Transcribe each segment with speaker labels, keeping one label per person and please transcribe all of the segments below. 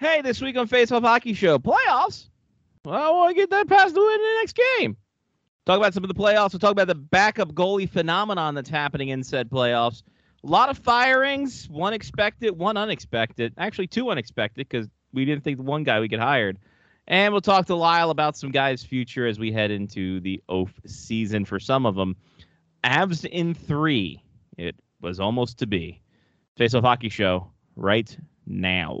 Speaker 1: Hey, this week on Face Off Hockey Show, playoffs. Well, I want to get that past the win in the next game. Talk about some of the playoffs. We'll talk about the backup goalie phenomenon that's happening in said playoffs. A lot of firings, one expected, one unexpected. Actually, two unexpected because we didn't think the one guy would get hired. And we'll talk to Lyle about some guys' future as we head into the off season for some of them. Avs in three. It was almost to be. Face Off Hockey Show right now.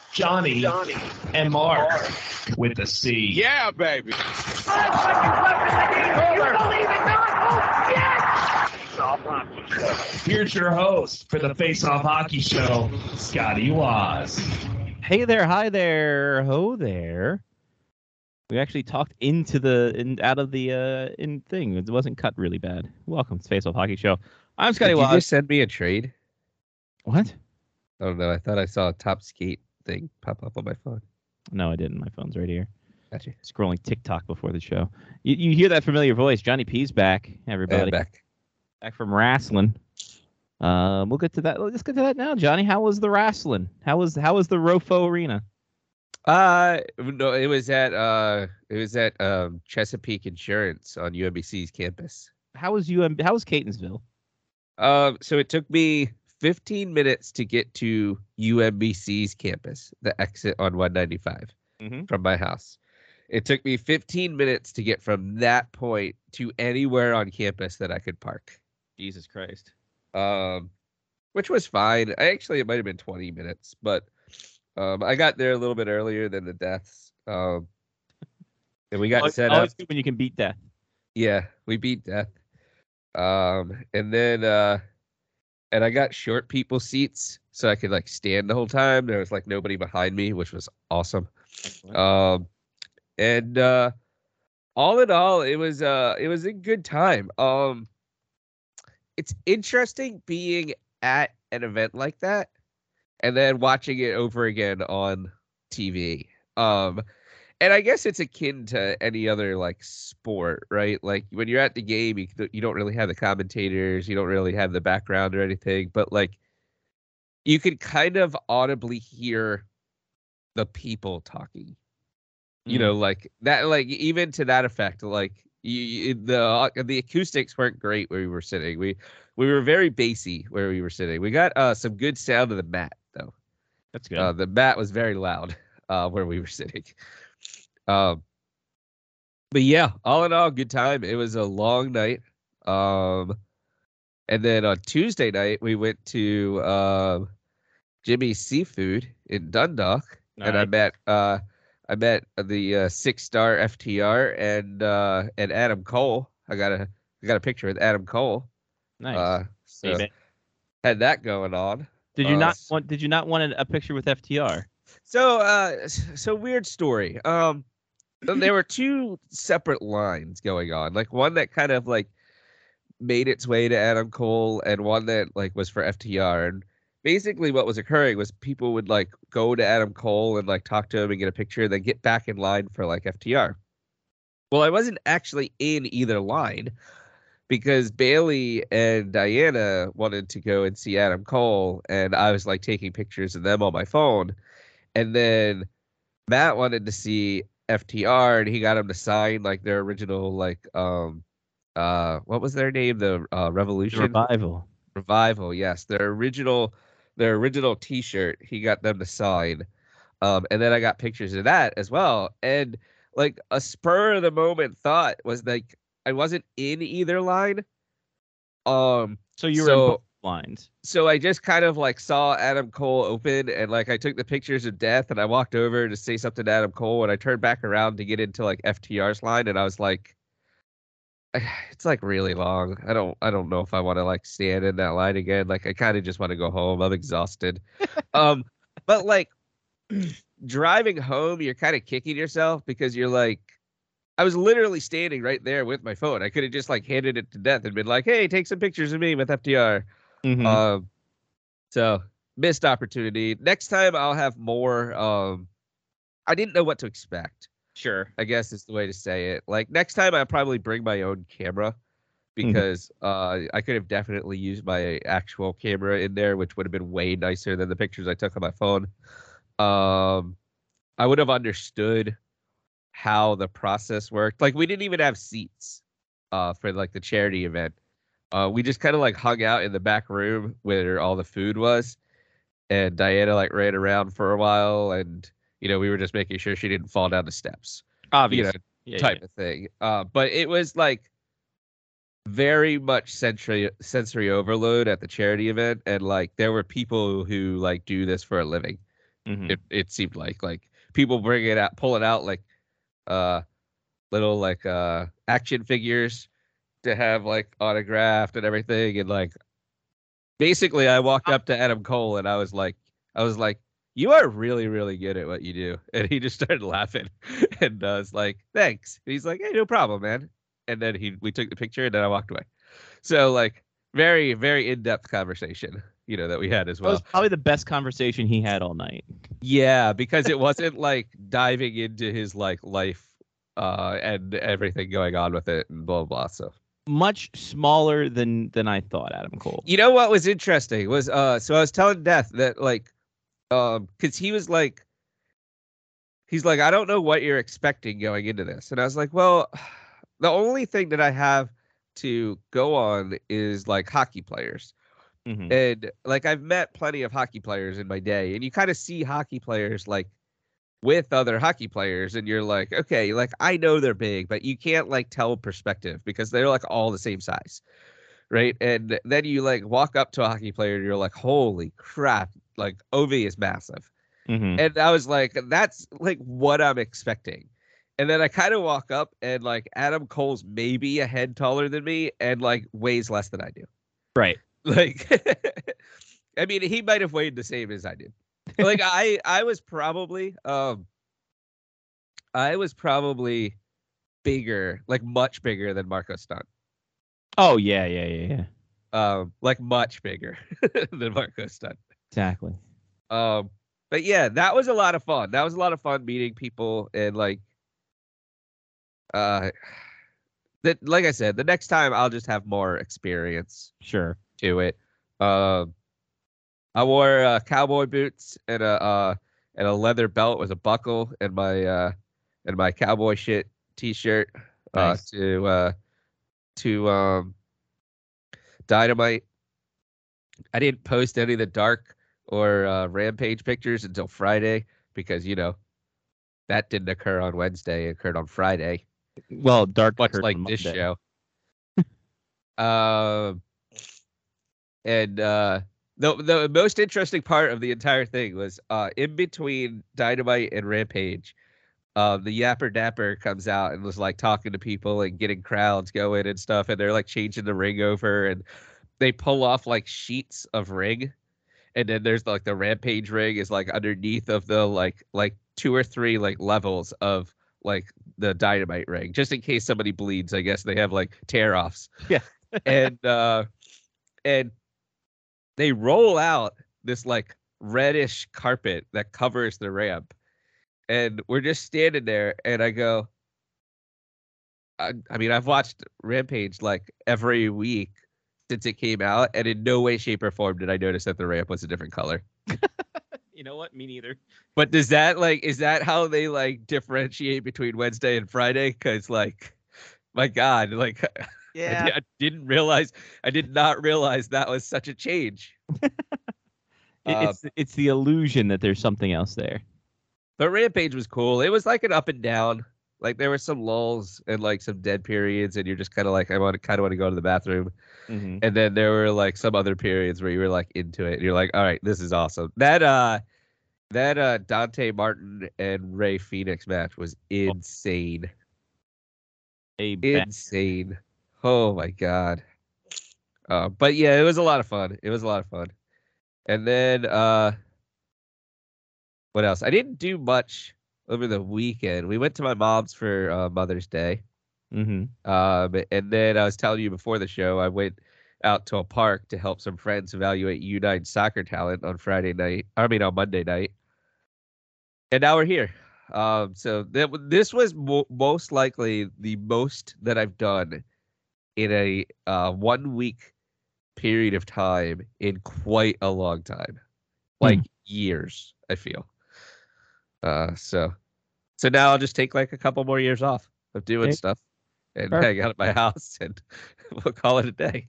Speaker 2: Johnny, and Mark. With a C.
Speaker 3: Yeah, baby.
Speaker 2: Here's your host for the Face Off Hockey Show, Scotty Waz.
Speaker 1: Hey there, hi there, ho there. We actually talked into the in out of the uh in thing. It wasn't cut really bad. Welcome to Face Off Hockey Show. I'm Scotty
Speaker 4: Did you
Speaker 1: Waz.
Speaker 4: just send me a trade?
Speaker 1: What?
Speaker 4: I don't know. I thought I saw a top skate thing pop up on my phone.
Speaker 1: No, I didn't. My phone's right here.
Speaker 4: Gotcha.
Speaker 1: Scrolling TikTok before the show. You, you hear that familiar voice. Johnny P's back,
Speaker 4: And
Speaker 1: everybody.
Speaker 4: back.
Speaker 1: back from wrestling. Um, we'll get to that. Let's get to that now, Johnny. How was the wrestling? How was how was the Rofo Arena?
Speaker 4: Uh no, it was at uh it was at um Chesapeake Insurance on UMBC's campus.
Speaker 1: How was you? How was Catonsville?
Speaker 4: Um so it took me 15 minutes to get to UMBC's campus, the exit on 195
Speaker 1: Mhm.
Speaker 4: from my house. It took me 15 minutes to get from that point to anywhere on campus that I could park.
Speaker 1: Jesus Christ.
Speaker 4: um, which was fine. I actually it might have been 20 minutes, but um, I got there a little bit earlier than the deaths. Um, and we got
Speaker 1: Always,
Speaker 4: set up.
Speaker 1: always good when you can beat death.
Speaker 4: Yeah, we beat death. Um, and then uh, and I got short people seats so I could like stand the whole time. There was like nobody behind me, which was awesome. Um, and uh, all in all, it was uh, it was a good time. Um, it's interesting being at an event like that and then watching it over again on TV. Um, and I guess it's akin to any other like sport, right? Like when you're at the game, you, you don't really have the commentators, you don't really have the background or anything, but like you can kind of audibly hear the people talking. You know, like that, like even to that effect, like you, you, the uh, the acoustics weren't great where we were sitting. We we were very bassy where we were sitting. We got uh, some good sound of the mat though.
Speaker 1: That's good.
Speaker 4: Uh, the bat was very loud uh, where we were sitting. Um, but yeah, all in all, good time. It was a long night. Um, and then on Tuesday night, we went to um, Jimmy's Seafood in Dundalk, and I
Speaker 1: Nice.
Speaker 4: met uh, I met the uh, six star FTR and uh, and Adam Cole. I got a I got a picture with Adam Cole.
Speaker 1: nice.
Speaker 4: Uh,
Speaker 1: Hey,
Speaker 4: so
Speaker 1: man.
Speaker 4: had that going on.
Speaker 1: did you
Speaker 4: uh,
Speaker 1: not
Speaker 4: s-
Speaker 1: want? Did you not want an- a picture with FTR?
Speaker 4: So, uh, s- so weird story. Um, th- there were two separate lines going on, like one that kind of like made its way to Adam Cole, and one that like was for FTR. And basically, what was occurring was people would like go to Adam Cole and like talk to him and get a picture, then get back in line for like FTR. Well, I wasn't actually in either line because Bailey and Diana wanted to go and see Adam Cole, and I was like taking pictures of them on my phone. And then Matt wanted to see FTR, and he got him to sign like their original like um uh what was their name the uh, Revolution
Speaker 1: Revival.
Speaker 4: Revival. Yes, their original their original T-shirt. He got them to sign, um, and then I got pictures of that as well. And like a spur of the moment thought was like I wasn't in either line. Um,
Speaker 1: So you were
Speaker 4: So-
Speaker 1: in both lines.
Speaker 4: so I just kind of like saw Adam Cole open and like I took the pictures of death and I walked over to say something to Adam Cole and I turned back around to get into like FTR's line and I was like, it's like really long. I don't I don't know if I want to like stand in that line again. Like I kind of just want to go home. I'm exhausted. um but like driving home, you're kind of kicking yourself because you're like I was literally standing right there with my phone. I could have just like handed it to death and been like, "Hey, take some pictures of me with FDR."
Speaker 1: Mhm.
Speaker 4: Um so missed opportunity. Next time I'll have more um I didn't know what to expect.
Speaker 1: sure.
Speaker 4: I guess is the way to say it. Like next time, I probably bring my own camera because uh, I could have definitely used my actual camera in there, which would have been way nicer than the pictures I took on my phone. Um, I would have understood how the process worked. Like we didn't even have seats uh, for like the charity event. Uh, we just kind of like hung out in the back room where all the food was, and Diana like ran around for a while, and you know we were just making sure she didn't fall down the steps you
Speaker 1: Obviously.
Speaker 4: know,
Speaker 1: Yeah,
Speaker 4: type of thing. Uh, but it was like very much sensory sensory overload at the charity event, and like there were people who like do this for a living.
Speaker 1: yeah. Mhm.
Speaker 4: It it seemed like like people bring it out, pull it out like uh little like uh action figures to have like autographed and everything, and like basically I walked up to Adam Cole and I was like I was like you are really, really good at what you do. And he just started laughing and I was like, thanks. And he's like, hey, no problem, man. And then he we took the picture and then I walked away. So like very, very in-depth conversation, you know, that we had as
Speaker 1: That was
Speaker 4: well.
Speaker 1: probably the best conversation he had all night.
Speaker 4: Yeah, because it wasn't like diving into his like life uh and everything going on with it and blah blah. blah. So
Speaker 1: Much smaller than than I thought, Adam Cole.
Speaker 4: You know what was interesting was uh so I was telling Death that like um cuz he was like he's like I don't know what you're expecting going into this. And I was like, well, the only thing that I have to go on is like hockey players.
Speaker 1: Mhm.
Speaker 4: And like I've met plenty of hockey players in my day and you kind of see hockey players like with other hockey players and you're like, okay, like I know they're big, but you can't like tell perspective because they're like all the same size right? And then you like walk up to a hockey player and you're like, holy crap, like Ovi is massive.
Speaker 1: Mhm.
Speaker 4: And I was like, that's like what I'm expecting. And then I kind of walk up and like Adam Cole's maybe a head taller than me and like weighs less than I do.
Speaker 1: Right.
Speaker 4: Like I mean, he might have weighed the same as I did. Like I I was probably um I was probably bigger, like much bigger than Marco Stunt
Speaker 1: Oh yeah, yeah, yeah, yeah.
Speaker 4: um, like much bigger than Marco Stunt.
Speaker 1: Exactly.
Speaker 4: Um, but yeah, that was a lot of fun. That was a lot of fun meeting people and like, uh, that like I said, the next time I'll just have more experience
Speaker 1: Sure.
Speaker 4: to it. Um, I wore uh, cowboy boots and a uh, and a leather belt with a buckle and my uh, and my cowboy shit t-shirt uh,
Speaker 1: Nice.
Speaker 4: to uh, to um, dynamite. I didn't post any of the dark or uh, rampage pictures until Friday because you know that didn't occur on Wednesday; it occurred on Friday
Speaker 1: Well, dark
Speaker 4: much
Speaker 1: Curtain
Speaker 4: like
Speaker 1: Monday.
Speaker 4: this show. um, and uh, the the most interesting part of the entire thing was uh, in between Dynamite and Rampage. Uh, the Yapper Dapper comes out and was like talking to people and getting crowds going and stuff, and they're like changing the ring over, and they pull off like sheets of ring, and then there's like the Rampage ring is like underneath of the like like two or three like levels of like the dynamite ring just in case somebody bleeds i guess they have like tear offs
Speaker 1: Yeah.
Speaker 4: and uh and they roll out this like reddish carpet that covers the ramp and we're just standing there and i go i, I mean i've watched rampage like every week since it came out and in no way shape or form did i notice that the ramp was a different color
Speaker 1: You know what? Me neither.
Speaker 4: but does that like is that how they like differentiate between Wednesday and Friday? Because like, my God, like I, di- I didn't realize I did not realize that was such a change. Uh,
Speaker 1: It- it's it's the illusion that there's something else there.
Speaker 4: But Rampage was cool. It was like an up and down. Like there were some lulls and like some dead periods, and you're just kind of like, I want to kind of want to go to the bathroom. And then there were like some other periods where you were like into it, and you're like, all right, this is awesome. That uh, that uh, Dante Martin and Ray Phoenix match was insane.
Speaker 1: A ba-
Speaker 4: insane. Oh my god. Uh, but yeah, it was a lot of fun. It was a lot of fun. And then uh, what else? I didn't do much over the weekend. We went to my mom's for uh, Mother's Day.
Speaker 1: Mm-hmm.
Speaker 4: Um, and then I was telling you before the show, I went out to a park to help some friends evaluate U9 soccer talent on Friday night. I mean, on Monday night. And now we're here. Um, so that, this was mo- most likely the most that I've done in a uh, one week period of time in quite a long time, like years. I feel. Uh, so, so now I'll just take like a couple more years off of doing
Speaker 1: Okay.
Speaker 4: stuff and
Speaker 1: Perfect.
Speaker 4: hang out at my house, and we'll call it a day.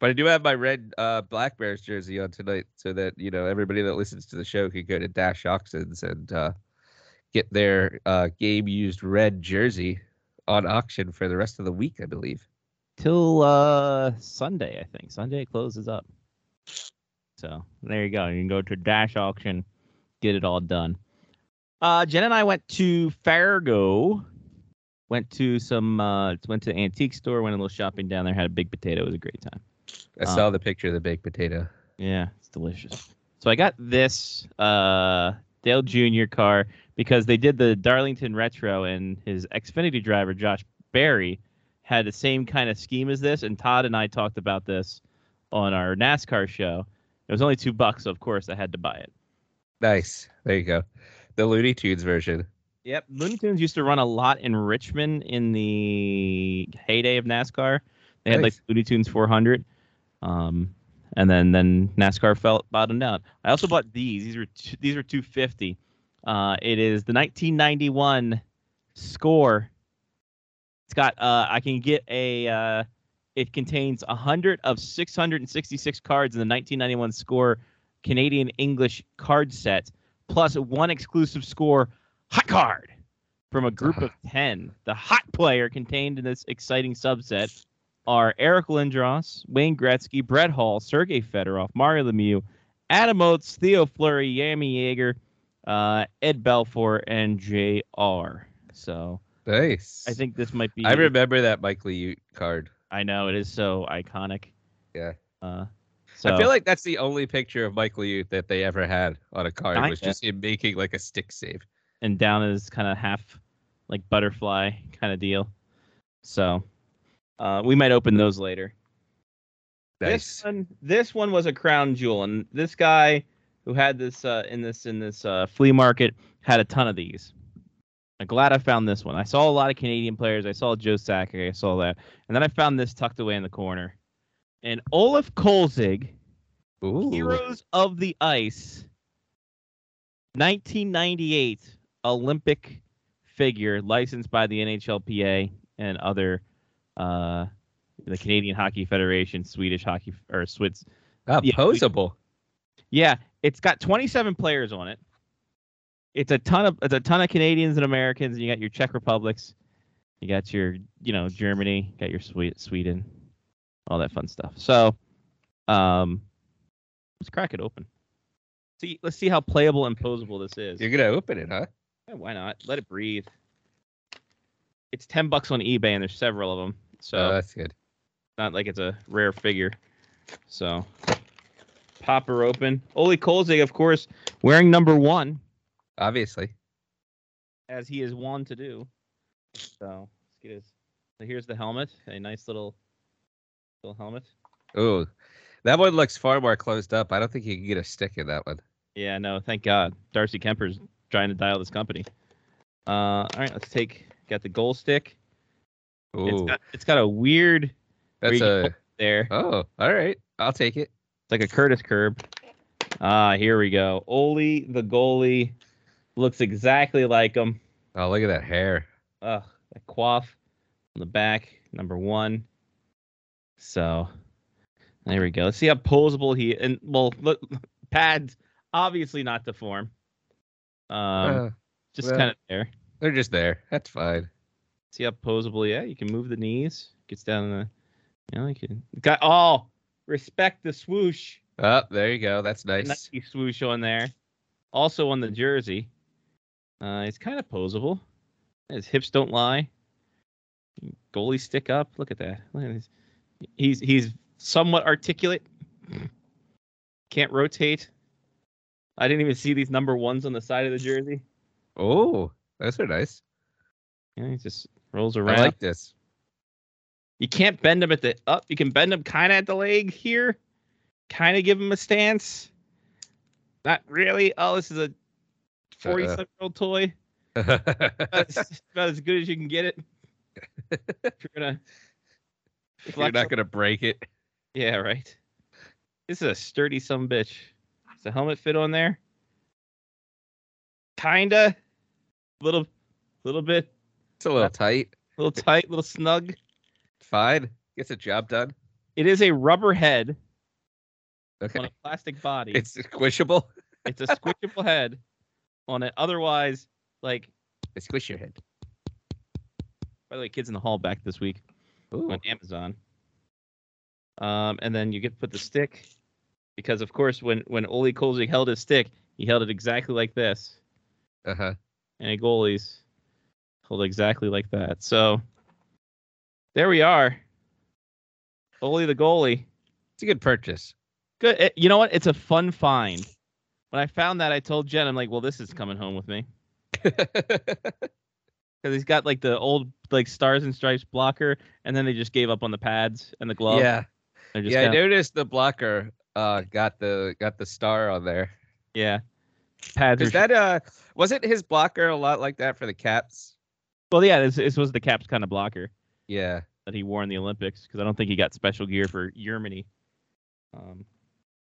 Speaker 4: But I do have my red uh, Black Bears jersey on tonight, so that you know everybody that listens to the show can go to Dash Auctions and uh, get their uh, game used red jersey on auction for the rest of the week, I believe.
Speaker 1: Till uh, Sunday, I think. Sunday it closes up. So there you go. You can go to Dash Auction, get it all done. Uh, Jen and I went to Fargo, went to some, uh, went to antique store, went a little shopping down there, had a big potato. It was a great time.
Speaker 4: I
Speaker 1: Uh.
Speaker 4: saw the picture of the baked potato.
Speaker 1: Yeah, it's delicious. So I got this uh, Dale Jr. car because they did the Darlington Retro, and his Xfinity driver Josh Berry had the same kind of scheme as this. And Todd and I talked about this on our NASCAR show. It was only two bucks, so of course I had to buy it.
Speaker 4: Nice. There you go. The Looney Tunes version.
Speaker 1: Yep, Looney Tunes used to run a lot in Richmond in the heyday of NASCAR. They had
Speaker 4: Nice.
Speaker 1: like Looney Tunes 400, um, and then then NASCAR felt bottomed out. I also bought these. These were two, these were 250. Uh, it is the 1991 score. It's got uh, I can get a. Uh, it contains 100 of 666 cards in the 1991 score Canadian English card set, plus one exclusive score hot card from a group of 10. The hot player contained in this exciting subset are Eric Lindros, Wayne Gretzky, Brett Hall, Sergei Fedorov, Mario Lemieux, Adam Oates, Theo Fleury, Yami Yeager, uh, Ed Belfour, and J.R. So
Speaker 4: Nice.
Speaker 1: I think this might be.
Speaker 4: I remember that Mike Liute card.
Speaker 1: I know it is so iconic.
Speaker 4: Yeah.
Speaker 1: Uh, so
Speaker 4: I feel like that's the only picture of Mike Liute that they ever had on a card
Speaker 1: I-
Speaker 4: was just him making like a stick save.
Speaker 1: and down is kind of half like butterfly kind of deal. So uh, we might open those later.
Speaker 4: Nice.
Speaker 1: This one, this one was a crown jewel, and this guy who had this uh, in this in this uh, flea market had a ton of these. I'm glad I found this one. I saw a lot of Canadian players. I saw Joe Sakic. I saw that, and then I found this tucked away in the corner. And Olaf Kolzig,
Speaker 4: Ooh.
Speaker 1: Heroes of the Ice, 1998 Olympic figure licensed by the NHLPA and other, uh, the Canadian Hockey Federation, Swedish Hockey or Swiss.
Speaker 4: Ah,
Speaker 1: Yeah, we-
Speaker 4: posable.
Speaker 1: Yeah, it's got 27 players on it. It's a ton of it's a ton of Canadians and Americans. And you got your Czech Republics, you got your you know Germany, got your Swe- Sweden, all that fun stuff. So, um, let's crack it open. See, let's see how playable and posable this is.
Speaker 4: You're gonna open it, huh?
Speaker 1: Yeah, why not? Let it breathe. It's 10 bucks on eBay, and there's several of them, so
Speaker 4: oh, that's good.
Speaker 1: not like it's a rare figure. So pop her open. Ole Kolzig, of course, wearing number one,
Speaker 4: Obviously.
Speaker 1: as he is wont to do. So let's get his so here's the helmet. A nice little little helmet.
Speaker 4: Ooh. That one looks far more closed up. I don't think you can get a stick in that one.
Speaker 1: Yeah, no, thank God. Darcy Kemper's trying to dial this company. Uh all right, let's take got the goal stick. It's
Speaker 4: Ooh.
Speaker 1: got, it's got a weird
Speaker 4: That's
Speaker 1: where you
Speaker 4: a
Speaker 1: there.
Speaker 4: oh, all right. I'll take it.
Speaker 1: It's like a Curtis curb. Ah, here we go. Ole the goalie looks exactly like him.
Speaker 4: Oh, look at that hair.
Speaker 1: Ugh, that quaff on the back, number one. So there we go. Let's see how posable he and well, look, pads obviously not deform. Um,
Speaker 4: Uh,
Speaker 1: just
Speaker 4: well.
Speaker 1: kind of there.
Speaker 4: they're just there. That's fine.
Speaker 1: See how posable. Yeah, you can move the knees. Gets down in the. You know, you can. Got oh, respect the swoosh.
Speaker 4: Oh, there you go. That's nice.
Speaker 1: Nike swoosh on there. Also on the jersey. Uh, it's kind of posable. His hips don't lie. Goalie stick up. Look at that. Look at this. He's he's somewhat articulate. Can't rotate. I didn't even see these number ones on the side of the jersey.
Speaker 4: Oh, those are nice.
Speaker 1: Yeah, he just rolls
Speaker 4: I
Speaker 1: around.
Speaker 4: like this.
Speaker 1: You can't bend him at the up. You can bend him kind of at the leg here, kind of give him a stance. Not really. Oh, this is a 47 year old
Speaker 4: Uh-uh.
Speaker 1: toy. About as, about as good as you can get it. If you're gonna
Speaker 4: You're
Speaker 1: flex
Speaker 4: not
Speaker 1: up-
Speaker 4: gonna break it.
Speaker 1: Yeah, right. This is a sturdy some bitch. Does the helmet fit on there? Kinda. Little, little bit,
Speaker 4: It's a little tight.
Speaker 1: little tight, little snug.
Speaker 4: Fine. Gets the job done.
Speaker 1: It is a rubber head on
Speaker 4: Okay.
Speaker 1: a plastic body.
Speaker 4: It's squishable.
Speaker 1: It's a squishable head on an otherwise like
Speaker 4: It squish your head.
Speaker 1: by the way, kids in the hall back this week
Speaker 4: Ooh.
Speaker 1: on Amazon. Um, and then you get to put the stick because of course when when Ole Kolzig held his stick, he held it exactly like this,
Speaker 4: Uh huh.
Speaker 1: and a goalie's held exactly like that. So there we are. Ole the goalie.
Speaker 4: It's a good purchase.
Speaker 1: Good. eh, you know what? It's a fun find. When I found that, I told Jen, I'm like, well, this is coming home with me. because he's got like the old like stars and stripes blocker, and then they just gave up on the pads and the glove.
Speaker 4: yeah.
Speaker 1: They're just
Speaker 4: Yeah. I
Speaker 1: kinda-
Speaker 4: noticed the blocker uh got the got the star on there.
Speaker 1: yeah. Pads. Are
Speaker 4: Is that uh wasn't his blocker a lot like that for the caps?
Speaker 1: well, yeah, this, this was the Caps kind of blocker
Speaker 4: Yeah.
Speaker 1: that he wore in the Olympics because I don't think he got special gear for Germany. Um,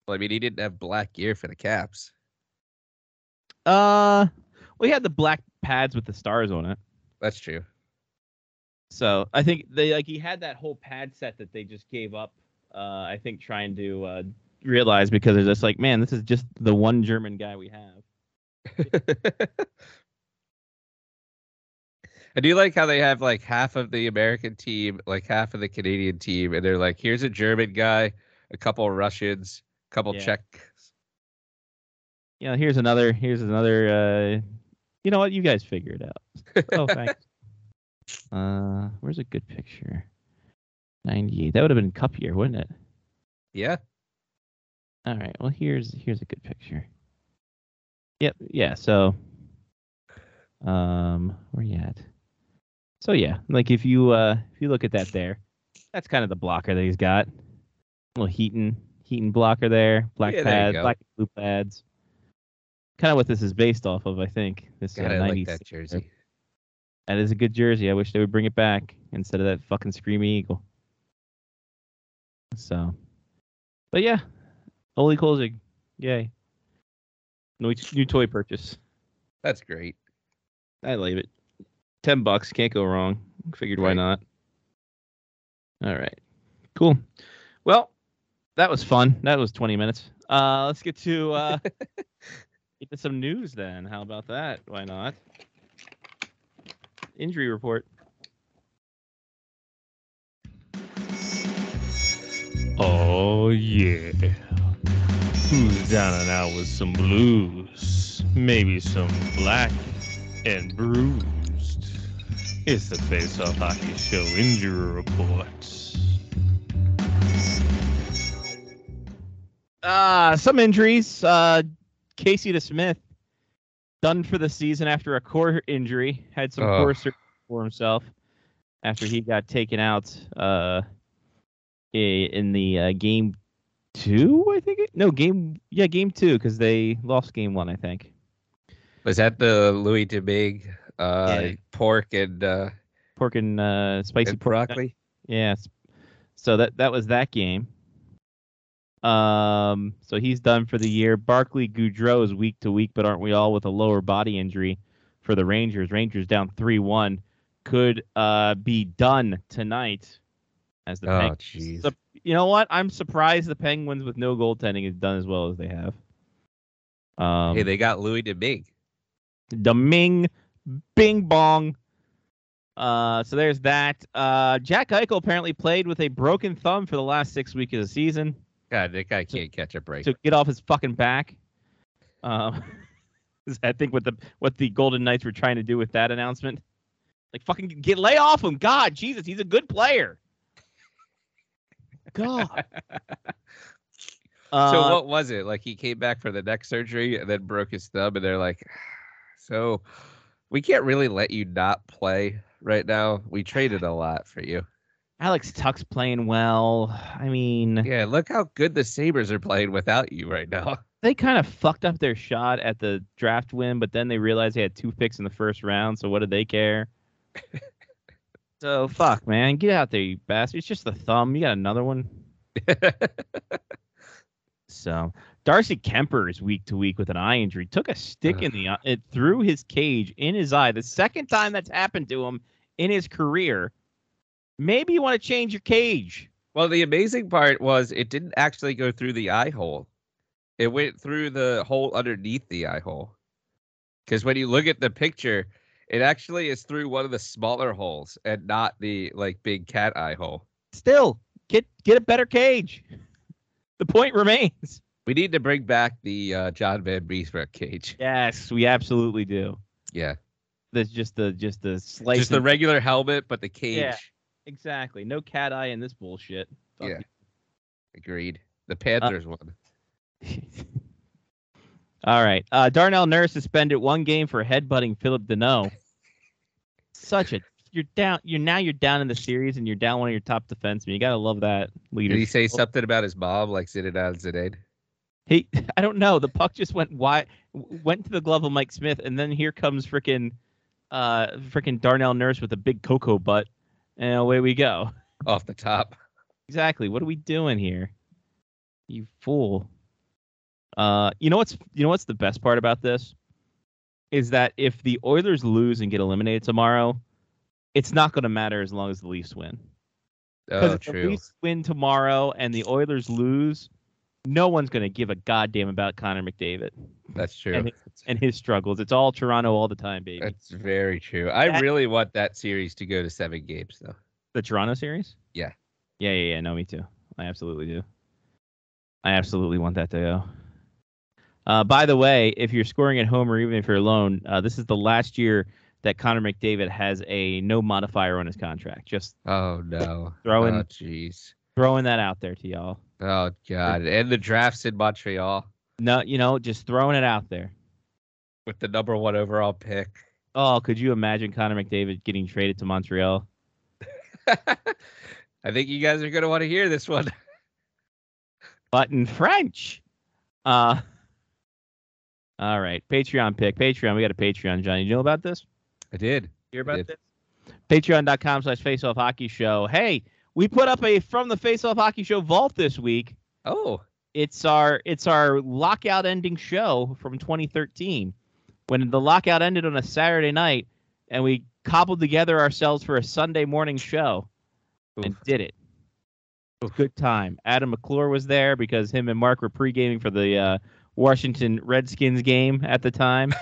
Speaker 4: Well, I mean he didn't have black gear for the caps.
Speaker 1: uh, we had the black pads with the stars on it,
Speaker 4: That's true.
Speaker 1: so I think they like he had that whole pad set that they just gave up. Uh, I think trying to uh, realize because they're just like, man, this is just the one German guy we have.
Speaker 4: I do like how they have like half of the American team, like half of the Canadian team, and they're like, here's a German guy, a couple Russians, a couple
Speaker 1: Yeah.
Speaker 4: Czechs.
Speaker 1: you know, here's another, here's another. Uh, you know what? You guys figure it out. Oh, thanks. Uh, where's a good picture? Ninety-eight. That would have been Cup year, wouldn't it?
Speaker 4: Yeah.
Speaker 1: All right. Well, here's here's a good picture. Yep. Yeah. So, um, where you at? So yeah, like if you uh if you look at that there, that's kind of the blocker that he's got. little Heaton Heaton blocker there, black
Speaker 4: Yeah, there you
Speaker 1: pads,
Speaker 4: go.
Speaker 1: black and blue pads. Kind of what this is based off of, I think. This uh,
Speaker 4: God, I like
Speaker 1: 90s
Speaker 4: that jersey.
Speaker 1: that is a good jersey. I wish they would bring it back instead of that fucking screaming eagle. So, but yeah, Ole Kolzig, yay! New, new toy purchase.
Speaker 4: That's great.
Speaker 1: I love it. Ten bucks, can't go wrong. Figured why
Speaker 4: Right.
Speaker 1: not. All right, cool. Well, that was fun. That was twenty minutes. Uh, let's get to uh, get to some news then. How about that? Why not? Injury report.
Speaker 2: Oh yeah. Who's down and out with some blues? Maybe some black and bruised. It's the Face Off Hockey Show Injury Report.
Speaker 1: Uh, some injuries. Uh, Casey to Smith, done for the season after a core injury, had some
Speaker 4: Ugh.
Speaker 1: core surgery for himself after he got taken out uh, i- in the uh, game two, I think. It, no, game yeah, game two because they lost game one, I think.
Speaker 4: Was that the Louis Domingue uh,
Speaker 1: Yeah.
Speaker 4: pork and, uh,
Speaker 1: Pork and uh, spicy
Speaker 4: and
Speaker 1: pork nug-
Speaker 4: broccoli?
Speaker 1: Yes. So that that was that game. Um, so he's done for the year. Barkley Goudreau is week to week, but aren't we all with a lower body injury for the Rangers? Rangers down three one, could uh be done tonight. As the
Speaker 4: Oh,
Speaker 1: Penguins,
Speaker 4: jeez.
Speaker 1: Sup- you know what? I'm surprised the Penguins with no goaltending is done as well as they have. Um,
Speaker 4: hey, they got Louis Domingue.
Speaker 1: Doming, Bing Bong. Uh, so there's that. Uh, Jack Eichel apparently played with a broken thumb for the last six weeks of the season
Speaker 4: God, that guy can't catch a break.
Speaker 1: to get off his fucking back. Um, is I think what the what the Golden Knights were trying to do with that announcement. Like fucking get lay off him. God, Jesus, he's a good player. God.
Speaker 4: so
Speaker 1: Uh,
Speaker 4: what was it? Like he came back for the neck surgery and then broke his thumb, and they're like, "So we can't really let you not play right now. We traded a lot for you.
Speaker 1: Alex Tuck's playing well. I mean,
Speaker 4: Yeah, look how good the Sabers are playing without you right now.
Speaker 1: they kind of fucked up their shot at the draft win, but then they realized they had two picks in the first round, so what did they care? so fuck, man, get out there, you bastard! It's just the thumb. You got another one. so Darcy Kemper is week to week with an eye injury. Took a stick in the eye, it through his cage in his eye. The second time that's happened to him in his career. Maybe you want to change your cage.
Speaker 4: Well, the amazing part was it didn't actually go through the eye hole. It went through the hole underneath the eye hole. Because when you look at the picture, it actually is through one of the smaller holes and not the like big cat eye hole.
Speaker 1: Still, get get a better cage. The point remains.
Speaker 4: We need to bring back the uh, John Van Beesbrook cage.
Speaker 1: Yes, we absolutely do.
Speaker 4: Yeah,
Speaker 1: That's just the just the slice.
Speaker 4: just the
Speaker 1: of-
Speaker 4: regular helmet, but the cage.
Speaker 1: Yeah. exactly. No cat eye in this bullshit. Fuck
Speaker 4: Yeah. Agreed.
Speaker 1: Uh,
Speaker 4: The Panthers one.
Speaker 1: you. All right. Uh, Darnell Nurse suspended one game for headbutting Philip Deneau. Such a you're down. You're now you're down in the series and you're down one of your top defensemen. You gotta love that leader.
Speaker 4: Did he say something about his mom, like Zinedine Zidane?
Speaker 1: He, I don't know. The puck just went wide, went to the glove of Mike Smith, and then here comes frickin', uh, frickin' Darnell Nurse with a big cocoa butt, and away we go.
Speaker 4: Off the top.
Speaker 1: Exactly. What are we doing here? You fool. Uh, you know what's you know what's the best part about this is that if the Oilers lose and get eliminated tomorrow, it's not going to matter as long as the Leafs win. Because
Speaker 4: Oh,
Speaker 1: if the
Speaker 4: true.
Speaker 1: Leafs win tomorrow and the Oilers lose, no one's going to give a goddamn about Connor McDavid
Speaker 4: That's true.
Speaker 1: and and his struggles. It's all Toronto all the time, baby.
Speaker 4: That's very true. I
Speaker 1: That-
Speaker 4: really want that series to go to seven games, though.
Speaker 1: The Toronto series?
Speaker 4: Yeah.
Speaker 1: Yeah, yeah, yeah. No, me too. I absolutely do. I absolutely want that to go. Uh, by the way, if you're scoring at home or even if you're alone, uh, this is the last year that Connor McDavid has a no modifier on his contract. Just
Speaker 4: Oh no!
Speaker 1: Throwing-
Speaker 4: Oh jeez!
Speaker 1: throwing that out there to y'all.
Speaker 4: Oh god! And the drafts in Montreal
Speaker 1: No, you know, just throwing it out there.
Speaker 4: with the number one overall pick.
Speaker 1: Oh, could you imagine Connor McDavid getting traded to Montreal?
Speaker 4: I think you guys are gonna want to hear this one.
Speaker 1: but in French. Uh all right. Patreon pick. Patreon. We got a Patreon, Johnny. You know about this?
Speaker 4: I did.
Speaker 1: Hear
Speaker 4: about
Speaker 1: this? Patreon.com slash face off hockey show. Hey, we put up a from the face off hockey show vault this week.
Speaker 4: Oh,
Speaker 1: It's our it's our lockout ending show from 2013. When the lockout ended on a Saturday night and we cobbled together ourselves for a Sunday morning show and
Speaker 4: Oof.
Speaker 1: did it. It was a good time. Adam McClure was there because him and Mark were pre-gaming for the uh, Washington Redskins game at the time.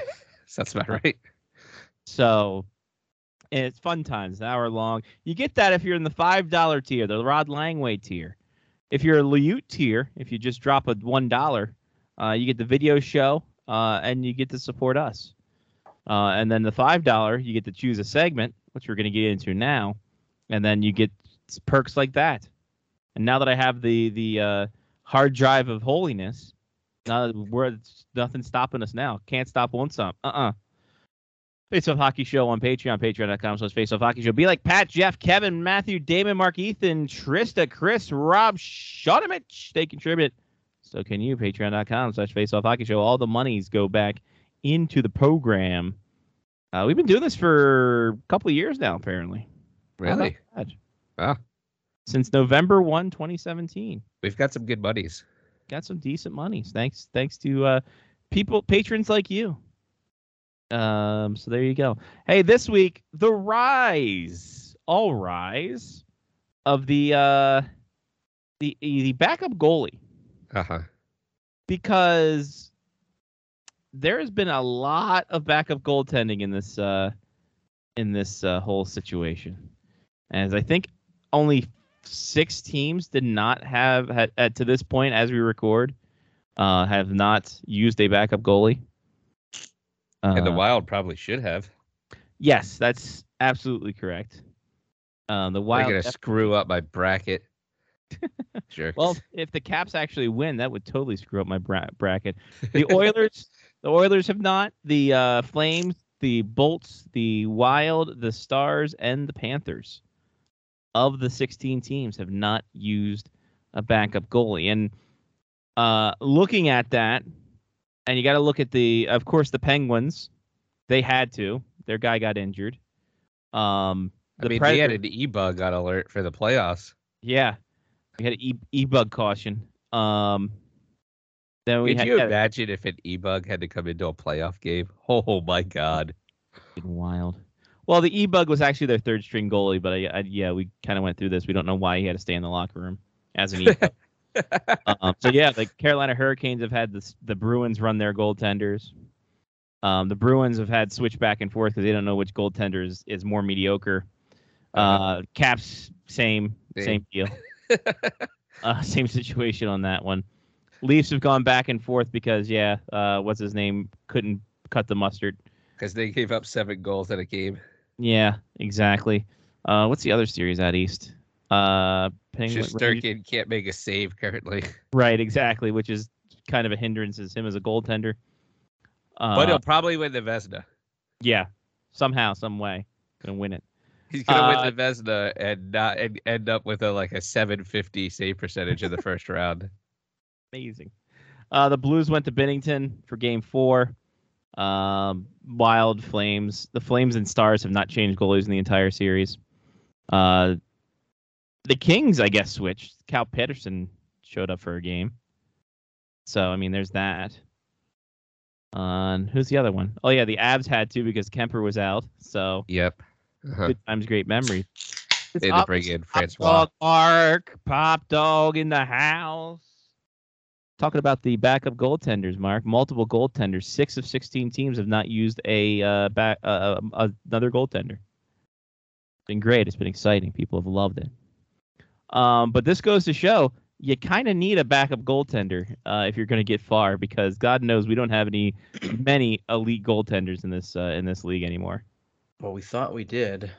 Speaker 4: sounds about right.
Speaker 1: So, and it's fun times, an hour long. You get that if you're in the five dollar tier, the Rod Langway tier. If you're a Liute tier, if you just drop a one dollar, uh, you get the video show uh, and you get to support us. Uh, and then the five dollar, you get to choose a segment, which we're going to get into now, and then you get s- perks like that. And now that I have the the uh, hard drive of holiness, now we're nothing stopping us now. Can't stop, won't stop. Uh uh Face Off Hockey Show on Patreon, patreon.com slash Face Off Hockey Show. Be like Pat, Jeff, Kevin, Matthew, Damon, Mark, Ethan, Trista, Chris, Rob, Shotemich. They contribute. So can you, patreon.com slash Face Off Hockey Show. All the monies go back into the program. Uh, we've been doing this for a couple of years now, apparently. Not
Speaker 4: Really?
Speaker 1: bad.
Speaker 4: Wow.
Speaker 1: Since November 1, 2017
Speaker 4: We've got some good buddies.
Speaker 1: got some decent monies thanks thanks to uh people patrons like you um so there you go hey this week the rise all rise of the uh the the backup goalie
Speaker 4: Uh huh.
Speaker 1: because there has been a lot of backup goaltending in this uh, in this uh, whole situation, as I think only six teams did not have had, at, to this point as we record uh, have not used a backup goalie.
Speaker 4: and the
Speaker 1: Uh,
Speaker 4: Wild probably should have.
Speaker 1: Yes, that's absolutely correct. Um, the
Speaker 4: They're
Speaker 1: Wild.
Speaker 4: gonna
Speaker 1: def-
Speaker 4: screw up my bracket. Jerks.
Speaker 1: well, if the Caps actually win, that would totally screw up my bra- bracket. The Oilers, the Oilers have not. The uh, Flames, the Bolts, the Wild, the Stars, and the Panthers, of the 16 teams, have not used a backup goalie. And uh, looking at that, and you got to look at the, of course, the Penguins. They had to. Their guy got injured. Um,
Speaker 4: I mean, they had an e-bug on alert for the playoffs.
Speaker 1: yeah, we had e e-bug caution. Um, then we
Speaker 4: Could
Speaker 1: had
Speaker 4: you
Speaker 1: yeah,
Speaker 4: imagine if an e-bug had to come into a playoff game? Oh my god!
Speaker 1: been wild. Well, the e-bug was actually their third string goalie, but I, I yeah, we kind of went through this. We don't know why he had to stay in the locker room as an e-bug. um, so yeah, the Carolina Hurricanes have had the s- the Bruins run their goaltenders. Um, the Bruins have had switch back and forth because they don't know which goaltender is, is more mediocre. Uh, Caps same
Speaker 4: Same.
Speaker 1: same deal. uh, same situation on that one. Leafs have gone back and forth because yeah, uh, what's his name couldn't cut the mustard.
Speaker 4: Because they gave up seven goals in a game.
Speaker 1: Yeah, exactly. Uh, what's the other series out east? Uh, Penguin,
Speaker 4: Shosturkin can't make a save currently,
Speaker 1: right? Exactly, which is kind of a hindrance as him as a goaltender. Uh,
Speaker 4: but he'll probably win the Vesna.
Speaker 1: yeah, somehow, some way, gonna win it.
Speaker 4: He's gonna
Speaker 1: Uh,
Speaker 4: win the Vesna and not and end up with a like a 750 save percentage in the first round.
Speaker 1: Amazing. Uh, the Blues went to Bennington for Game Four. Um, Wild Flames. The Flames and Stars have not changed goalies in the entire series. Uh, the Kings, I guess, switched. Cal Peterson showed up for a game. So I mean, there's that. Uh, and who's the other one? Oh yeah, the Abs had to because Kemper was out. So
Speaker 4: Yep. Uh-huh.
Speaker 1: good times, great memories.
Speaker 4: They had to
Speaker 1: up-
Speaker 4: bring in
Speaker 1: Pop
Speaker 4: Francois.
Speaker 1: Dog Mark, Pop Dog in the house. Talking about the backup goaltenders, Mark. Multiple goaltenders. Six of sixteen teams have not used a uh, back uh, uh, another goaltender. Been great. It's been exciting. People have loved it. Um, but this goes to show you kind of need a backup goaltender uh, if you're going to get far, because God knows we don't have any many elite goaltenders in this uh, in this league anymore.
Speaker 3: Well, we thought we did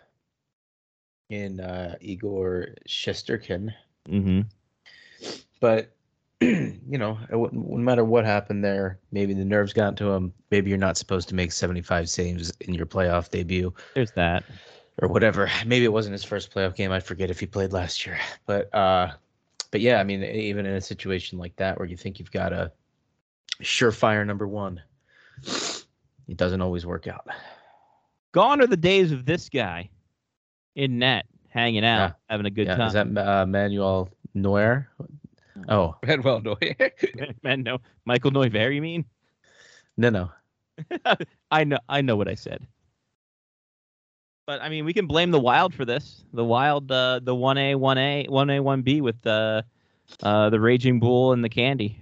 Speaker 3: in uh, Igor Shesterkin,
Speaker 1: Mm-hmm.
Speaker 3: but you know, it wouldn't- no matter what happened there, maybe the nerves got to him. Maybe you're not supposed to make 75 saves in your playoff debut
Speaker 1: There's that.
Speaker 3: or whatever. Maybe it wasn't his first playoff game. I forget if he played last year, but uh, but yeah, I mean, e-, even in a situation like that where you think you've got a surefire number one, it doesn't always work out.
Speaker 1: Gone are the days of this guy in net, hanging out,
Speaker 3: Yeah.
Speaker 1: having a good
Speaker 3: yeah, is
Speaker 1: time.
Speaker 3: that uh, Manuel Neuer? Oh
Speaker 4: Manuel Neuer.
Speaker 1: Man, no, Michael Neuver, you mean?
Speaker 3: no no.
Speaker 1: I know, I know what I said. But I mean, we can blame the Wild for this. The Wild, uh, the one A, one A, one A, one B with the uh, the Raging Bull and the Candy.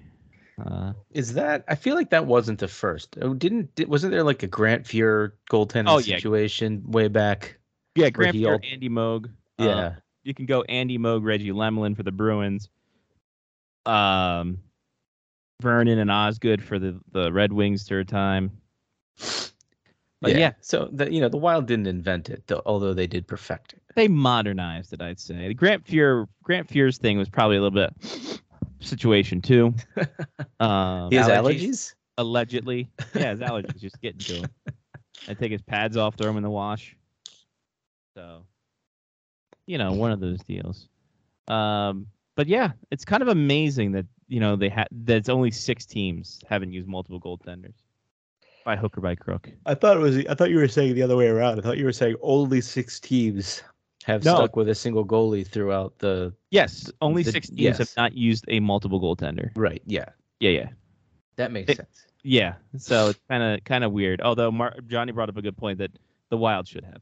Speaker 1: Uh,
Speaker 3: Is that? I feel like that wasn't the first. Oh, didn't di- wasn't there like a Grant Fuhr goaltending
Speaker 1: Oh, yeah.
Speaker 3: situation way back?
Speaker 1: yeah, Grant
Speaker 3: he
Speaker 1: Fuhr,
Speaker 3: al-
Speaker 1: Andy Moog. uh,
Speaker 3: Yeah,
Speaker 1: you can go Andy Moog, Reggie Lemelin for the Bruins, um, Vernon and Osgood for the, the Red Wings third time. But yeah.
Speaker 3: So the you know the Wild didn't invent it, though, although they did perfect it.
Speaker 1: they modernized it, I'd say. The Grant Fuhr Grant Fuhr's thing was probably a little bit situation too. Um,
Speaker 3: He has
Speaker 1: allergies,
Speaker 3: allergies.
Speaker 1: allegedly. Yeah, his allergies just getting to him. I take his pads off, throw them in the wash. So, you know, one of those deals. Um, but yeah, it's kind of amazing that you know they had that's only six teams haven't used multiple goaltenders by hook or by crook.
Speaker 3: I thought it was. I thought you were saying the other way around. I thought you were saying only six teams have
Speaker 1: No.
Speaker 3: stuck with a single goalie throughout the.
Speaker 1: Yes, only
Speaker 3: The-
Speaker 1: six teams have
Speaker 3: yes.
Speaker 1: not used a multiple goaltender.
Speaker 3: Right. Yeah.
Speaker 1: Yeah, yeah.
Speaker 3: That makes
Speaker 1: It-
Speaker 3: sense.
Speaker 1: Yeah, so it's kind of kind of weird. Although Mar- Johnny brought up a good point that the Wild should have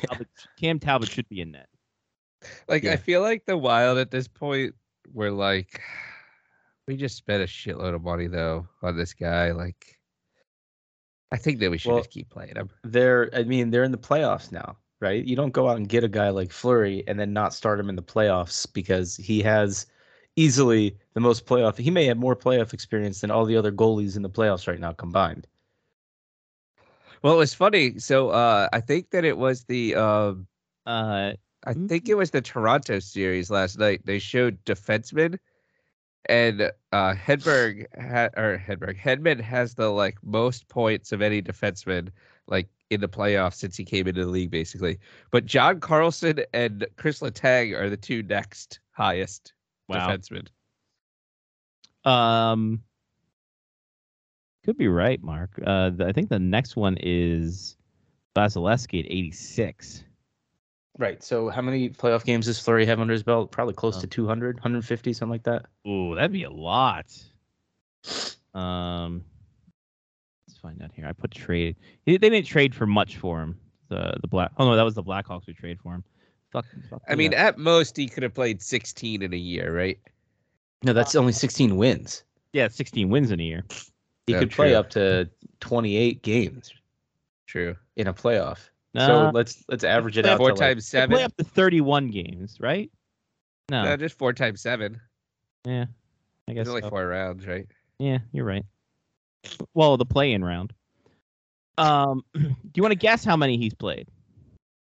Speaker 1: Talbot, Cam Talbot should be in net.
Speaker 4: Like
Speaker 3: Yeah.
Speaker 4: I feel like the Wild at this point we're like we just spent a shitload of money though on this guy. Like I think that we should
Speaker 3: Well-
Speaker 4: just keep playing him.
Speaker 3: they're I mean, they're in the playoffs now, right? You don't go out and get a guy like Flurry and then not start him in the playoffs because he has easily the most playoff he may have more playoff experience than all the other goalies in the playoffs right now combined.
Speaker 4: Well, it was funny. So uh, I think that it was the um,
Speaker 1: Uh,
Speaker 4: I
Speaker 1: Mhm.
Speaker 4: think it was the Toronto series last night. They showed defensemen, and uh, Hedberg ha- or Hedberg Hedman has the like most points of any defenseman like in the playoffs since he came into the league, basically. But John Carlson and Chris Letang are the two next highest
Speaker 1: wow.
Speaker 4: defensemen.
Speaker 1: Um, could be right, Mark. Uh, th- I think the next one is Vasilevsky at 86.
Speaker 3: Right. So how many playoff games does Flurry have under his belt? Probably close
Speaker 1: Um,
Speaker 3: to 200, 150, something like that.
Speaker 1: Ooh, that'd be a lot. Um, let's find out here. I put trade. They they didn't trade for much for him. The the black. Oh no, that was the Blackhawks who traded for him. Fuck. fuck
Speaker 4: I mean,
Speaker 1: that.
Speaker 4: at most he could have played 16 in a year, right?
Speaker 3: No, that's only 16 wins.
Speaker 1: yeah, 16 wins in a year.
Speaker 3: He
Speaker 4: Yeah,
Speaker 3: could play
Speaker 4: true.
Speaker 3: up to 28 games
Speaker 4: True.
Speaker 3: in a playoff.
Speaker 1: Uh,
Speaker 3: so let's let's average it
Speaker 1: play
Speaker 3: out.
Speaker 4: Four
Speaker 3: to, like-
Speaker 4: times
Speaker 1: they
Speaker 4: seven.
Speaker 1: play up to 31 games, right? No,
Speaker 4: No, just four times seven.
Speaker 1: I guess
Speaker 4: There's only
Speaker 1: so.
Speaker 4: four rounds, right?
Speaker 1: Yeah, you're right. Well, the play-in round. Um, do you want to guess how many he's played?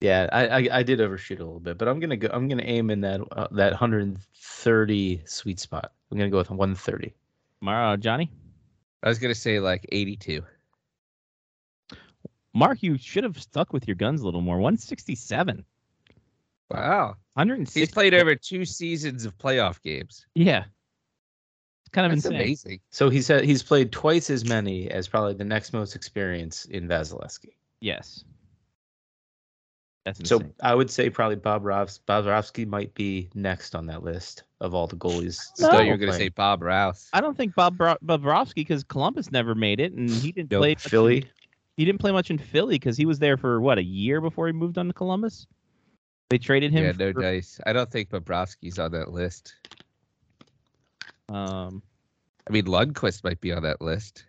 Speaker 3: yeah, I, I I did overshoot a little bit, but I'm gonna go. I'm gonna aim in that uh, that 130 sweet spot. I'm gonna go with 130.
Speaker 1: Mar- uh, Johnny,
Speaker 4: I was gonna say like 82.
Speaker 1: Mark, you should have stuck with your guns a little more. 167,
Speaker 4: Wow. He's
Speaker 1: 160.
Speaker 4: played over two seasons of playoff games.
Speaker 1: yeah, it's kind of
Speaker 4: That's
Speaker 1: insane.
Speaker 4: amazing.
Speaker 3: So he said he's played twice as many as probably the next most experience in Vasilevsky.
Speaker 1: Yes, that's
Speaker 3: So
Speaker 1: insane.
Speaker 3: I would say probably Bob Rovs Bobrovsky might be next on that list of all the goalies.
Speaker 1: No.
Speaker 4: I
Speaker 1: Oh,
Speaker 4: thought
Speaker 3: still
Speaker 4: you were going to say
Speaker 3: playing.
Speaker 4: Bob Rouse.
Speaker 1: I don't think Bob Bro- Bobrovsky because Columbus never made it, and he didn't
Speaker 3: Nope,
Speaker 1: play much in-
Speaker 3: Philly.
Speaker 1: he didn't play much in Philly because he was there for what a year before he moved on to Columbus. They traded him.
Speaker 4: Yeah, no
Speaker 1: for-
Speaker 4: dice. I don't think Bobrovsky's on that list.
Speaker 1: um,
Speaker 4: I mean, Lundqvist might be on that list.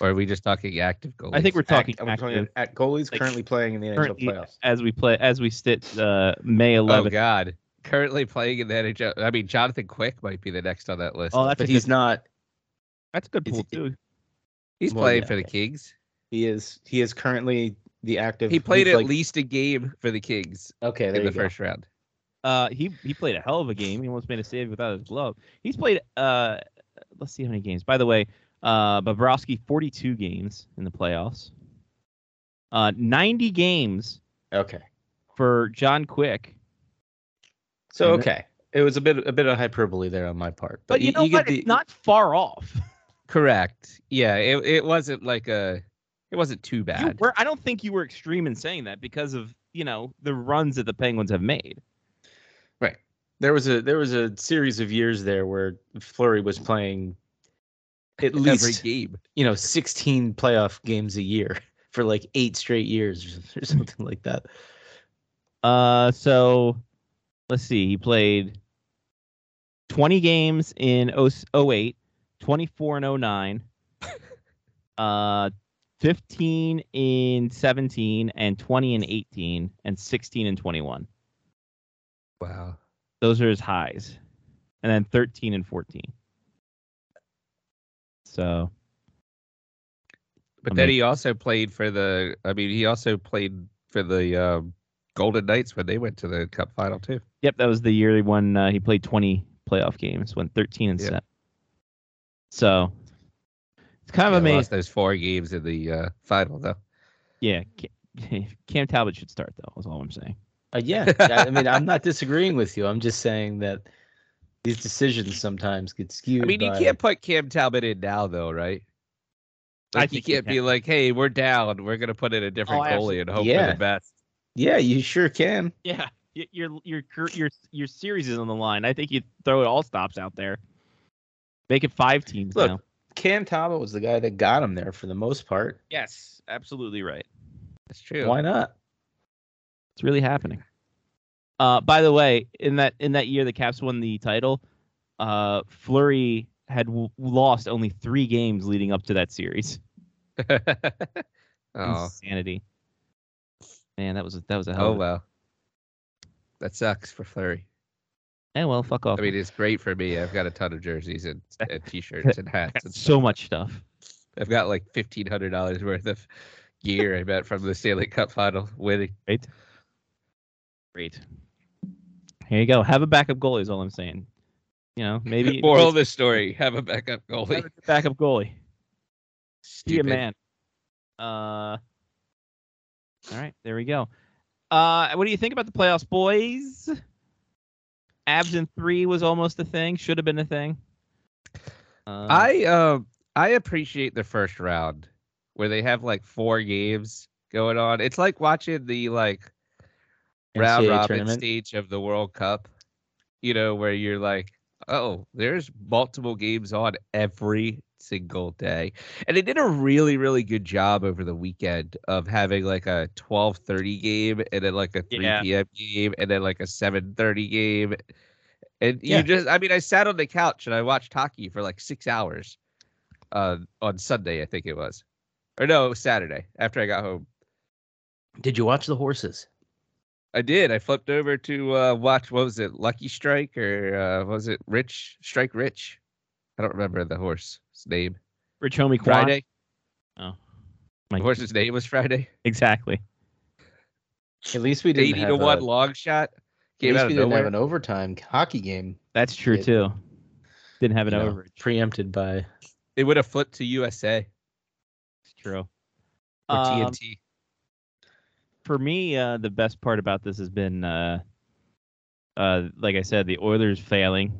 Speaker 4: Or are we just talking active goalies?
Speaker 1: I think we're talking.
Speaker 3: Act- I'm
Speaker 1: active.
Speaker 3: talking at goalies
Speaker 1: Like,
Speaker 3: currently playing in the NHL
Speaker 1: currently
Speaker 3: playoffs.
Speaker 1: as we play as we sit uh, May
Speaker 4: Oh
Speaker 1: 11th.
Speaker 4: God! Currently playing in the NHL. I mean, Jonathan Quick might be the next on that list.
Speaker 1: Oh, that's a
Speaker 3: But
Speaker 1: good,
Speaker 3: he's not.
Speaker 1: that's a good
Speaker 3: is
Speaker 1: pool too.
Speaker 4: He's
Speaker 3: well,
Speaker 4: playing
Speaker 3: yeah,
Speaker 4: for the
Speaker 3: okay.
Speaker 4: Kings.
Speaker 3: He is. He is currently the active.
Speaker 4: He played
Speaker 3: he's
Speaker 4: at
Speaker 3: like-
Speaker 4: least a game for the Kings
Speaker 3: Okay, there
Speaker 4: in
Speaker 3: you
Speaker 4: the
Speaker 3: go.
Speaker 4: first round.
Speaker 1: Uh, he he played a hell of a game. He almost made a save without his glove. He's played uh, let's see how many games. By the way, uh, Bobrovsky 42 games in the playoffs. Uh, 90 games
Speaker 3: Okay.
Speaker 1: for John Quick.
Speaker 3: So
Speaker 1: And-
Speaker 3: okay, it was a bit a bit of hyperbole there on my part,
Speaker 1: But, you, know
Speaker 3: get
Speaker 1: what?
Speaker 3: the-
Speaker 1: it's not far off.
Speaker 4: Correct. Yeah. It, it wasn't like a. It wasn't too
Speaker 1: You
Speaker 4: bad.
Speaker 1: were, I don't think you were extreme in saying that because of you know the runs that the Penguins have made.
Speaker 3: There was a there was a series of years there where Flurry was playing at
Speaker 4: every
Speaker 3: least
Speaker 4: game.
Speaker 3: you know 16 playoff games a year for like eight straight years or something like that.
Speaker 1: Uh, so let's see. He played 20 games in 0- 08, 24 and 09, uh, 15 in 17, and 20 and 18, and 16 and 21.
Speaker 4: Wow.
Speaker 1: Those are his highs. And then 13 and 14. So,
Speaker 4: But
Speaker 1: I
Speaker 4: then
Speaker 1: mean-
Speaker 4: he also played for the. I mean, he also played for the um, Golden Knights when they went to the Cup final too.
Speaker 1: yep, that was the year when uh, he played 20 playoff games, went 13 and
Speaker 4: Yeah.
Speaker 1: 7. So, it's kind of
Speaker 4: Yeah,
Speaker 1: amazing.
Speaker 4: Lost those four games in the uh, final though.
Speaker 1: Yeah, Ca- Cam Talbot should start though. Is all I'm saying.
Speaker 3: Uh, yeah, I I mean I'm not disagreeing with you. I'm just saying that these decisions sometimes get skewed.
Speaker 4: I mean, you
Speaker 3: by-
Speaker 4: can't put Cam Talbot in now though, right?
Speaker 1: I
Speaker 4: Like
Speaker 1: think you
Speaker 4: you can't be
Speaker 1: can.
Speaker 4: like, "Hey, we're down. We're gonna put in a different
Speaker 1: Oh, absolutely.
Speaker 4: goalie and hope for
Speaker 3: Yeah.
Speaker 4: the best."
Speaker 3: Yeah, you sure can.
Speaker 1: Yeah, y- your your cur- your your series is on the line. I think you throw it all stops out there. Make it five teams
Speaker 3: Look.
Speaker 1: now.
Speaker 3: Cam Talbot was the guy that got him there for the most part.
Speaker 1: Yes, absolutely right.
Speaker 4: That's true.
Speaker 3: Why not?
Speaker 1: It's really happening. Uh, by the way, in that in that year the Caps won the title, uh, Flurry had w- lost only three games leading up to that series.
Speaker 4: oh,
Speaker 1: Insanity. Man, that was a, that was a hell.
Speaker 4: oh
Speaker 1: of a-
Speaker 4: well. That sucks for Flurry.
Speaker 1: Eh, well, fuck off.
Speaker 4: I mean, it's great for me. I've got a ton of jerseys and, and t-shirts and hats. And
Speaker 1: so much stuff.
Speaker 4: I've got like fifteen hundred dollars worth of gear, I bet, from the Stanley Cup final winning.
Speaker 1: Great. Here you go. Have a backup goalie is all I'm saying. You know, maybe
Speaker 4: Moral of this story: Have a backup goalie.
Speaker 1: have a backup goalie. Be a
Speaker 4: Stupid.
Speaker 1: man. Uh, all right, there we go. Uh, what do you think about the playoffs, boys? Abs in three was almost a thing. Should have been a thing. Uh,
Speaker 4: I um I appreciate the first round where they have like four games going on. It's like watching the like round
Speaker 3: NCAA
Speaker 4: robin
Speaker 3: tournament.
Speaker 4: stage of the World Cup, you know, where you're like, oh, there's multiple games on every single day. And they did a really, really good job over the weekend of having like a 12:30 game and then like a 3
Speaker 1: Yeah.
Speaker 4: p.m. game and then like a 7:30 game. And
Speaker 3: Yeah.
Speaker 4: you just I mean, I sat on the couch and I watched hockey for like 6 hours uh on Sunday, I think it was. Or no, it was Saturday after I got home.
Speaker 3: Did you watch the horses?
Speaker 4: I did. I flipped over to uh, watch what was it, Lucky Strike or uh, what was it Rich Strike Rich? I don't remember the horse's name.
Speaker 1: Rich Homie Quan.
Speaker 4: Friday.
Speaker 1: Oh.
Speaker 4: The
Speaker 1: My-
Speaker 4: horse's name was Friday.
Speaker 1: Exactly.
Speaker 3: At least we didn't
Speaker 4: Eighty
Speaker 3: have
Speaker 4: to one
Speaker 3: a,
Speaker 4: long shot
Speaker 3: at
Speaker 4: came
Speaker 3: least
Speaker 4: out
Speaker 3: we
Speaker 4: of
Speaker 3: didn't have
Speaker 4: nowhere.
Speaker 3: an overtime hockey game.
Speaker 1: That's true
Speaker 3: It-
Speaker 1: too. Didn't have an
Speaker 3: you know,
Speaker 1: overage.
Speaker 3: preempted by
Speaker 4: It would have flipped to USA
Speaker 1: It's true.
Speaker 4: or
Speaker 1: Um,
Speaker 4: TNT.
Speaker 1: for me, uh, the best part about this has been, uh, uh, like I said, the Oilers failing,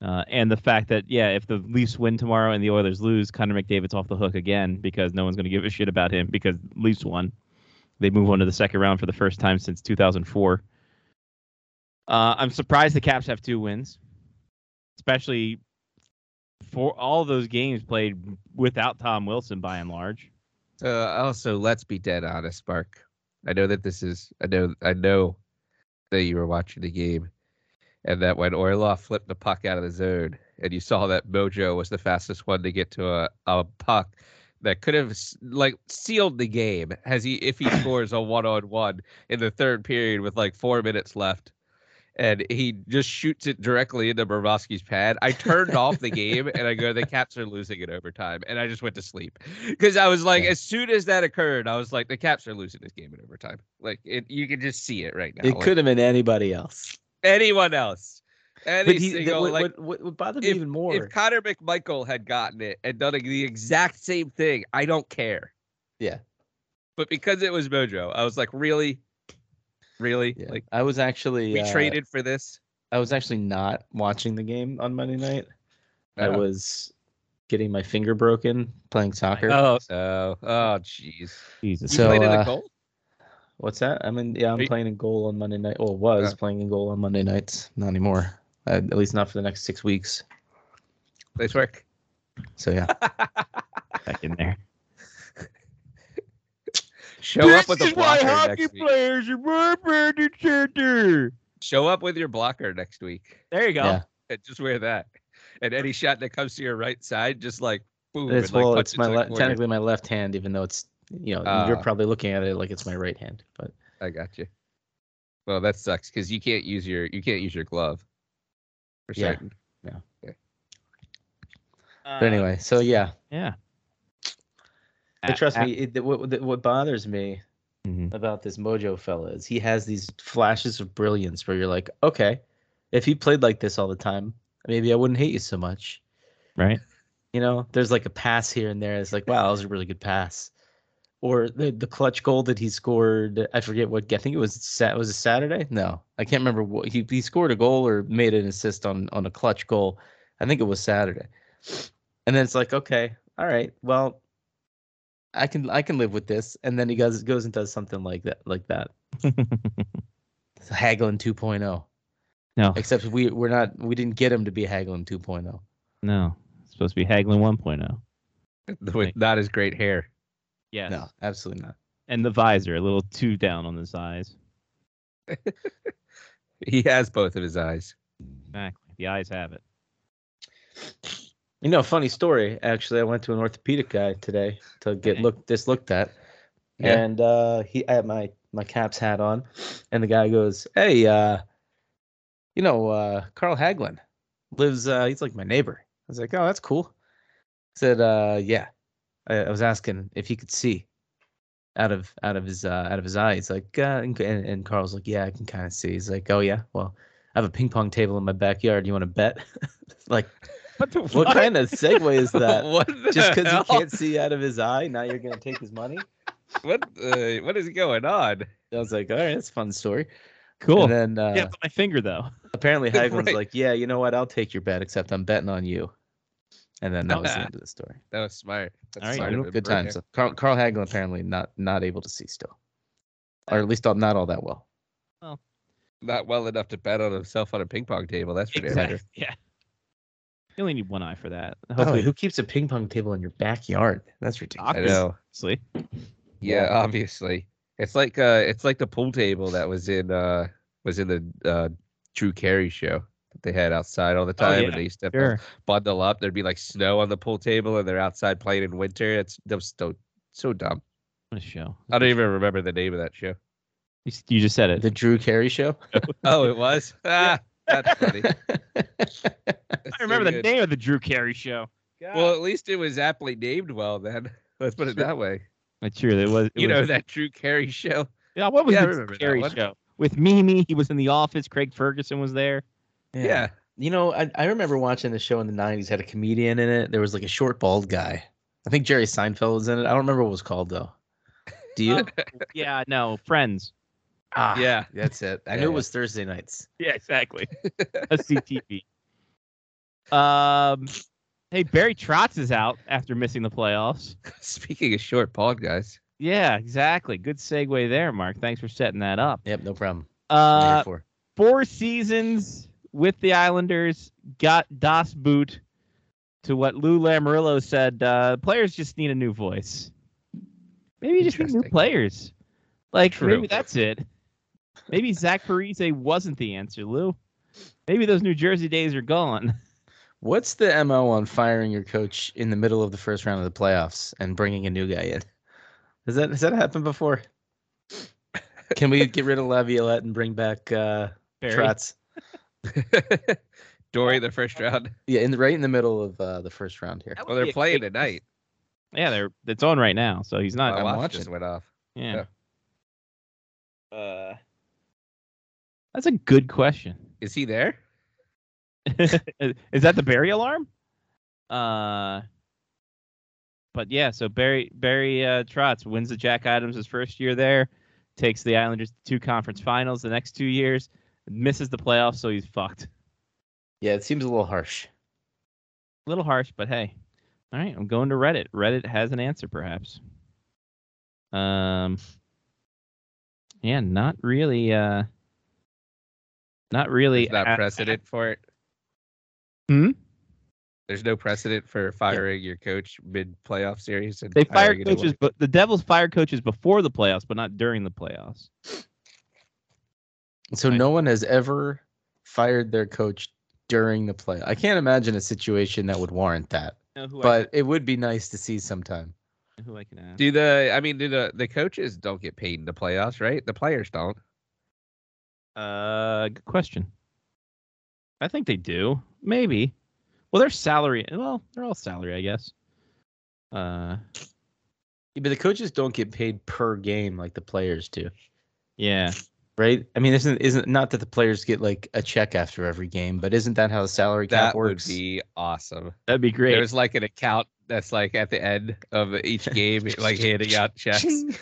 Speaker 1: uh, and the fact that yeah, if the Leafs win tomorrow and the Oilers lose, Connor McDavid's off the hook again because no one's going to give a shit about him because Leafs won. They move on to the second round for the first time since 2004. Uh, I'm surprised the Caps have two wins, especially for all those games played without Tom Wilson by and large.
Speaker 4: So Uh, also, let's be dead honest, Mark. I know that this is. I know. I know that you were watching the game, and that when Orlov flipped the puck out of the zone, and you saw that Mojo was the fastest one to get to a, a puck that could have s- like sealed the game. Has he if he scores a one on one in the third period with like four minutes left? And he just shoots it directly into Bobrovsky's pad. I turned off the game and I go, the Caps are losing in overtime. And I just went to sleep because I was like,
Speaker 3: Yeah.
Speaker 4: as soon as that occurred, I was like, the Caps are losing this game in overtime. Like it, you can just see it right now.
Speaker 3: it
Speaker 4: Like,
Speaker 3: could have been anybody else.
Speaker 4: anyone else. Any
Speaker 3: But he, that,
Speaker 4: single
Speaker 3: what,
Speaker 4: like
Speaker 3: what, what, what bothered me
Speaker 4: if-
Speaker 3: even more,
Speaker 4: if Connor McMichael had gotten it and done the exact same thing, I don't care.
Speaker 3: Yeah.
Speaker 4: But because it was Mojo, I was like, really, really,
Speaker 3: yeah,
Speaker 4: like
Speaker 3: I was actually
Speaker 4: we
Speaker 3: uh,
Speaker 4: traded for this.
Speaker 3: I was actually not watching the game on Monday night. I
Speaker 4: Oh.
Speaker 3: was getting my finger broken playing soccer.
Speaker 4: Oh, so oh, jeez. You
Speaker 1: Jesus.
Speaker 3: So,
Speaker 4: played in the
Speaker 3: uh,
Speaker 4: cold.
Speaker 3: What's that? I'm in. Yeah,
Speaker 4: Are
Speaker 3: I'm
Speaker 4: you-
Speaker 3: playing in goal on Monday night. Well, was
Speaker 4: Yeah.
Speaker 3: playing in goal on Monday nights. Not anymore. Uh, at least not for the next six weeks.
Speaker 4: Nice work.
Speaker 3: So yeah,
Speaker 1: back in there.
Speaker 4: Show up with a blocker next week.
Speaker 1: players are more center.
Speaker 4: Show up with your blocker next week.
Speaker 1: There you go.
Speaker 3: Yeah.
Speaker 4: And just wear that. And any shot that comes to your right side, just like boom.
Speaker 3: it's
Speaker 4: and, like,
Speaker 3: well,
Speaker 4: punch
Speaker 3: it's
Speaker 4: it
Speaker 3: my
Speaker 4: to the
Speaker 3: le-
Speaker 4: corner.
Speaker 3: technically my left hand, even though it's you know you're
Speaker 4: Ah.
Speaker 3: probably looking at it like it's my right hand, but
Speaker 4: I got you. Well, that sucks because you can't use your you can't use your glove. For
Speaker 3: Yeah.
Speaker 4: certain.
Speaker 1: Uh,
Speaker 4: Ah.
Speaker 3: but anyway. So yeah,
Speaker 1: Yeah.
Speaker 3: But trust
Speaker 1: Ah,
Speaker 3: me, it, th- what, th- what bothers me
Speaker 1: Mhm.
Speaker 3: about this Mojo fella is he has these flashes of brilliance where you're like, okay, if he played like this all the time, maybe I wouldn't hate you so much.
Speaker 1: Right.
Speaker 3: You know, there's like a pass here and there. It's like, wow, that was a really good pass. Or the, the clutch goal that he scored. I forget what. I think it was Sat. Was it Saturday? No, I can't remember what he he scored a goal or made an assist on on a clutch goal. I think it was Saturday. And then it's like, okay, all right, well, I can I can live with this. And then he goes goes and does something like that like that. It's Haglin 2.0.
Speaker 1: No,
Speaker 3: oh. Except we we're not we didn't get him to be Haglin 2.0.
Speaker 1: no. It's supposed to be Haglin oh. 1.0.
Speaker 4: With not as great hair.
Speaker 1: Yes.
Speaker 3: No, absolutely not.
Speaker 1: And the visor, a little too down on his eyes.
Speaker 4: He has both of his eyes.
Speaker 1: Exactly. The eyes have it.
Speaker 3: You know, funny story. Actually, I went to an orthopedic guy today to get
Speaker 1: Okay.
Speaker 3: looked this looked at,
Speaker 4: Yeah.
Speaker 3: and uh, he I had my my Caps hat on, and the guy goes, "Hey, uh, you know, uh, Carl Haglin lives. Uh, he's like my neighbor." I was like, "Oh, that's cool." I said, uh, "Yeah." I, I was asking if he could see. out of out of his uh, out of his eye. He's like, uh, and, and and Carl's like, yeah, I can kind of see. He's like, oh yeah, well, I have a ping pong table in my backyard. You want to bet? like,
Speaker 1: What the
Speaker 3: what
Speaker 1: fuck?
Speaker 3: kind of segue is that?
Speaker 4: what the
Speaker 3: Uh, Just because
Speaker 4: hell?
Speaker 3: he can't see out of his eye, now you're gonna take his money?
Speaker 4: What the, what is going on?
Speaker 3: I was like, all right, that's a fun story.
Speaker 1: Cool.
Speaker 3: And then uh,
Speaker 1: yeah, but my finger though.
Speaker 3: apparently Hyven's
Speaker 4: Right.
Speaker 3: like, yeah, you know what? I'll take your bet, except I'm betting on you. And then that was the
Speaker 4: Okay.
Speaker 3: end of the story.
Speaker 4: That was smart. That's
Speaker 1: All right,
Speaker 4: smart of
Speaker 1: Nope.
Speaker 4: him
Speaker 3: Good
Speaker 4: right
Speaker 3: times.
Speaker 4: there.
Speaker 3: Carl, Carl Hagel apparently not not able to see still, or at least not all that well.
Speaker 4: Not well enough to bet on himself on a ping pong table. That's for damn sure.
Speaker 1: Yeah. You only need one eye for that.
Speaker 3: By the way,
Speaker 1: Hopefully,
Speaker 3: who keeps a ping pong table in your backyard? That's ridiculous.
Speaker 4: I know.
Speaker 1: obviously.
Speaker 4: Yeah,
Speaker 3: Yeah.
Speaker 4: obviously. It's like uh it's like the pool table that was in uh was in the uh Drew Carey show that they had outside
Speaker 3: Oh,
Speaker 4: all the time
Speaker 1: yeah,
Speaker 4: and they used to have to
Speaker 1: Sure.
Speaker 4: bundle up. There'd be like snow on the pool table and they're outside playing in winter. It's that was so so dumb.
Speaker 1: What a show.
Speaker 4: I don't even remember the name of that show.
Speaker 1: You, s- you just said it.
Speaker 3: The Drew Carey show.
Speaker 4: Oh, it was? Ah, that's funny. That's
Speaker 1: I remember
Speaker 4: so
Speaker 1: the
Speaker 4: good.
Speaker 1: name of the Drew Carey show.
Speaker 4: Well, at least it was aptly named well then. Let's put it
Speaker 1: Sure.
Speaker 4: that way.
Speaker 1: That's true. It was. it
Speaker 4: You know
Speaker 1: was-
Speaker 4: that Drew Carey show?
Speaker 1: yeah. What was
Speaker 4: yeah, I
Speaker 1: the
Speaker 4: remember
Speaker 1: Drew
Speaker 4: that
Speaker 1: Carey
Speaker 4: one.
Speaker 1: show with Mimi? He was in the office. Craig Ferguson was there.
Speaker 4: Yeah.
Speaker 3: You know, I, I remember watching the show in the '90s. Had a comedian in it. There was like a short bald guy. I think Jerry Seinfeld was in it. I don't remember what it was called though. Do you?
Speaker 1: Oh. Yeah. No. Friends.
Speaker 3: Ah,
Speaker 4: Yeah.
Speaker 3: That's it. I
Speaker 4: Yeah,
Speaker 3: knew it
Speaker 4: yeah.
Speaker 3: was Thursday nights.
Speaker 1: Yeah. Exactly. A CTV. Um. Hey, Barry Trotz is out after missing the playoffs.
Speaker 4: Speaking of short pod guys.
Speaker 1: Yeah, exactly. Good segue there, Mark. Thanks for setting that up.
Speaker 3: Yep, no problem. I'm here
Speaker 1: Uh,
Speaker 3: for.
Speaker 1: four seasons with the Islanders got Das Boot to what Lou Lamarillo said. Uh, players just need a new voice. Maybe you just need new
Speaker 4: Interesting.
Speaker 1: players. Like
Speaker 4: True.
Speaker 1: maybe that's it. Maybe Zach Parise wasn't the answer, Lou. Maybe those New Jersey days are gone.
Speaker 3: What's the mo on firing your coach in the middle of the first round of the playoffs and bringing a new guy in? Has that has that happened before? Can we get rid of Laviolette and bring back uh,
Speaker 1: Barry.
Speaker 3: Trotz?
Speaker 4: During the first round.
Speaker 3: Yeah, in the, right in the middle of uh, the first round here.
Speaker 1: That
Speaker 4: Well,
Speaker 1: would be
Speaker 4: they're
Speaker 1: a
Speaker 4: playing
Speaker 1: great-
Speaker 4: tonight.
Speaker 1: Yeah, they're it's on right now, so he's not.
Speaker 4: My
Speaker 1: I'm
Speaker 4: watch
Speaker 1: watching.
Speaker 4: just went off.
Speaker 1: Yeah. Uh, that's a good question.
Speaker 4: Is he there?
Speaker 1: is that the Barry alarm? Uh, but yeah, so Barry Barry uh, Trotz wins the Jack Adams his first year there, takes the Islanders to two conference finals the next two years, misses the playoffs, so he's fucked.
Speaker 3: Yeah, it seems a little harsh.
Speaker 1: A little harsh, but hey, all right, I'm going to Reddit. Reddit has an answer, perhaps. Um, yeah, not really. Uh, not really.
Speaker 4: There's not
Speaker 1: a-
Speaker 4: precedent for it.
Speaker 1: Hmm?
Speaker 4: There's no precedent for firing your coach mid playoff series. And
Speaker 1: They
Speaker 4: hiring
Speaker 1: fired
Speaker 4: a new one.
Speaker 1: coaches, but the Devils fired coaches before the playoffs, but not during the playoffs.
Speaker 3: So
Speaker 1: Right.
Speaker 3: no one has ever fired their coach during the play. I can't imagine a situation that would warrant that,
Speaker 1: Know who
Speaker 3: but it would be nice to see sometime.
Speaker 1: I, who I can ask?
Speaker 4: Do the I mean do the the coaches don't get paid in the playoffs, right? The players don't.
Speaker 1: Uh, good question. I think they do. Maybe. Well, they're salary. Well, they're all salary, I guess. Uh,
Speaker 3: Yeah, but the coaches don't get paid per game like the players do.
Speaker 1: yeah.
Speaker 3: right? I mean, isn't isn't not that the players get like a check after every game, but isn't that how the salary
Speaker 4: That
Speaker 3: cap works?
Speaker 4: would be awesome.
Speaker 1: That'd be great.
Speaker 4: There's like an account that's like at the end of each game, like handing out checks.
Speaker 3: Ching.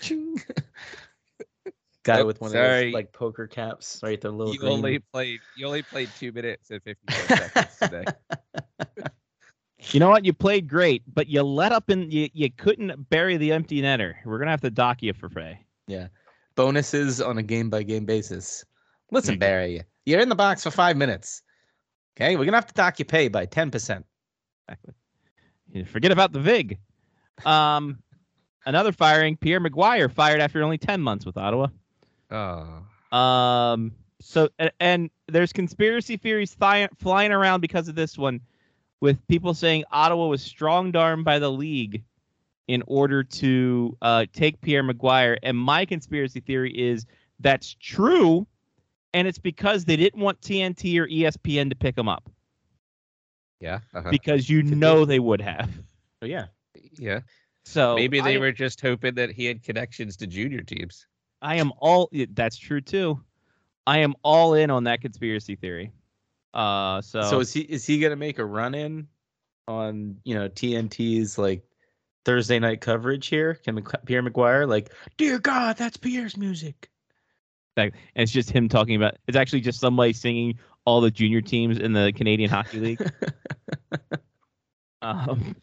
Speaker 3: Ching. Got it
Speaker 4: Nope,
Speaker 3: with one of
Speaker 4: sorry.
Speaker 3: those like poker caps, right? The little
Speaker 4: you
Speaker 3: green-
Speaker 4: only played you only played two minutes and fifty seconds today.
Speaker 1: you know what? You played great, but you let up and you, you couldn't bury the empty netter. We're gonna have to dock you for pay.
Speaker 3: bonuses on a game by game basis. Listen,
Speaker 1: Yeah.
Speaker 3: Barry, you're in the box for five minutes. Okay, we're gonna have to dock your pay by ten percent.
Speaker 1: Exactly. Yeah, Forget about the VIG. Um, another firing. Pierre McGuire fired after only ten months with Ottawa.
Speaker 4: Oh.
Speaker 1: Um. So and, and there's conspiracy theories thi- flying around because of this one, with people saying Ottawa was strong armed by the league in order to uh, take Pierre Maguire. And my conspiracy theory is that's true, and it's because they didn't want TNT or E ESPN to pick him up
Speaker 4: Yeah. uh-huh.
Speaker 1: because you know they would have.
Speaker 3: Oh yeah,
Speaker 4: Yeah.
Speaker 1: So
Speaker 4: Maybe they
Speaker 1: I-
Speaker 4: were just hoping that he had connections to junior teams.
Speaker 1: I am all yeah, that's true too. I am all in on that conspiracy theory. Uh so,
Speaker 3: So is he is he gonna make a run in on you know TNT's like Thursday night coverage here? Can Mc- Pierre McGuire like, dear God, that's Pierre's music.
Speaker 1: and it's just him talking about it's actually just somebody singing all the junior teams in the Canadian Hockey League. um,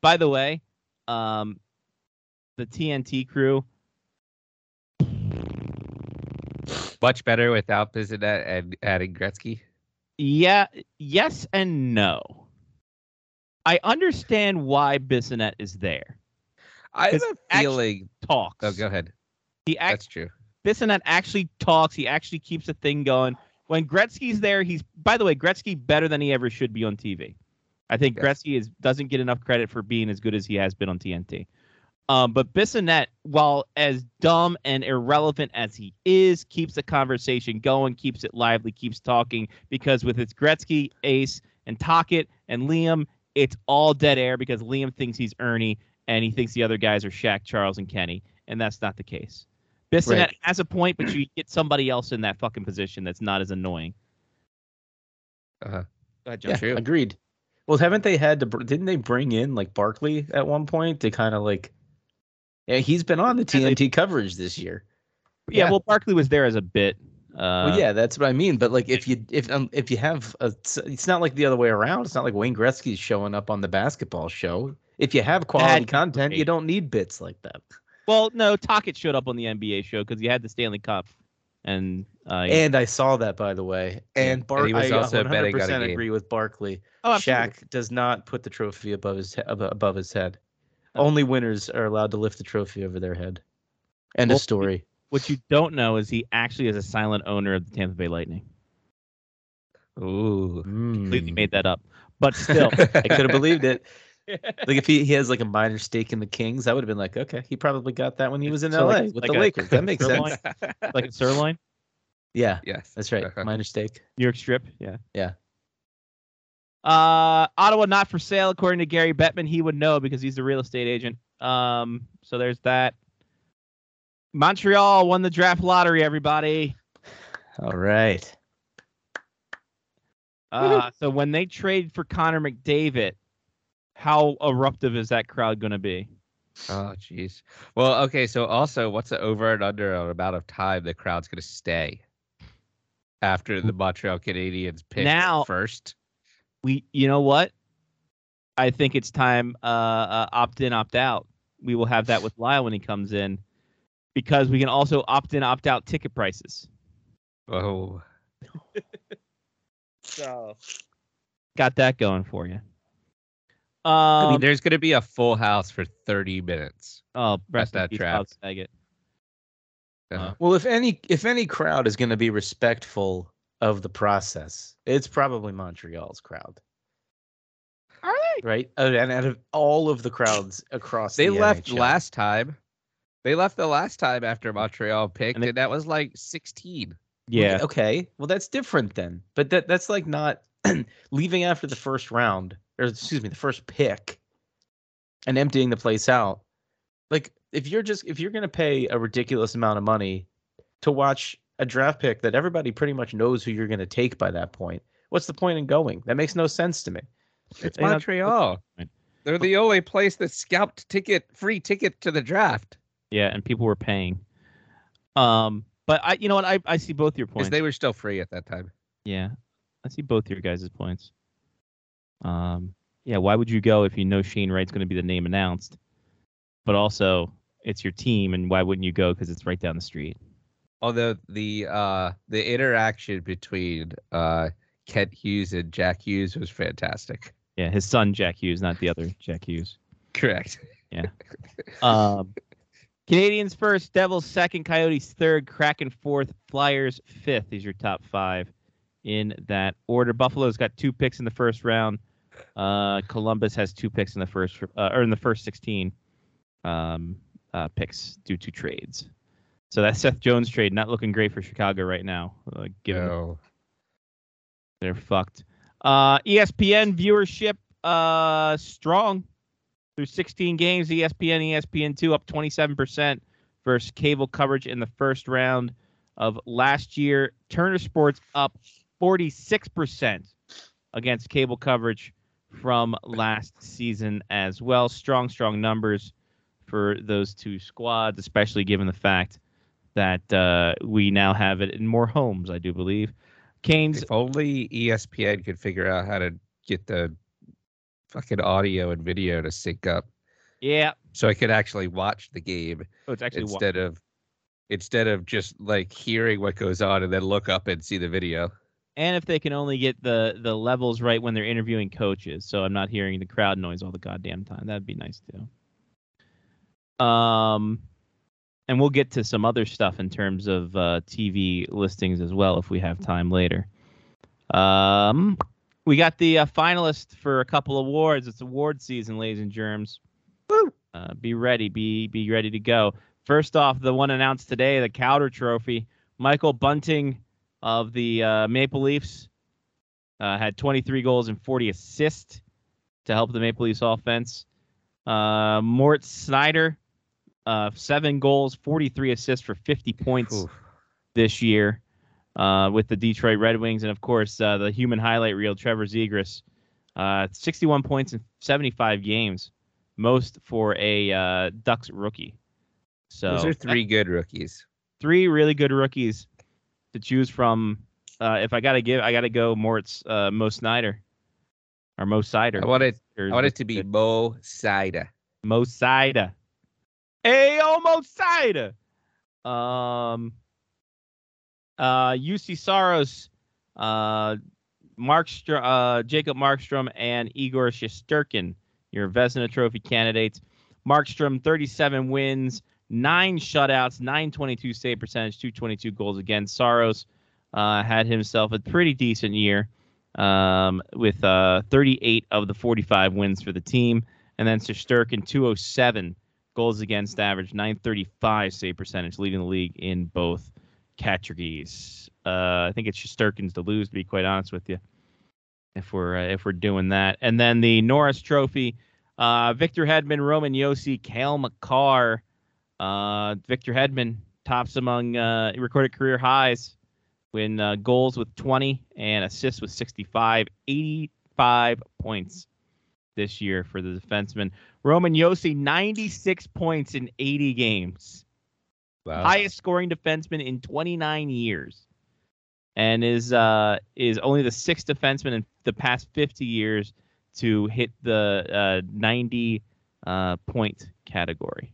Speaker 1: by the way, um the TNT crew,
Speaker 4: Much better without Pizzanet and adding Gretzky.
Speaker 1: yeah, yes and no. I understand why Bissonette is there.
Speaker 4: I have
Speaker 1: 'Cause
Speaker 4: a
Speaker 1: actu-
Speaker 4: feeling.
Speaker 1: Talks.
Speaker 4: Oh, go ahead.
Speaker 1: He act-
Speaker 4: That's true.
Speaker 1: Bissonette actually talks. He actually keeps the thing going. When Gretzky's there, he's by the way, Gretzky better than he ever should be on TV. I think
Speaker 4: Yes.
Speaker 1: Gretzky is doesn't get enough credit for being as good as he has been on TNT. Um, but Bissonette, while as dumb and irrelevant as he is, keeps the conversation going, keeps it lively, keeps talking. Because with its Gretzky, Ace, and Tockett and Liam, it's all dead air because Liam thinks he's Ernie and he thinks the other guys are Shaq, Charles, and Kenny, and that's not the case. Bissonette
Speaker 3: Right.
Speaker 1: has a point, but you get somebody else in that fucking position that's not as annoying.
Speaker 4: John. True.
Speaker 3: agreed. Well, haven't they had to? br- Didn't they bring in like Barkley at one point to kind of like? Yeah, he's been on the
Speaker 1: Yeah, they-
Speaker 3: TNT coverage this year.
Speaker 1: Yeah,
Speaker 4: Yeah.
Speaker 1: well, Barkley was there as a bit. Uh,
Speaker 3: well, yeah, that's what I mean. But like, if you if um, if you have a, s- it's not like the other way around. It's not like Wayne Gretzky's showing up on the basketball show. If you have quality content, you
Speaker 1: great.
Speaker 3: don't need bits like that.
Speaker 1: Well, no, Tockett showed up on the NBA show because he had the Stanley Cup, and uh,
Speaker 3: And I saw that by the way. And
Speaker 4: And
Speaker 3: Barkley,
Speaker 4: he was also
Speaker 3: I uh, 100
Speaker 4: betting on a game.
Speaker 3: agree with Barkley.
Speaker 1: oh, absolutely.
Speaker 3: Shaq does not put the trophy above his he- ab- above his head.
Speaker 1: Oh.
Speaker 3: Only winners are allowed to lift the trophy over their head. End
Speaker 1: Well,
Speaker 3: of story.
Speaker 1: What you don't know is he actually is a silent owner of the Tampa Bay Lightning.
Speaker 4: Ooh.
Speaker 3: Hmm.
Speaker 1: Completely made that up, but still,
Speaker 3: I could have believed it. Like if he, he has like a minor stake in the Kings, I would have been like, okay, he probably got that when he was in
Speaker 1: So,
Speaker 3: LA
Speaker 1: like-
Speaker 3: with
Speaker 1: like
Speaker 3: the
Speaker 1: a-
Speaker 3: Lakers. That makes
Speaker 1: sirloin?
Speaker 3: sense.
Speaker 1: like a sirloin,
Speaker 3: Yeah,
Speaker 4: yes.
Speaker 3: that's right.
Speaker 4: Uh-huh.
Speaker 3: Minor stake.
Speaker 1: New York Strip. Yeah.
Speaker 3: Yeah.
Speaker 1: Uh, Ottawa not for sale, according to Gary Bettman. He would know because he's the real estate agent. Um, so there's that. Montreal won the draft lottery. Everybody.
Speaker 3: All right.
Speaker 4: Mm-hmm.
Speaker 1: Uh, so when they trade for Connor McDavid, how eruptive is that crowd going to be?
Speaker 4: Oh, jeez. Well, okay. So also, what's the over and under on amount of time the crowd's going to stay after the Montreal Canadiens pick
Speaker 1: Now-
Speaker 4: first?
Speaker 1: We, you know what? I think it's time uh, uh, opt in, opt out. We will have that with Lyle when he comes in, because we can also opt in, opt out ticket prices.
Speaker 4: Oh,
Speaker 1: So got that going for you. Um,
Speaker 4: I mean, there's going to be a full house for 30 minutes.
Speaker 1: oh, rest in
Speaker 4: that
Speaker 1: peace,
Speaker 4: trap.
Speaker 1: Bob Saget.
Speaker 4: Uh,
Speaker 3: Well, if any if any crowd is going to be respectful of the process, it's probably Montreal's crowd,
Speaker 1: Are they?
Speaker 3: right? Uh, And out of all of the crowds across,
Speaker 4: they
Speaker 3: the
Speaker 4: left
Speaker 3: NHL.
Speaker 4: last time. They left the last time after Montreal picked,
Speaker 1: And
Speaker 4: and,
Speaker 1: they-
Speaker 4: that was like 16.
Speaker 1: Yeah.
Speaker 3: Okay, well that's different then. But that that's like not leaving after the first round, or excuse me, the first pick, and emptying the place out. Like if you're just if you're going to pay a ridiculous amount of money to watch a draft pick that everybody pretty much knows who you're going to take by that point, what's the point in going? That makes no sense to me.
Speaker 4: It's
Speaker 1: Yeah, that's-
Speaker 4: Montreal.
Speaker 1: that's
Speaker 4: They're the only place that scalped ticket, free ticket to the draft,
Speaker 1: Yeah, and people were paying. Um, but I, you know what? I, I see both your points.
Speaker 4: because they were still free at that time.
Speaker 1: Yeah, I see both your guys' points. Um, yeah, why would you go if you know Shane Wright's going to be the name announced? But also, it's your team, and why wouldn't you go? Because it's right down the street.
Speaker 4: although the uh the interaction between uh Kent Hughes and Jack Hughes was fantastic.
Speaker 1: Yeah, his son Jack Hughes, not the other Jack Hughes.
Speaker 4: Correct.
Speaker 1: Um, Canadians first, Devils second, Coyotes third, Kraken fourth, Flyers fifth. Is your top five in that order. Buffalo's got two picks in the first round. Uh, Columbus has two picks in the first uh, or in the first sixteen um, uh, picks due to trades. So that Seth Jones trade not looking great for Chicago right now. Uh, given
Speaker 4: No.
Speaker 1: E they're fucked. Uh, ESPN viewership uh, strong. Through 16 games, E ESPN, ESPN2 up 27% versus cable coverage in the first round of last year. Turner Sports up 46% against cable coverage from last season as well. Strong, strong numbers for those two squads, especially given the fact that uh, we now have it in more homes, I do believe. Canes,
Speaker 4: If only E ESPN could figure out how to get the fucking audio and video to sync up,
Speaker 1: yeah,
Speaker 4: so I could actually watch the game
Speaker 1: oh, it's actually one.
Speaker 4: instead of instead of just like hearing what goes on and then look up and see the video.
Speaker 1: and if they can only get the the levels right when they're interviewing coaches, so I'm not hearing the crowd noise all the goddamn time. That'd be nice too. Um, and we'll get to some other stuff in terms of uh, TV listings as well if we have time later. Um, we got the uh, finalists for a couple awards. It's award season, ladies and germs. Woo! Uh, be ready, be be ready to go. First off, the one announced today, the Cowder Trophy. Michael Bunting of the uh, Maple Leafs. Uh, had 23 goals and 40 assists to help the Maple Leafs offense. Uh, Mort Snyder, uh, seven goals, 43 assists for 50 points
Speaker 4: Oof.
Speaker 1: this year uh, with the Detroit Red Wings. And of course, uh, the human highlight reel, Trevor Zegras, uh, 61 points in 75 games, most for a uh, Ducks rookie. So
Speaker 4: Those are three good rookies.
Speaker 1: three really good rookies to choose from. Uh, if I gotta give, I gotta go Moritz uh, Mo Snyder or Mo Sider.
Speaker 4: I want it. I want it to be Mo Sida.
Speaker 1: Mo Sider. Hey, oh, Mo Sider. Um, uh, UC Soros, uh, Markstr- uh, Jacob Markstrom, and Igor Shesterkin, your Vesna Trophy candidates. Markstrom, 37 wins, nine shutouts, 922 save percentage, 222 goals against. Soros uh, had himself a pretty decent year um, with uh, 38 of the 45 wins for the team. And then Shesterkin, 207 goals against average, 935 save percentage, leading the league in both categories. Uh, I think it's Shesterkin's to lose, to be quite honest with you, if we're uh, if we're doing that. And then the Norris Trophy, uh, Victor Hedman, Roman Yossi, Kale McCarr. Uh, Victor Hedman tops among uh, recorded career highs when uh, goals with 20 and assists with 65, 85 points this year for the defenseman. Roman Yossi, 96 points in 80 games.
Speaker 4: Wow.
Speaker 1: Highest scoring defenseman in 29 years. And is uh, is only the sixth defenseman in the past 50 years to hit the uh, 90 uh, point category.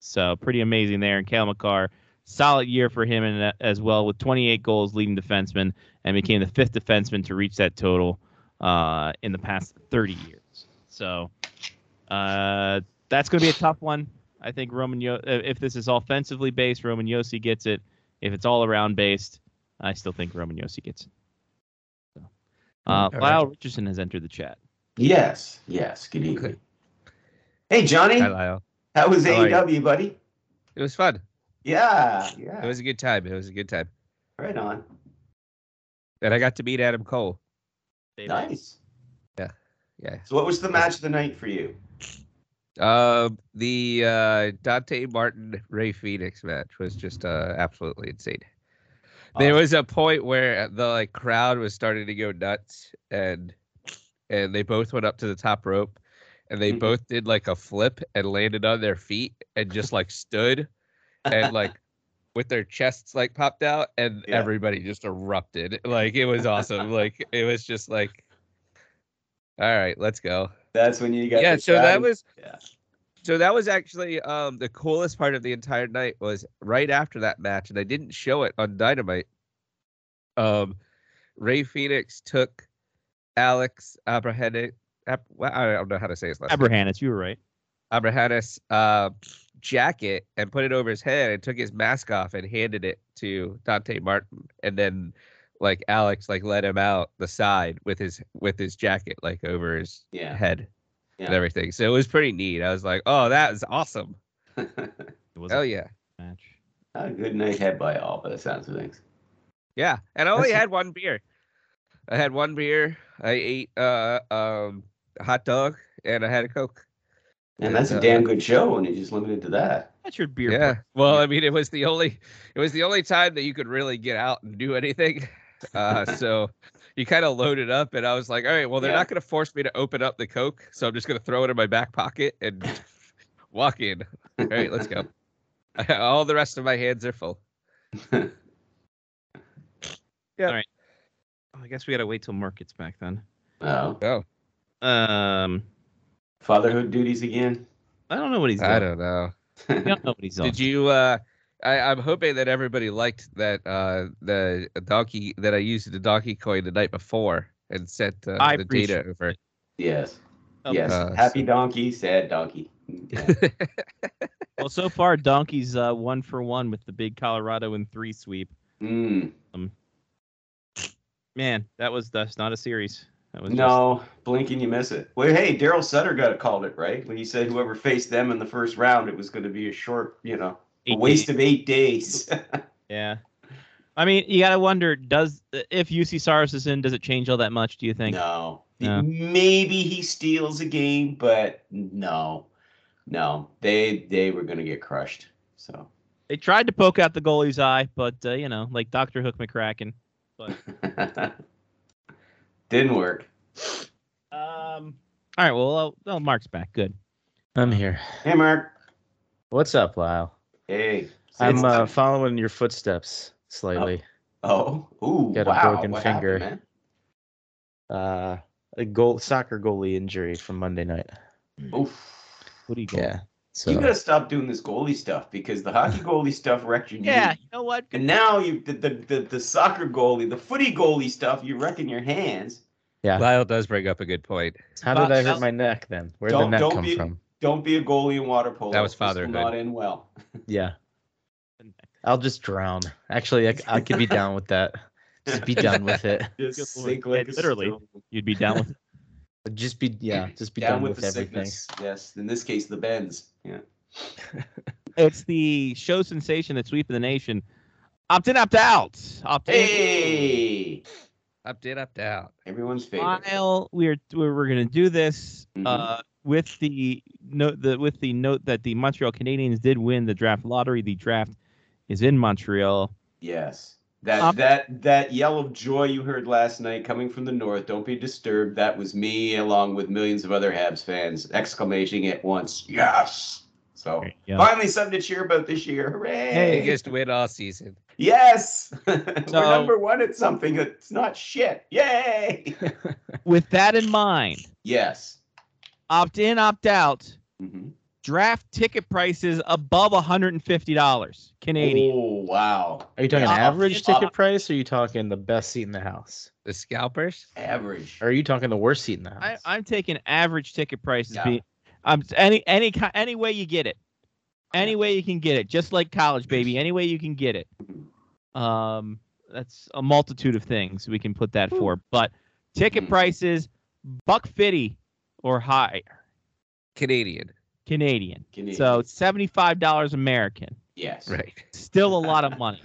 Speaker 1: So pretty amazing there. And Kale McCarr, solid year for him and, uh, as well with 28 goals leading defenseman and became the fifth defenseman to reach that total uh, in the past 30 years. So uh, that's going to be a tough one. I think Roman Yo- uh, if this is offensively based, Roman Yossi gets it. If it's all around based, I still think Roman Yossi gets it. So, uh,
Speaker 4: right.
Speaker 1: Lyle Richardson has entered the chat.
Speaker 5: Yes, yes. Good evening. Hey, Johnny.
Speaker 4: Hi, Lyle.
Speaker 5: How was
Speaker 4: How are you?
Speaker 5: AEW, buddy?
Speaker 4: It was fun.
Speaker 5: Yeah,
Speaker 4: It
Speaker 5: yeah.
Speaker 4: was a good time. It was a good time.
Speaker 5: Right on.
Speaker 4: And I got to meet Adam Cole.
Speaker 5: Nice.
Speaker 4: Yeah.
Speaker 5: So, what was the match of the night for you?
Speaker 4: Um, the uh, Dante Martin Ray Phoenix match was just uh, absolutely insane. There was a point where uh, the like crowd was starting to go nuts, and and they both went up to the top rope, and they
Speaker 5: Mhm.
Speaker 4: both did like a flip and landed on their feet and just like stood, and like with their chests like popped out, and
Speaker 5: Yeah.
Speaker 4: everybody just erupted. Like it was awesome. like it was just like, all right, let's go
Speaker 5: That's when you got.
Speaker 4: yeah
Speaker 5: the
Speaker 4: so that
Speaker 5: shouting?
Speaker 4: was
Speaker 5: Yeah.
Speaker 4: so that was actually um the coolest part of the entire night was right after that match and they didn't show it on dynamite um ray phoenix took alex abraham i don't know how to say his last name.
Speaker 1: Abrahanis, you were right.
Speaker 4: Abrahanis uh, jacket and put it over his head and took his mask off and handed it to Dante Martin and then like Alex like let him out the side with his with his jacket like over his
Speaker 5: Yeah.
Speaker 4: head and
Speaker 5: Yeah.
Speaker 4: everything. So it was pretty neat. I was like, oh, that is awesome.
Speaker 1: It was
Speaker 4: Oh
Speaker 1: a
Speaker 4: yeah,
Speaker 1: match.
Speaker 5: a good night had by all, by the sounds of things.
Speaker 4: yeah. And I only
Speaker 5: That's-
Speaker 4: had one beer. I had one beer. I ate uh um a hot dog and I had a coke.
Speaker 5: And that's a damn good show, and it's just limited to that.
Speaker 1: That's your beer.
Speaker 4: Yeah. Well, I mean, it was the only it was the only time that you could really get out and do anything. Uh, so you kind of loaded up, and I was like, all right, well, they're
Speaker 5: Yeah.
Speaker 4: not going to force me to open up the Coke, so I'm just going to throw it in my back pocket and walk in. All right, let's go. All the rest of my hands are full.
Speaker 1: Oh, I guess we gotta wait till Merc gets back then.
Speaker 5: Oh,
Speaker 4: Oh,
Speaker 1: Um,
Speaker 5: fatherhood duties again.
Speaker 1: I don't know what he's doing.
Speaker 4: I don't know.
Speaker 1: We don't know what he's on.
Speaker 4: Did you? Uh, I, I'm hoping that everybody liked that uh, the donkey that I used the donkey coin the night before and sent uh,
Speaker 1: I
Speaker 4: the data over.
Speaker 5: yes.
Speaker 1: Oh,
Speaker 5: Yes.
Speaker 4: uh,
Speaker 5: Happy donkey, sad donkey. Yeah.
Speaker 1: Well, so far Donkey's uh, one for one with the big Colorado and three sweep.
Speaker 5: Mm.
Speaker 1: Man, that was that's not a series. That was
Speaker 5: No, blink and you miss it. Well, hey, Daryl Sutter got it called it right when he said whoever faced them in the first round, it was going to be a short, you know,
Speaker 1: just
Speaker 5: a
Speaker 1: eight
Speaker 5: waste
Speaker 1: days.
Speaker 5: of eight days.
Speaker 1: Yeah. I mean, you gotta wonder: does if UC Saros is in, does it change all that much? Do you think?
Speaker 5: no.
Speaker 1: No.
Speaker 5: maybe he steals a game, but no, no, they they were going to get crushed. So
Speaker 1: They tried to poke out the goalie's eye, but uh, you know, like Doctor Hook McCracken.
Speaker 5: didn't work.
Speaker 1: Um. All right. Well, uh, well, Mark's back. Good.
Speaker 3: I'm here.
Speaker 5: Hey, Mark.
Speaker 3: What's up, Lyle?
Speaker 5: Hey.
Speaker 3: I'm
Speaker 5: It's-
Speaker 3: uh, following in your footsteps slightly.
Speaker 5: oh, ooh,
Speaker 3: got a
Speaker 5: wow.
Speaker 3: broken
Speaker 5: what
Speaker 3: finger.
Speaker 5: Happened,
Speaker 3: Uh, a goal soccer goalie injury from Monday night.
Speaker 5: man? Oof.
Speaker 1: What do you
Speaker 3: Yeah. So
Speaker 5: You gotta stop doing this goalie stuff because the hockey goalie stuff wrecked your knee.
Speaker 1: Yeah. You know what?
Speaker 5: And now you the, the the the soccer goalie, the footy goalie stuff, you're wrecking your hands.
Speaker 4: Lyle does bring up a good point.
Speaker 3: how did I
Speaker 1: Well-
Speaker 3: hurt my neck then? Where did the
Speaker 5: Don't-
Speaker 3: neck
Speaker 5: don't
Speaker 3: come
Speaker 5: be-
Speaker 3: from?
Speaker 5: Don't be a goalie in water polo.
Speaker 4: That was
Speaker 5: This will
Speaker 4: fatherhood.
Speaker 5: Not in well.
Speaker 3: Yeah. I'll just drown. Actually, I, I could be down with that. Just be done with it.
Speaker 5: Just
Speaker 1: Good lord.
Speaker 5: sink like
Speaker 1: Yeah,
Speaker 5: a
Speaker 1: literally.
Speaker 5: stone.
Speaker 1: You'd be down with. it.
Speaker 3: Just be yeah. Just be
Speaker 5: Down
Speaker 3: done
Speaker 5: with, the
Speaker 3: everything.
Speaker 5: sickness. Yes. In this case, the bends. Yeah.
Speaker 1: it's the show sensation that's sweeping the nation. Opt in, opt out. Opt in.
Speaker 5: Hey,
Speaker 4: Up in, up out.
Speaker 5: everyone's favorite.
Speaker 1: While we're we're we're gonna do this
Speaker 5: Mhm.
Speaker 1: uh, with the note the with the note that the Montreal Canadiens did win the draft lottery. The draft is in Montreal.
Speaker 5: Yes. That
Speaker 1: Um,
Speaker 5: that that yell of joy you heard last night coming from the north. Don't be disturbed. That was me along with millions of other Habs fans exclamating at once. Yes. So
Speaker 1: Yeah.
Speaker 5: finally something to cheer about this year. Hooray!
Speaker 4: Biggest win all season.
Speaker 5: Yes. We're
Speaker 1: So-
Speaker 5: number one at something that's not shit. Yay.
Speaker 1: With that in mind,
Speaker 5: yes.
Speaker 1: opt in, opt out.
Speaker 5: Mhm.
Speaker 1: Draft ticket prices above one hundred and fifty dollars Canadian.
Speaker 5: Oh wow.
Speaker 3: Are you talking
Speaker 5: Yeah, I'll-
Speaker 3: average
Speaker 5: I'll-
Speaker 3: ticket price? Or are you talking the best seat in the house?
Speaker 4: The scalpers.
Speaker 5: Average.
Speaker 3: Or are you talking the worst seat in the
Speaker 1: I,
Speaker 3: house?
Speaker 1: I'm taking average ticket prices.
Speaker 5: Yeah.
Speaker 1: Be, I'm any any ki- any way you get it, any way you can get it, just like college, baby. Any way you can get it. Um, that's a multitude of things we can put that for, but ticket
Speaker 5: Mhm.
Speaker 1: prices, buck fifty or higher
Speaker 4: Canadian.
Speaker 1: Canadian.
Speaker 5: Canadian.
Speaker 1: So seventy five dollars American.
Speaker 5: yes.
Speaker 4: Right.
Speaker 1: Still a lot of money.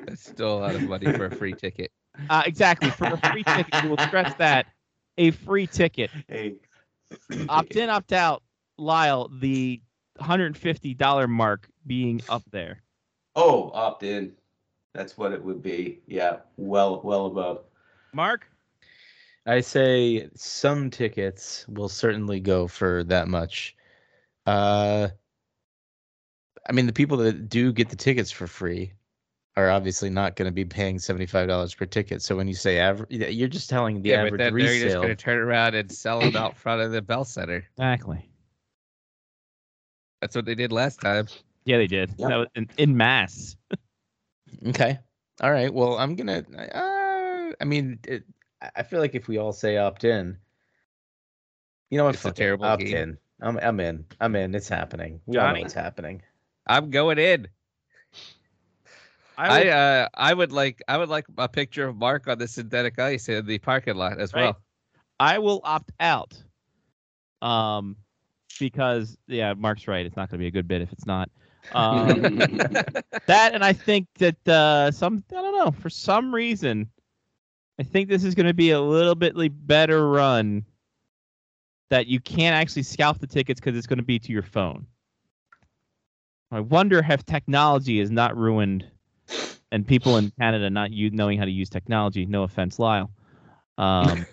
Speaker 4: That's still uh, a lot of money for a free ticket.
Speaker 1: Uh, exactly for a free ticket. We'll stress that a free ticket.
Speaker 5: Hey.
Speaker 1: opt in, opt out, Lyle, the $150 mark being up there.
Speaker 5: Oh, opt in. That's what it would be. Yeah. Well well above.
Speaker 1: Mark?
Speaker 3: I say some tickets will certainly go for that much. Uh, I mean, the people that do get the tickets for free are obviously not going to be paying seventy-five dollars per ticket. So when you say average, you're just telling the
Speaker 4: Yeah, but
Speaker 3: average
Speaker 4: then they're just
Speaker 3: resale.
Speaker 4: going to turn around and sell them out front of the Bell Center.
Speaker 1: Exactly.
Speaker 4: That's what they did last time.
Speaker 1: Yeah, they did.
Speaker 5: Yep.
Speaker 1: That was in, in mass.
Speaker 3: Okay. All right. Well, I'm gonna. Uh, I mean, it, I- I feel like if we all say opt in, you know what?
Speaker 4: It's a
Speaker 3: fuck it,
Speaker 4: terrible
Speaker 3: opt
Speaker 4: game.
Speaker 3: in. I'm I'm in. I'm in. It's happening. We all know
Speaker 1: Johnny?
Speaker 3: it's happening.
Speaker 4: I'm going in.
Speaker 1: I
Speaker 4: I,
Speaker 1: would-
Speaker 4: uh, I would like I would like a picture of Mark on the synthetic ice in the parking lot as
Speaker 1: Right.
Speaker 4: well.
Speaker 1: I will opt out. Um, because yeah, Mark's right. It's not going to be a good bid if it's not. Um, that and I think that uh, some I don't know for some reason, I think this is going to be a little bit better run that you can't actually scalp the tickets because it's going to be to your phone. I wonder if technology is not ruined, and people in Canada not you knowing how to use technology. No offense, Lyle. Um,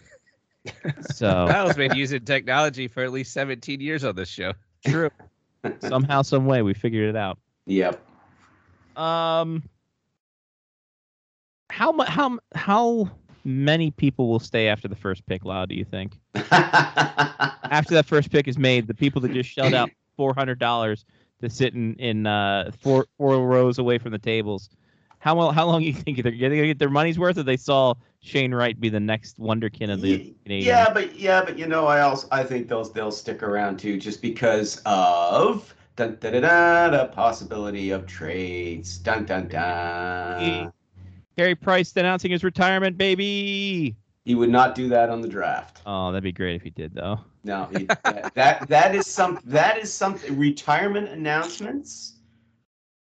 Speaker 1: so
Speaker 4: Kyle's been using technology for at least 17 years on this show.
Speaker 1: true. Somehow, some way, we figured it out.
Speaker 5: Yep.
Speaker 1: Um, how mu- how m- how many people will stay after the first pick? Loud, do you think? After that first pick is made, the people that just shelled out four hundred dollars to sit in in uh, four four rows away from the tables, how mo- how long do you think they're gonna get their money's worth? If they saw Shane Wright be the next wonderkin of the
Speaker 5: Ye-
Speaker 1: Canadian,
Speaker 5: Yeah, but yeah, but you know, I also I think they'll they'll stick around too, just because of dun, dun, dun, dun, the possibility of trades. Dun dun dun.
Speaker 1: Carey Price announcing his retirement, baby.
Speaker 5: He would not do that on the draft.
Speaker 1: Oh, that'd be great if he did though.
Speaker 5: No, he, that, that that is some that is something. Retirement announcements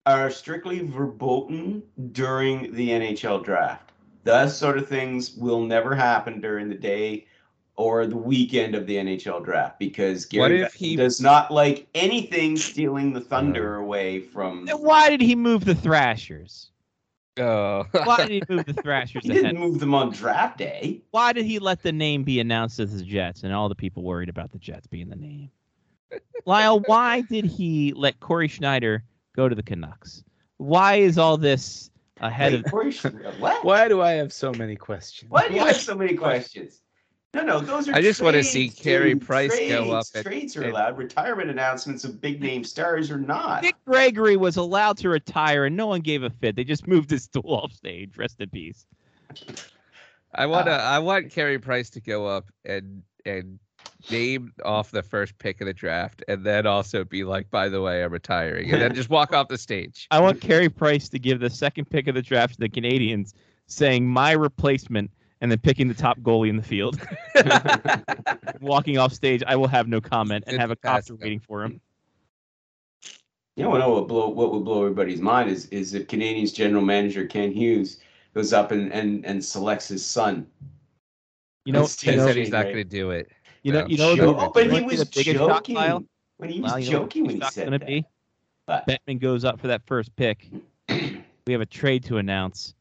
Speaker 5: are strictly verboten during the NHL draft. Those sort of things will never happen during the day or the weekend of the NHL draft because
Speaker 4: What
Speaker 5: Gary
Speaker 4: if he- Uh,
Speaker 5: Bettman does not like anything stealing the thunder away from.
Speaker 1: Then why did he move the Thrashers?
Speaker 4: Oh,
Speaker 1: Why did he move the Thrashers
Speaker 5: He
Speaker 1: ahead?
Speaker 5: didn't move them on draft day.
Speaker 1: Why did he let the name be announced as the Jets and all the people worried about the Jets being the name? Lyle, why did he let Corey Schneider go to the Canucks? Why is all this ahead
Speaker 5: Wait,
Speaker 1: of
Speaker 5: Corey Sch- what?
Speaker 3: Why do I have so many questions?
Speaker 5: Why do you have so many questions? No, no, those are.
Speaker 4: I just wanna see
Speaker 5: trades,
Speaker 4: Carey
Speaker 5: dude.
Speaker 4: Price go up
Speaker 5: Trades,
Speaker 4: and-
Speaker 5: Trades are
Speaker 4: and-
Speaker 5: allowed. Retirement announcements of big name stars are not.
Speaker 1: Dick Gregory was allowed to retire and no one gave a fit. They just moved his stool off stage. Rest in peace.
Speaker 4: I want
Speaker 1: Uh,
Speaker 4: to. I want Carey Price to go up and and name off the first pick of the draft, and then also be like, "By the way, I'm retiring," and then just walk off the stage.
Speaker 1: I want Carey Price to give the second pick of the draft to the Canadians, saying my replacement and then picking the top goalie in the field. Walking off stage, I will have no comment and
Speaker 4: Good
Speaker 1: have a
Speaker 4: pass,
Speaker 1: copter
Speaker 4: though.
Speaker 1: waiting for him.
Speaker 5: You know, I know what blow what would blow everybody's mind is is if Canadians general manager Ken Hughes goes up and and and selects his son.
Speaker 1: You know,
Speaker 5: That's
Speaker 1: you
Speaker 4: He
Speaker 1: know,
Speaker 4: said he's not going to do it.
Speaker 1: you know,
Speaker 4: Yeah.
Speaker 1: you know,
Speaker 4: Sure.
Speaker 1: the,
Speaker 5: Oh, but
Speaker 1: you know
Speaker 5: he
Speaker 1: what's
Speaker 5: was
Speaker 1: the biggest shock,
Speaker 5: joking.
Speaker 1: Lyle?
Speaker 5: When he was
Speaker 1: Lyle, you know what
Speaker 5: joking
Speaker 1: the
Speaker 5: when he
Speaker 1: shock's
Speaker 5: said
Speaker 1: gonna
Speaker 5: that.
Speaker 1: be?
Speaker 5: But-
Speaker 1: Bettman goes up for that first pick. we have a trade to announce.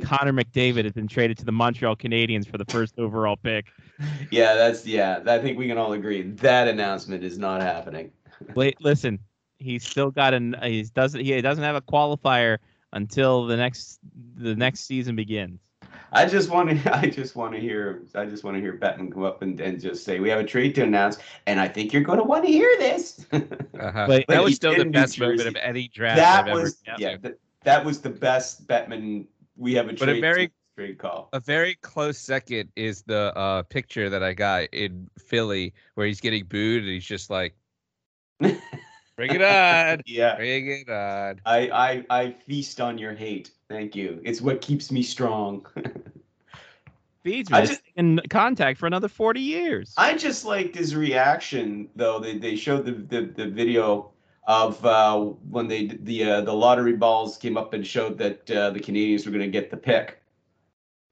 Speaker 1: Connor McDavid has been traded to the Montreal Canadiens for the first overall pick.
Speaker 5: Yeah, that's yeah. I think we can all agree that announcement is not happening.
Speaker 1: Wait, listen, he's still got an he's doesn't he doesn't have a qualifier until the next the next season begins.
Speaker 5: I just want to. I just want to hear. I just want to hear Bettman come up and, and just say we have a trade to announce, and I think you're going to want to hear this.
Speaker 4: Uh-huh.
Speaker 1: But
Speaker 4: that
Speaker 5: But
Speaker 4: was
Speaker 5: he's
Speaker 4: still the
Speaker 5: in New
Speaker 4: best moment
Speaker 5: Jersey.
Speaker 4: of any draft.
Speaker 5: that
Speaker 4: I've
Speaker 5: was
Speaker 4: ever,
Speaker 5: yeah. That, that was the best Bettman. We have a
Speaker 4: But a
Speaker 5: trade.
Speaker 4: very-
Speaker 5: to- trade call.
Speaker 4: A very close second is the uh, picture that I got in Philly where he's getting booed and he's just like, "Bring it on,
Speaker 5: Yeah.
Speaker 4: bring it on."
Speaker 5: I, I I feast on your hate. Thank you. It's what keeps me strong.
Speaker 1: Feeds
Speaker 5: I
Speaker 1: me
Speaker 5: just-
Speaker 1: in contact for another forty years.
Speaker 5: I just liked his reaction though. They they showed the the, the video of uh, when they did the uh, the lottery balls came up and showed that uh, the Canadians were going to get the pick.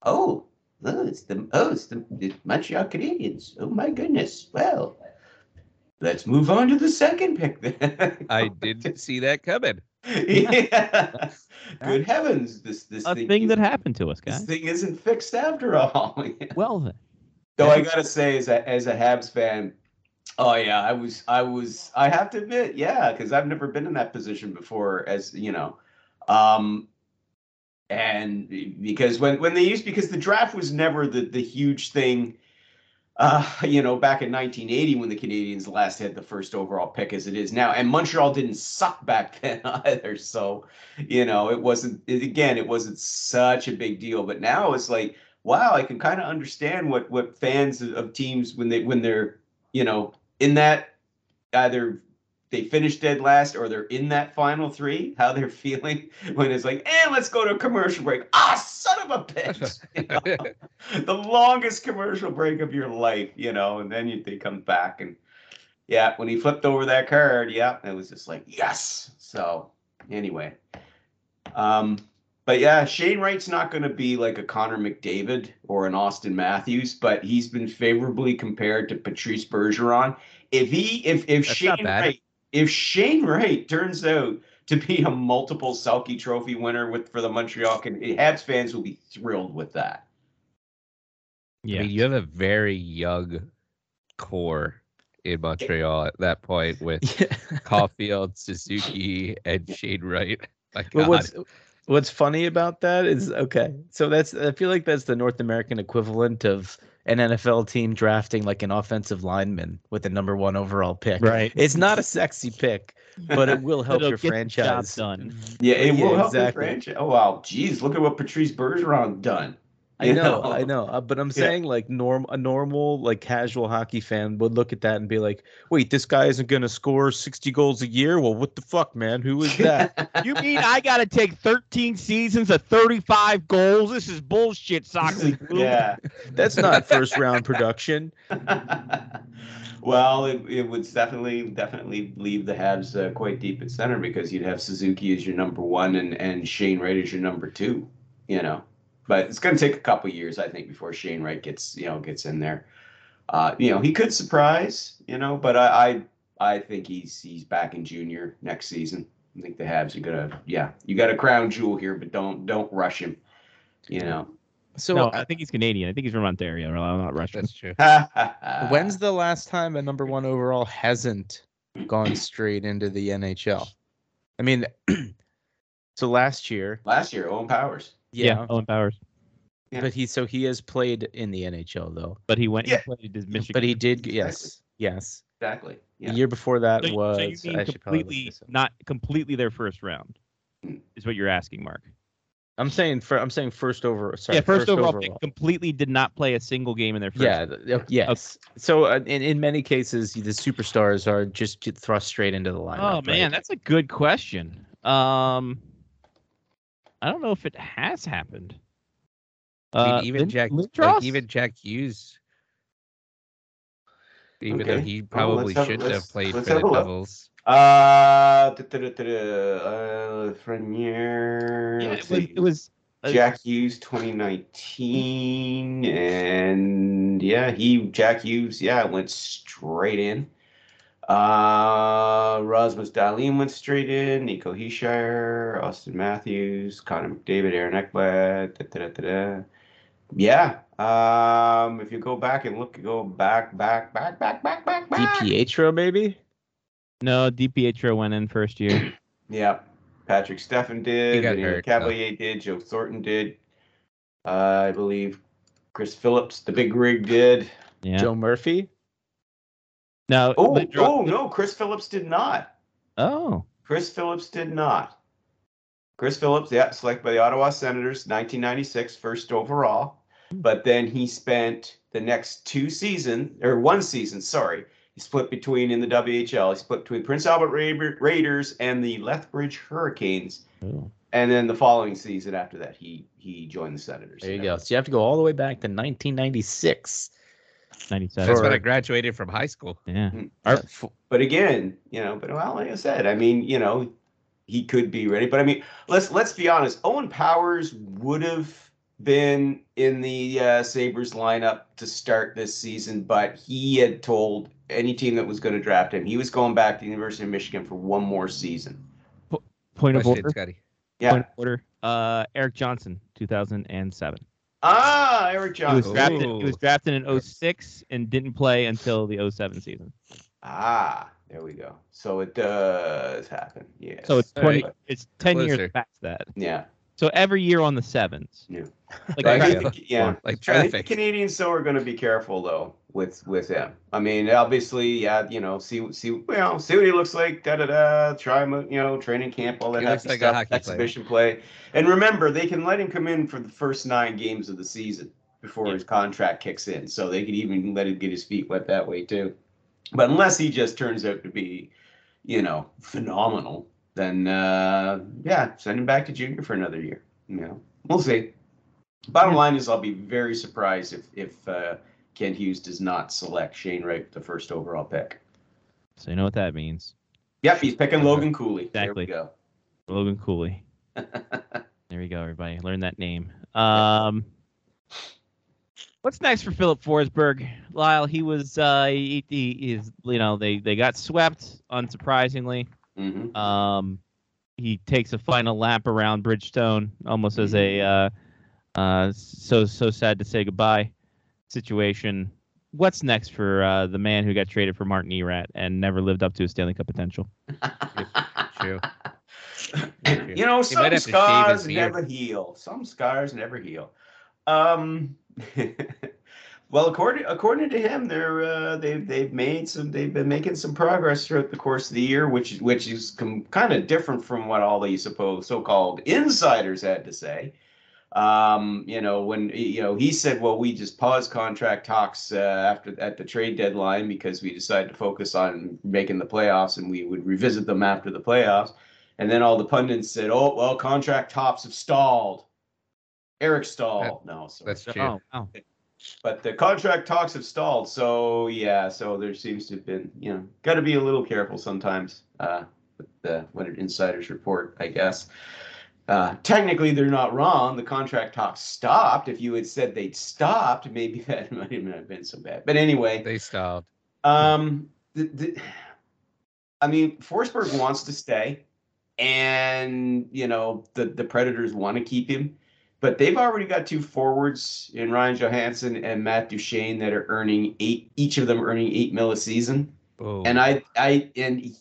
Speaker 5: Oh, oh, it's the oh, it's the, the Montreal Canadiens. Oh my goodness! Well, let's move on to the second pick then.
Speaker 4: I didn't see that coming.
Speaker 5: yeah. Good heavens! This this
Speaker 1: a
Speaker 5: thing,
Speaker 1: thing that happened to us,
Speaker 5: this
Speaker 1: guys.
Speaker 5: thing isn't fixed after all.
Speaker 1: Well then.
Speaker 5: Though I gotta say, as a as a Habs fan, oh yeah, I was I was I have to admit, yeah, because I've never been in that position before, as you know, um, and because when when they used because the draft was never the the huge thing. Uh, you know, back in 1980, when the Canadians last had the first overall pick, as it is now, and Montreal didn't suck back then either. So, you know, it wasn't. It, again, it wasn't such a big deal. But now it's like wow, I can kind of understand what what fans of- of teams when they when they're you know in that either they finish dead last or they're in that final three, how they're feeling when it's like, and let's go to a commercial break. Ah, son of a bitch! You know? the longest commercial break of your life, you know, and then you, they come back and yeah, when he flipped over that card, yeah, it was just like yes. So anyway, um, But yeah, Shane Wright's not going to be like a Connor McDavid or an Austin Matthews, but he's been favorably compared to Patrice Bergeron. If he, if
Speaker 4: That's
Speaker 5: if
Speaker 4: not
Speaker 5: Shane
Speaker 4: bad.
Speaker 5: Wright, if Shane Wright turns out to be a multiple Selkie Trophy winner with for the Montreal Can, Habs fans will be thrilled with that.
Speaker 1: Yeah.
Speaker 4: I mean, you have a very young core in Montreal at that point with Caulfield, Suzuki, and Shane Wright. My
Speaker 3: But
Speaker 4: God.
Speaker 3: what's what's funny about that is okay. So that's I feel like that's the North American equivalent of an NFL team drafting like an offensive lineman with the number one overall pick.
Speaker 2: Right.
Speaker 3: It's not a sexy pick, but it will help
Speaker 1: It'll
Speaker 3: your
Speaker 1: get the job
Speaker 3: franchise.
Speaker 1: done.
Speaker 5: Yeah, it
Speaker 3: Yeah,
Speaker 5: will help the
Speaker 3: exactly.
Speaker 5: franchise. Oh wow, geez, look at what Patrice Bergeron done.
Speaker 3: I
Speaker 5: You
Speaker 3: know, I know, uh, but I'm
Speaker 5: Yeah.
Speaker 3: saying like norm a normal like casual hockey fan would look at that and be like, "Wait, this guy isn't going to score 60 goals a year? Well, what the fuck, man? Who is that?"
Speaker 1: You mean I got to take 13 seasons of 35 goals? This is bullshit, Sox League. Blue.
Speaker 5: yeah.
Speaker 3: That's not first round production.
Speaker 5: well, it, it would definitely definitely leave the Habs uh, quite deep at center because you'd have Suzuki as your number one and and Shane Wright as your number two. You know, but it's going to take a couple years, I think, before Shane Wright gets you know gets in there. Uh, you know, he could surprise. You know, but I I, I think he's he's back in junior next season. I think the Habs are gonna yeah, you got a crown jewel here, but don't don't rush him. You know,
Speaker 3: So
Speaker 1: no, I think he's Canadian. I think he's from Ontario. I'm not Russian.
Speaker 4: That's true.
Speaker 3: When's
Speaker 1: Uh,
Speaker 3: the last time a number one overall hasn't gone straight into the NHL? I mean, so last year,
Speaker 5: last year Owen Powers?
Speaker 3: yeah,
Speaker 1: Owen Powers.
Speaker 5: yeah.
Speaker 3: but he so he has played in the NHL though,
Speaker 1: But he went.
Speaker 5: Yeah.
Speaker 1: He played his Michigan.
Speaker 3: but he did
Speaker 5: Exactly.
Speaker 3: yes, yes.
Speaker 5: Exactly.
Speaker 3: The year before that
Speaker 1: so, you-
Speaker 3: was
Speaker 1: so you mean
Speaker 3: I should probably look
Speaker 1: completely
Speaker 3: this up.
Speaker 1: not completely their first round is what you're asking, Mark.
Speaker 3: I'm saying for I'm saying first over. Sorry,
Speaker 1: yeah, first, overall, pick completely did not play a single game in their first.
Speaker 3: Yeah, th- yep, yes. So uh, in in many cases, the superstars are just get thrust straight into the lineup.
Speaker 1: Oh
Speaker 3: right?
Speaker 1: man, that's a good question. Um, I don't know if it has happened.
Speaker 4: I
Speaker 1: Uh,
Speaker 4: mean, even
Speaker 1: Lin-
Speaker 4: Jack, like,
Speaker 1: Lindros?
Speaker 4: even Jack Hughes, even though
Speaker 5: Okay.
Speaker 4: he
Speaker 5: Well, let's
Speaker 4: probably
Speaker 5: have-
Speaker 4: shouldn't
Speaker 5: let's-
Speaker 4: have played for
Speaker 5: let's
Speaker 4: the
Speaker 5: have a look.
Speaker 4: Devils.
Speaker 5: Uh, da- da- da- da- da, uh Frenier.
Speaker 1: Yeah,
Speaker 5: let's
Speaker 1: it was,
Speaker 5: see.
Speaker 1: it was uh,
Speaker 5: Jack Hughes 2019. And yeah, he, Jack Hughes, yeah, went straight in. Uh, Rasmus Dahlin went straight in. Nico Heeshire, Austin Matthews, Connor McDavid, Aaron Ekblad. Da, da, da, da, da. Yeah. Um, if you go back and look, go back, back, back, back, back, back, back.
Speaker 3: DiPietro maybe.
Speaker 1: no DiPietro went in first year.
Speaker 5: Yeah. Patrick Steffen
Speaker 4: He
Speaker 5: did.
Speaker 4: got
Speaker 5: Daniel
Speaker 4: hurt,
Speaker 5: Cavalier did. Joe Thornton did. Uh, I believe Chris Phillips, the big rig, did.
Speaker 1: Yeah.
Speaker 3: Joe Murphy.
Speaker 1: no.
Speaker 5: Oh,
Speaker 1: Lindros-
Speaker 5: oh no, Chris Phillips did not.
Speaker 1: oh.
Speaker 5: Chris Phillips did not. Chris Phillips, yeah, selected by the Ottawa Senators, 1996, first overall. But then he spent the next two season or one season, sorry, he split between in the WHL. He split between Prince Albert Ra- Raiders and the Lethbridge Hurricanes.
Speaker 1: Oh.
Speaker 5: And then the following season after that, he he joined the Senators.
Speaker 3: There you go. So you have to go all the way back to 1996.
Speaker 1: 97.
Speaker 4: That's
Speaker 3: For-
Speaker 4: when I graduated from high school.
Speaker 1: yeah.
Speaker 3: Or f-
Speaker 5: But again, you know, but well, like I said, I mean, you know, he could be ready. But I mean, let's let's be honest. Owen Powers would have been in the uh, Sabres lineup to start this season, but he had told any team that was going to draft him he was going back to the University of Michigan for one more season.
Speaker 1: Point of
Speaker 4: Question,
Speaker 1: order.
Speaker 4: Scotty.
Speaker 5: Yeah.
Speaker 1: Point of order. Uh, Eric Johnson, 2007.
Speaker 5: Ah, Eric
Speaker 1: He was
Speaker 5: Johnson.
Speaker 1: drafted. He was
Speaker 4: Ooh.
Speaker 1: drafted in 06 and didn't play until the 07 season.
Speaker 5: Ah, there we go. So it does happen. Yeah.
Speaker 1: So it's 20.
Speaker 4: Alright.
Speaker 1: It's 10
Speaker 4: Closer.
Speaker 1: years past that.
Speaker 5: yeah.
Speaker 1: So every year on the sevens.
Speaker 5: Yeah.
Speaker 1: Like
Speaker 4: There
Speaker 1: right.
Speaker 4: you go.
Speaker 5: yeah.
Speaker 4: Like
Speaker 5: I think
Speaker 4: traffic.
Speaker 5: the Canadians though are going to be careful though with with him. I mean, obviously, yeah, you know, see see you know, see what he looks like. Da da da. Try him, out, you know, training camp, all that
Speaker 4: He
Speaker 5: happy
Speaker 4: looks like a
Speaker 5: stuff,
Speaker 4: hockey player.
Speaker 5: exhibition play. And remember, they can let him come in for the first nine games of the season before
Speaker 1: Yeah.
Speaker 5: his contract kicks in. So they could even let him get his feet wet that way too. But unless he just turns out to be, you know, phenomenal, then uh, yeah, send him back to junior for another year. You know, we'll see. Bottom line is, I'll be very surprised if if uh, Ken Hughes does not select Shane Wright with the first overall pick.
Speaker 1: So you know what that means.
Speaker 5: Yep, he's picking Logan Cooley.
Speaker 1: Exactly.
Speaker 5: There
Speaker 1: Logan Cooley.
Speaker 5: we go.
Speaker 1: There you go, everybody. Learn that name. Um, what's next for Philip Forsberg? Lyle, he was uh, he, he is you know they they got swept, unsurprisingly.
Speaker 5: hmm
Speaker 1: Um, he takes a final lap around Bridgestone, almost as a uh, uh, so so sad to say goodbye situation. What's next for uh, the man who got traded for Martin Erat and never lived up to his Stanley Cup potential?
Speaker 4: True.
Speaker 5: you know,
Speaker 4: He might have to shave
Speaker 5: some
Speaker 4: his
Speaker 5: scars
Speaker 4: beard.
Speaker 5: never heal. Some scars never heal. Um, well, according according to him, they're uh, they've they've made some they've been making some progress throughout the course of the year, which which is com- kind of different from what all these supposed so-called insiders had to say. Um, you know, when you know he said, "Well, we just paused contract talks uh, after at the trade deadline because we decided to focus on making the playoffs, and we would revisit them after the playoffs." And then all the pundits said, "Oh, well, contract tops have stalled." Eric stalled. no, sorry.
Speaker 4: That's true.
Speaker 1: Oh, wow.
Speaker 5: but the contract talks have stalled. So yeah, so there seems to have been, you know, got to be a little careful sometimes uh, with the, what an insiders report, I guess. Uh, technically, they're not wrong. The contract talks stopped. If you had said they'd stopped, maybe that might not have been so bad. But anyway,
Speaker 4: They styled.
Speaker 5: um, the, the, I mean, Forsberg wants to stay, and you know the the Predators want to keep him, but they've already got two forwards in Ryan Johansson and Matt Duchene that are earning eight each of them earning eight mil a season.
Speaker 4: Boom.
Speaker 5: And uh, I I and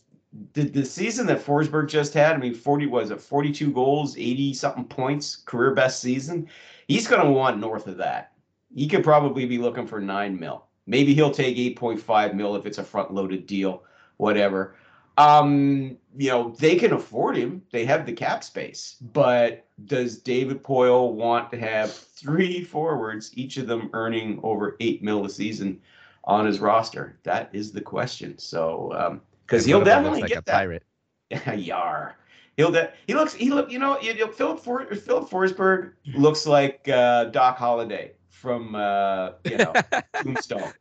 Speaker 5: the, the season that Forsberg just had, I mean, forty was it forty two goals, eighty something points, career best season. He's going to want north of that. He could probably be looking for nine mil. Maybe he'll take eight point five mil if it's a front loaded deal, whatever. Um, you know, they can afford him. They have the cap space. But does David Poyle want to have three forwards, each of them earning over eight mil a season on his roster? That is the question. So, um, because
Speaker 4: And
Speaker 5: he'll
Speaker 4: one of them looks
Speaker 5: definitely
Speaker 4: like
Speaker 5: get
Speaker 4: a
Speaker 5: that.
Speaker 4: pirate.
Speaker 5: Yar. He'll de- he looks he look you know you know, Philip For- Philip Forsberg looks like uh, Doc Holliday from uh, you know Tombstone.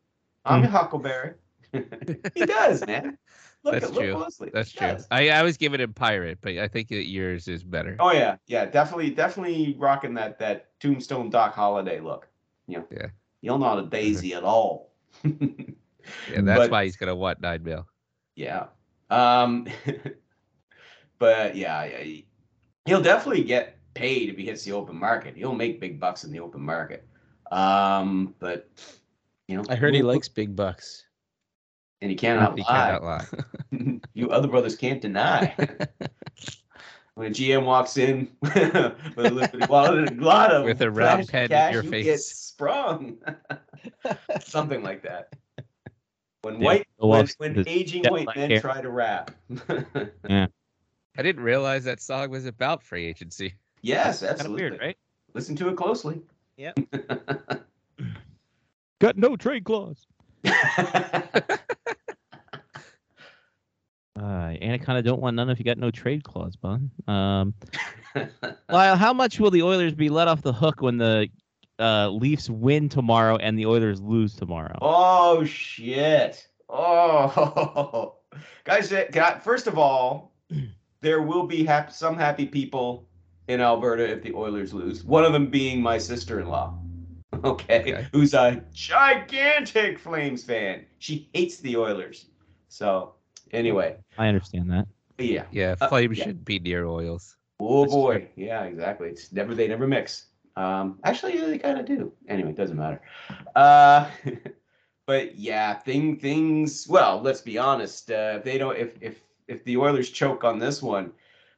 Speaker 5: I'm
Speaker 4: Hmm.
Speaker 5: your Huckleberry. he does, man. Look
Speaker 4: That's
Speaker 5: at look
Speaker 4: true.
Speaker 5: closely.
Speaker 4: That's
Speaker 5: He
Speaker 4: true.
Speaker 5: does.
Speaker 4: I, I was giving him pirate, but I think that yours is better.
Speaker 5: Oh yeah, yeah, definitely, definitely rocking that that Tombstone Doc Holliday look. You know,
Speaker 4: Yeah.
Speaker 5: you're not a daisy at all.
Speaker 4: yeah, that's
Speaker 5: but-
Speaker 4: why he's gonna want nine mil.
Speaker 5: Yeah. Um, but yeah, yeah, he- he'll definitely get paid if he hits the open market. He'll make big bucks in the open market. Um, but you know,
Speaker 3: I heard he
Speaker 5: we'll-
Speaker 3: likes big bucks.
Speaker 5: and he cannot
Speaker 4: He
Speaker 5: lie.
Speaker 4: cannot lie.
Speaker 5: you other brothers can't deny. when a GM walks in with a little bit of, well, a lot of
Speaker 4: With a round
Speaker 5: flash
Speaker 4: head in
Speaker 5: cash,
Speaker 4: your
Speaker 5: you
Speaker 4: face.
Speaker 5: get sprung, something like that. When
Speaker 1: Yeah,
Speaker 5: white,
Speaker 1: go
Speaker 5: when,
Speaker 1: off
Speaker 5: when
Speaker 1: the
Speaker 5: aging
Speaker 1: step
Speaker 5: white
Speaker 1: like
Speaker 5: men
Speaker 1: hair.
Speaker 5: try to rap.
Speaker 4: I didn't realize that song was about free agency.
Speaker 5: Yes,
Speaker 1: Kind of
Speaker 5: absolutely.
Speaker 1: weird, right?
Speaker 5: Listen to it closely.
Speaker 1: Got no trade clause. Uh, Anaconda don't want none if you got no trade clause, Bon. Um, Lyle, how much will the Oilers be let off the hook when the uh, Leafs win tomorrow and the Oilers lose tomorrow?
Speaker 5: oh shit! Oh, guys, that- God, first of all, there will be hap- some happy people in Alberta if the Oilers lose. One of them being my sister-in-law. Okay,
Speaker 4: Okay.
Speaker 5: who's a gigantic Flames fan. She hates the Oilers. So anyway,
Speaker 1: I understand that.
Speaker 5: yeah.
Speaker 4: Yeah,
Speaker 5: Uh,
Speaker 4: Flame
Speaker 5: yeah.
Speaker 4: shouldn't be near oils.
Speaker 5: Oh
Speaker 4: That's
Speaker 5: boy, yeah, exactly. It's never they never mix. Um, actually, yeah, they kind of do. Anyway, it doesn't matter. Uh, but yeah, thing things. Well, let's be honest. Uh, if they don't, if if if the Oilers choke on this one,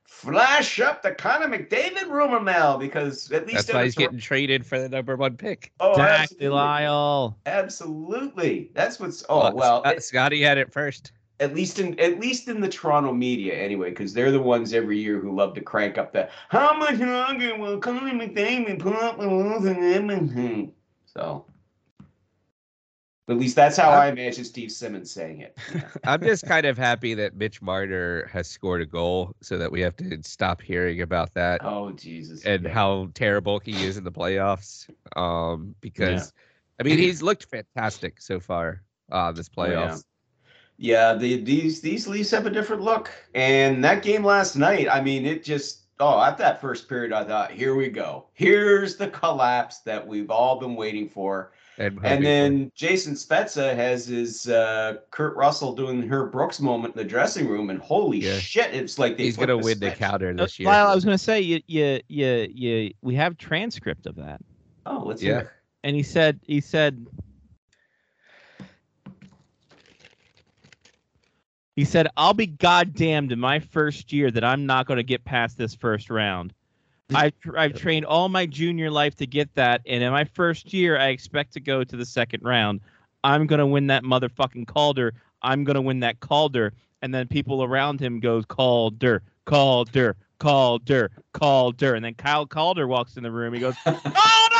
Speaker 5: flash up the Connor McDavid rumor mill because at least
Speaker 4: That's why
Speaker 5: in
Speaker 4: he's
Speaker 5: Tor-
Speaker 4: getting traded for the number one pick.
Speaker 5: oh,
Speaker 1: exactly,
Speaker 5: absolutely.
Speaker 1: Lyle.
Speaker 5: Absolutely. That's what's. Oh well,
Speaker 4: uh,
Speaker 5: it-
Speaker 4: Scotty had it first.
Speaker 5: at least in at least in the Toronto media anyway, because they're the ones every year who love to crank up the how much longer will Conor McDavid put up with losing Edmonton? So at least that's how I imagine Steve Simmons saying it.
Speaker 4: I'm just kind of happy that Mitch Marner has scored a goal, so that we have to stop hearing about that.
Speaker 5: Oh Jesus.
Speaker 4: and
Speaker 5: Yeah.
Speaker 4: how terrible he is in the playoffs. Um, because I mean he's looked fantastic so far uh this
Speaker 5: Oh, yeah.
Speaker 4: playoffs.
Speaker 5: Yeah, the, these these Leafs have a different look, and that game last night. I mean, it just oh, at that first period, I thought, here we go. Here's the collapse that we've all been waiting for.
Speaker 4: And,
Speaker 5: And then Jason Spezza has his uh, Kurt Russell doing her Brooks moment in the dressing room, and holy
Speaker 4: Yeah.
Speaker 5: shit, it's like they
Speaker 4: he's
Speaker 5: flipped
Speaker 4: gonna win the
Speaker 5: switch.
Speaker 4: counter
Speaker 1: Uh,
Speaker 4: this year.
Speaker 1: Lyle, I was going to say, you, you, you, you, we have transcript of that.
Speaker 5: Oh, let's
Speaker 4: yeah.
Speaker 5: yeah.
Speaker 1: And he said, he said, he said, I'll be goddamned in my first year that I'm not going to get past this first round. I've, tr- I've trained all my junior life to get that. And in my first year, I expect to go to the second round. I'm going to win that motherfucking Calder. I'm going to win that Calder. And then people around him goes Calder, Calder, Calder, Calder. And then Kyle Calder walks in the room. He goes, Calder!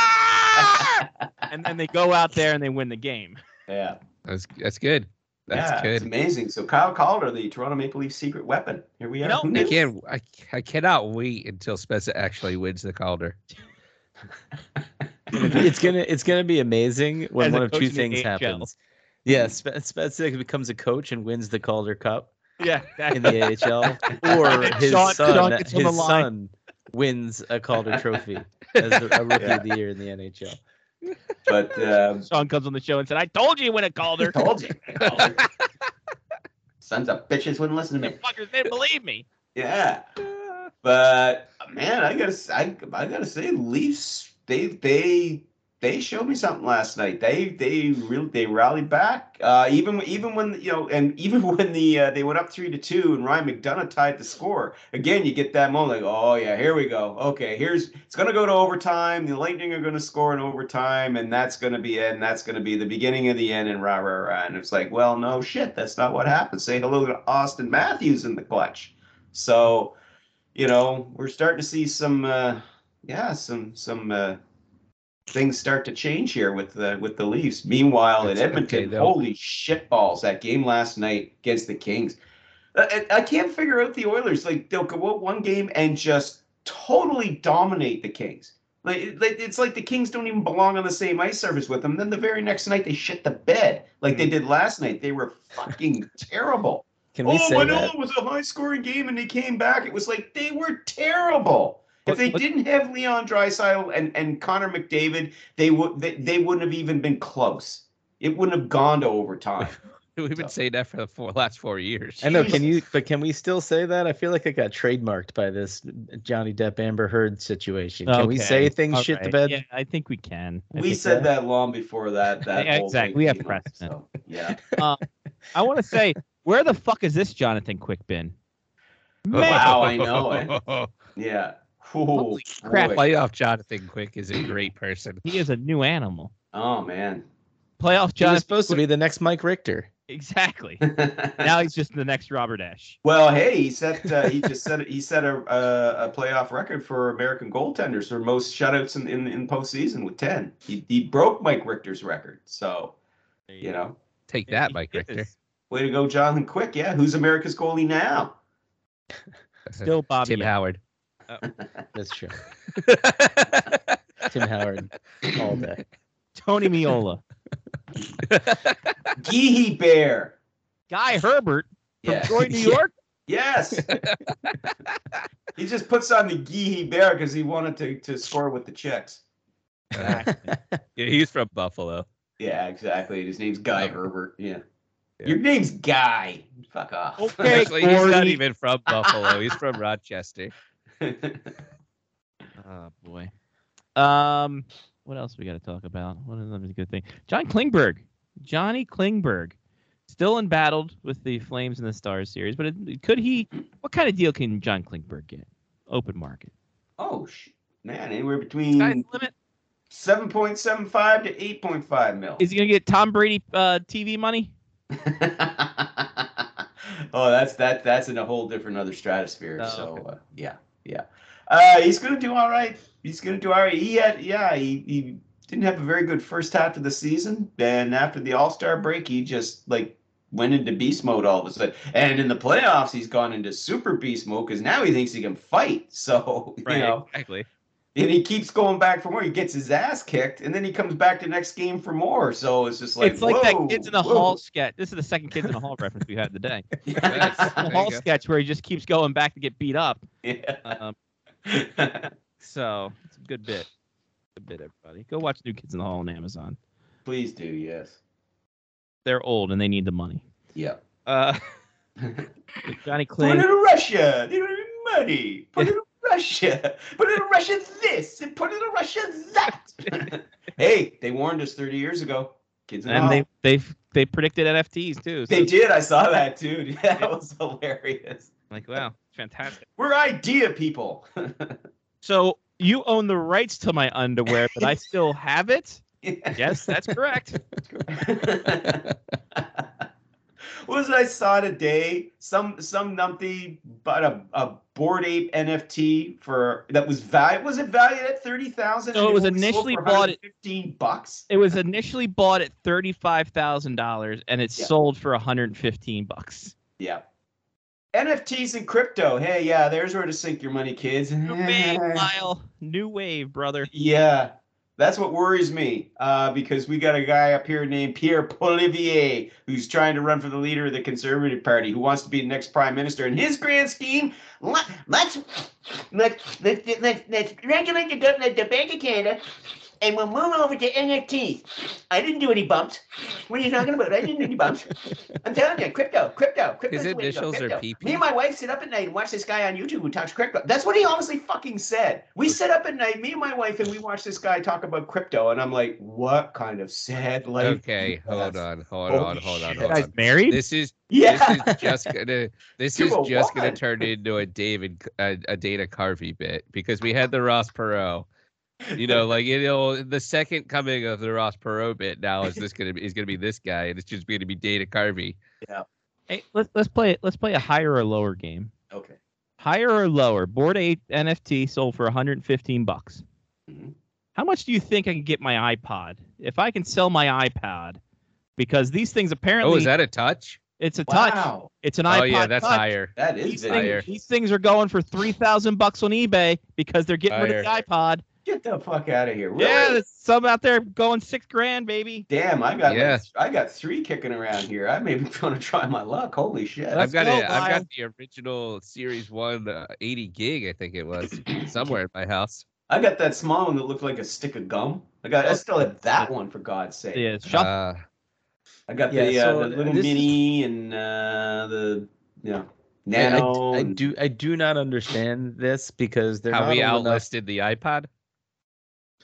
Speaker 1: and then they go out there and they win the game.
Speaker 5: Yeah,
Speaker 4: That's that's good. That's
Speaker 5: yeah, it's
Speaker 4: good.
Speaker 5: amazing. So Kyle Calder, the Toronto Maple Leafs secret weapon. Here we
Speaker 1: You
Speaker 5: are.
Speaker 1: know,
Speaker 5: Who
Speaker 4: I
Speaker 5: knew?
Speaker 4: can't. I, I cannot wait until Spencer actually wins the Calder.
Speaker 3: it's gonna it's gonna be amazing when
Speaker 1: As a
Speaker 3: one of
Speaker 1: coach
Speaker 3: two
Speaker 1: in the
Speaker 3: things
Speaker 1: AHL.
Speaker 3: happens. Yeah, Spe- Spezza becomes a coach and wins the Calder Cup
Speaker 1: Yeah,
Speaker 3: in the AHL, or
Speaker 1: And
Speaker 3: his
Speaker 1: Sean-
Speaker 3: son
Speaker 1: Sean gets on
Speaker 3: his
Speaker 1: the line.
Speaker 3: son wins a Calder Trophy as a, a rookie of the year in the NHL.
Speaker 5: But um,
Speaker 1: Sean comes on the show and said, "I told you you win a Calder."
Speaker 5: told you. Calder. Sons of bitches wouldn't listen to me.
Speaker 1: Fuckers didn't believe me.
Speaker 5: Yeah. But man, I gotta s- I, I gotta say, Leafs they they they showed me something last night. They they really they rallied back. Uh, even even when you know, and even when the uh, they went up three to two, and Ryan McDonough tied the score. Again, you get that moment like, oh yeah, here we go. Okay, here's it's gonna go to overtime. The Lightning are gonna score in overtime, and that's gonna be it. And that's gonna be the beginning of the end. And rah rah rah. And it's like, well, no shit, that's not what happened. Say hello to Austin Matthews in the clutch. So, you know, we're starting to see some, uh, yeah, some some uh, things start to change here with the with the Leafs. Meanwhile, in
Speaker 4: That's okay,
Speaker 5: Edmonton,
Speaker 4: though.
Speaker 5: holy shit balls! That game last night against the Kings, I, I I can't figure out the Oilers. Like they'll go out one game and just totally dominate the Kings. Like it- like, it's like the Kings don't even belong on the same ice surface with them. Then the very next night they shit the bed like
Speaker 4: Hmm.
Speaker 5: they did last night. They were fucking terrible
Speaker 3: Can we
Speaker 5: oh,
Speaker 3: say
Speaker 5: Manila
Speaker 3: that?
Speaker 5: was a high scoring game and they came back. It was like they were terrible. If
Speaker 1: What-
Speaker 5: they
Speaker 1: what-
Speaker 5: didn't have Leon Dreisidel and, and Connor McDavid, they would they, they wouldn't have even been close. It wouldn't have gone to overtime.
Speaker 4: We've been saying that for the four, last four years.
Speaker 3: I know. Can you? But can we still say that? I feel like it got trademarked by this Johnny Depp Amber Heard situation. Can we say things shit the bed?
Speaker 1: Yeah, I think we can. I
Speaker 5: we
Speaker 1: think-
Speaker 5: said that long before that. That
Speaker 1: Yeah,
Speaker 5: whole
Speaker 1: exactly.
Speaker 5: thing
Speaker 1: We have
Speaker 5: came up,
Speaker 1: precedent.
Speaker 5: so, yeah.
Speaker 1: I want to say, where the fuck is this Jonathan Quick been? Man,
Speaker 5: Wow, I know it. Yeah. Oh,
Speaker 1: Holy crap,
Speaker 5: boy.
Speaker 4: Playoff Jonathan Quick is a great person.
Speaker 1: he is a new animal.
Speaker 5: Oh man.
Speaker 1: Playoff
Speaker 3: He
Speaker 1: Jonathan.
Speaker 3: was supposed to be the next Mike Richter.
Speaker 1: exactly. now he's just the next Robert Ash.
Speaker 5: Well, hey, he set uh, he just set he set a, a a playoff record for American goaltenders for most shutouts in in, in postseason with ten. He he broke Mike Richter's record. So you know,
Speaker 4: Take
Speaker 1: Yeah,
Speaker 4: that,
Speaker 1: he
Speaker 4: Mike Richter.
Speaker 1: is.
Speaker 5: way to go, Jonathan Quick. Yeah, who's America's goalie now?
Speaker 1: Still Bobby.
Speaker 4: Tim Howard.
Speaker 3: That's true. Tim Howard all day.
Speaker 1: Tony Miola.
Speaker 5: Geehee Bear.
Speaker 1: Guy Herbert from
Speaker 5: Yeah.
Speaker 1: Troy, New
Speaker 4: Yeah.
Speaker 1: York.
Speaker 5: Yes. he just puts on the Geehee Bear because he wanted to to score with the checks.
Speaker 4: Uh, yeah, he's from Buffalo.
Speaker 5: Yeah, exactly. His name's Guy Herbert. Yeah.
Speaker 4: Yeah.
Speaker 5: Your name's Guy. Fuck off.
Speaker 1: Okay,
Speaker 4: Actually, he's not
Speaker 1: Gordy.
Speaker 4: even from Buffalo. He's from Rochester.
Speaker 1: Oh boy. Um, what else we got to talk about? What is another good thing? John Klingberg, Johnny Klingberg, still embattled with the Flames and the Stars series. But it, could he? What kind of deal can John Klingberg get? Open market.
Speaker 5: oh sh- man, anywhere between
Speaker 1: Sky's the limit.
Speaker 5: Seven point seven five to eight point five mil.
Speaker 1: Is he gonna get Tom Brady uh, TV money?
Speaker 5: oh, that's that. That's in a whole different other stratosphere.
Speaker 1: Oh,
Speaker 5: so uh, yeah, yeah. Uh, he's gonna do all right. He's gonna do all right. He had yeah. He, he didn't have a very good first half of the season, and after the All Star break, he just like went into beast mode all of a sudden. And in the playoffs, he's gone into super beast mode because now he thinks he can fight. So you know.
Speaker 4: exactly.
Speaker 5: And he keeps going back for more. He gets his ass kicked, and then he comes back the next game for more. So it's just like
Speaker 1: it's like
Speaker 5: whoa,
Speaker 1: that kids in the
Speaker 5: whoa.
Speaker 1: hall sketch. This is the second kids in the hall reference we had today.
Speaker 5: Yeah.
Speaker 1: The hall sketch where he just keeps going back to get beat up.
Speaker 5: Yeah.
Speaker 1: Um, So it's a good bit. Good bit, everybody. Go watch New Kids in the Hall on Amazon.
Speaker 5: Please do, yes.
Speaker 1: They're old and they need the money.
Speaker 5: Yeah.
Speaker 1: Uh, Johnny
Speaker 5: Put it
Speaker 1: Clayton.
Speaker 5: in Russia. Put it in money. Put it in Russia. Put it in Russia this and put it in Russia that. hey, they warned us 30 years ago. Kids in the
Speaker 1: And
Speaker 5: hall.
Speaker 1: they they they predicted NFTs too. So
Speaker 5: They
Speaker 1: it's
Speaker 5: did. I saw that too. dude. That was hilarious.
Speaker 1: like, wow, fantastic.
Speaker 5: We're idea people.
Speaker 1: So you own the rights to my underwear, but I still have it. Yes, that's correct.
Speaker 5: was it I saw today? Some some numpty bought a, a board ape NFT for that was valued. Was it valued at thirty thousand?
Speaker 1: So it was initially bought at-
Speaker 5: fifteen bucks.
Speaker 1: It was initially bought at thirty five thousand dollars, and it's
Speaker 5: Yeah.
Speaker 1: sold for one hundred and fifteen bucks.
Speaker 5: Yeah. NFTs and crypto. Hey, yeah, there's where to sink your money, kids.
Speaker 1: New wave, Lyle. New wave, brother.
Speaker 5: Yeah, that's what worries me uh, because we got a guy up here named Pierre Polivier who's trying to run for the leader of the Conservative Party, who wants to be the next prime minister. And his grand scheme, let, let's let's let's let's, let's regulate the, gov- the Bank of Canada. And we'll move over to NFTs. I didn't do any bumps. What are you talking about? I didn't do any bumps. I'm telling you, crypto, crypto, crypto.
Speaker 4: His initials are PP.
Speaker 5: Me and my wife sit up at night and watch this guy on YouTube who talks crypto. That's what he honestly fucking said. We sit up at night, me and my wife, and we watch this guy talk about crypto. And I'm like, what kind of sad life?
Speaker 4: Okay, hold
Speaker 5: That's-
Speaker 4: on, hold
Speaker 5: Holy
Speaker 4: on, hold on,
Speaker 5: shit.
Speaker 4: hold
Speaker 1: Guys,
Speaker 4: on.
Speaker 1: married?
Speaker 4: This is
Speaker 5: Yeah.
Speaker 4: this is just gonna this
Speaker 5: To
Speaker 4: is
Speaker 5: a
Speaker 4: just gonna
Speaker 5: woman.
Speaker 4: turn into a David a, a Dana Carvey bit because we had the Ross Perot. You know, like you know, the second coming of the Ross Perot bit now is this gonna be is gonna be this guy, and it's just gonna be Dana Carvey.
Speaker 1: Hey, let's let's play it. Let's play a higher or lower game.
Speaker 5: okay.
Speaker 1: Higher or lower? Board eight NFT sold for one hundred and fifteen bucks.
Speaker 5: Mhm.
Speaker 1: How much do you think I can get my iPod if I can sell my iPod? Because these things apparently
Speaker 4: Oh, is that a touch?
Speaker 1: it's a touch.
Speaker 5: Wow.
Speaker 1: It's an iPod.
Speaker 4: Oh yeah, that's
Speaker 1: touch.
Speaker 4: higher.
Speaker 5: That
Speaker 1: These
Speaker 5: is
Speaker 4: He's higher.
Speaker 1: things,
Speaker 5: big.
Speaker 1: these things are going for three thousand bucks on eBay because they're getting rid of
Speaker 4: Higher.
Speaker 1: the iPod.
Speaker 5: Get the fuck out of here. Really?
Speaker 1: Yeah, there's some out there going six grand, baby.
Speaker 5: Damn, I got
Speaker 4: Yeah.
Speaker 5: like, I got three kicking around here. I may be going to try my luck. Holy shit.
Speaker 1: Let's
Speaker 4: I've got
Speaker 1: go,
Speaker 4: it. I've
Speaker 1: Lyle.
Speaker 4: got the original Series One uh, 80 gig, I think it was, somewhere in my house.
Speaker 5: I got that small one that looked like a stick of gum. I got
Speaker 4: Oh.
Speaker 5: I still have that one for God's sake.
Speaker 1: Yeah, shop-
Speaker 4: Uh,
Speaker 5: I got
Speaker 3: Yeah,
Speaker 5: the, uh,
Speaker 3: so
Speaker 5: the little
Speaker 3: this-
Speaker 5: mini and uh, the you know
Speaker 3: Yeah,
Speaker 5: nano.
Speaker 3: I, I
Speaker 5: and-
Speaker 3: do I do not understand this because they're
Speaker 4: how
Speaker 3: not
Speaker 4: we
Speaker 3: old enough-
Speaker 4: outlisted the iPod.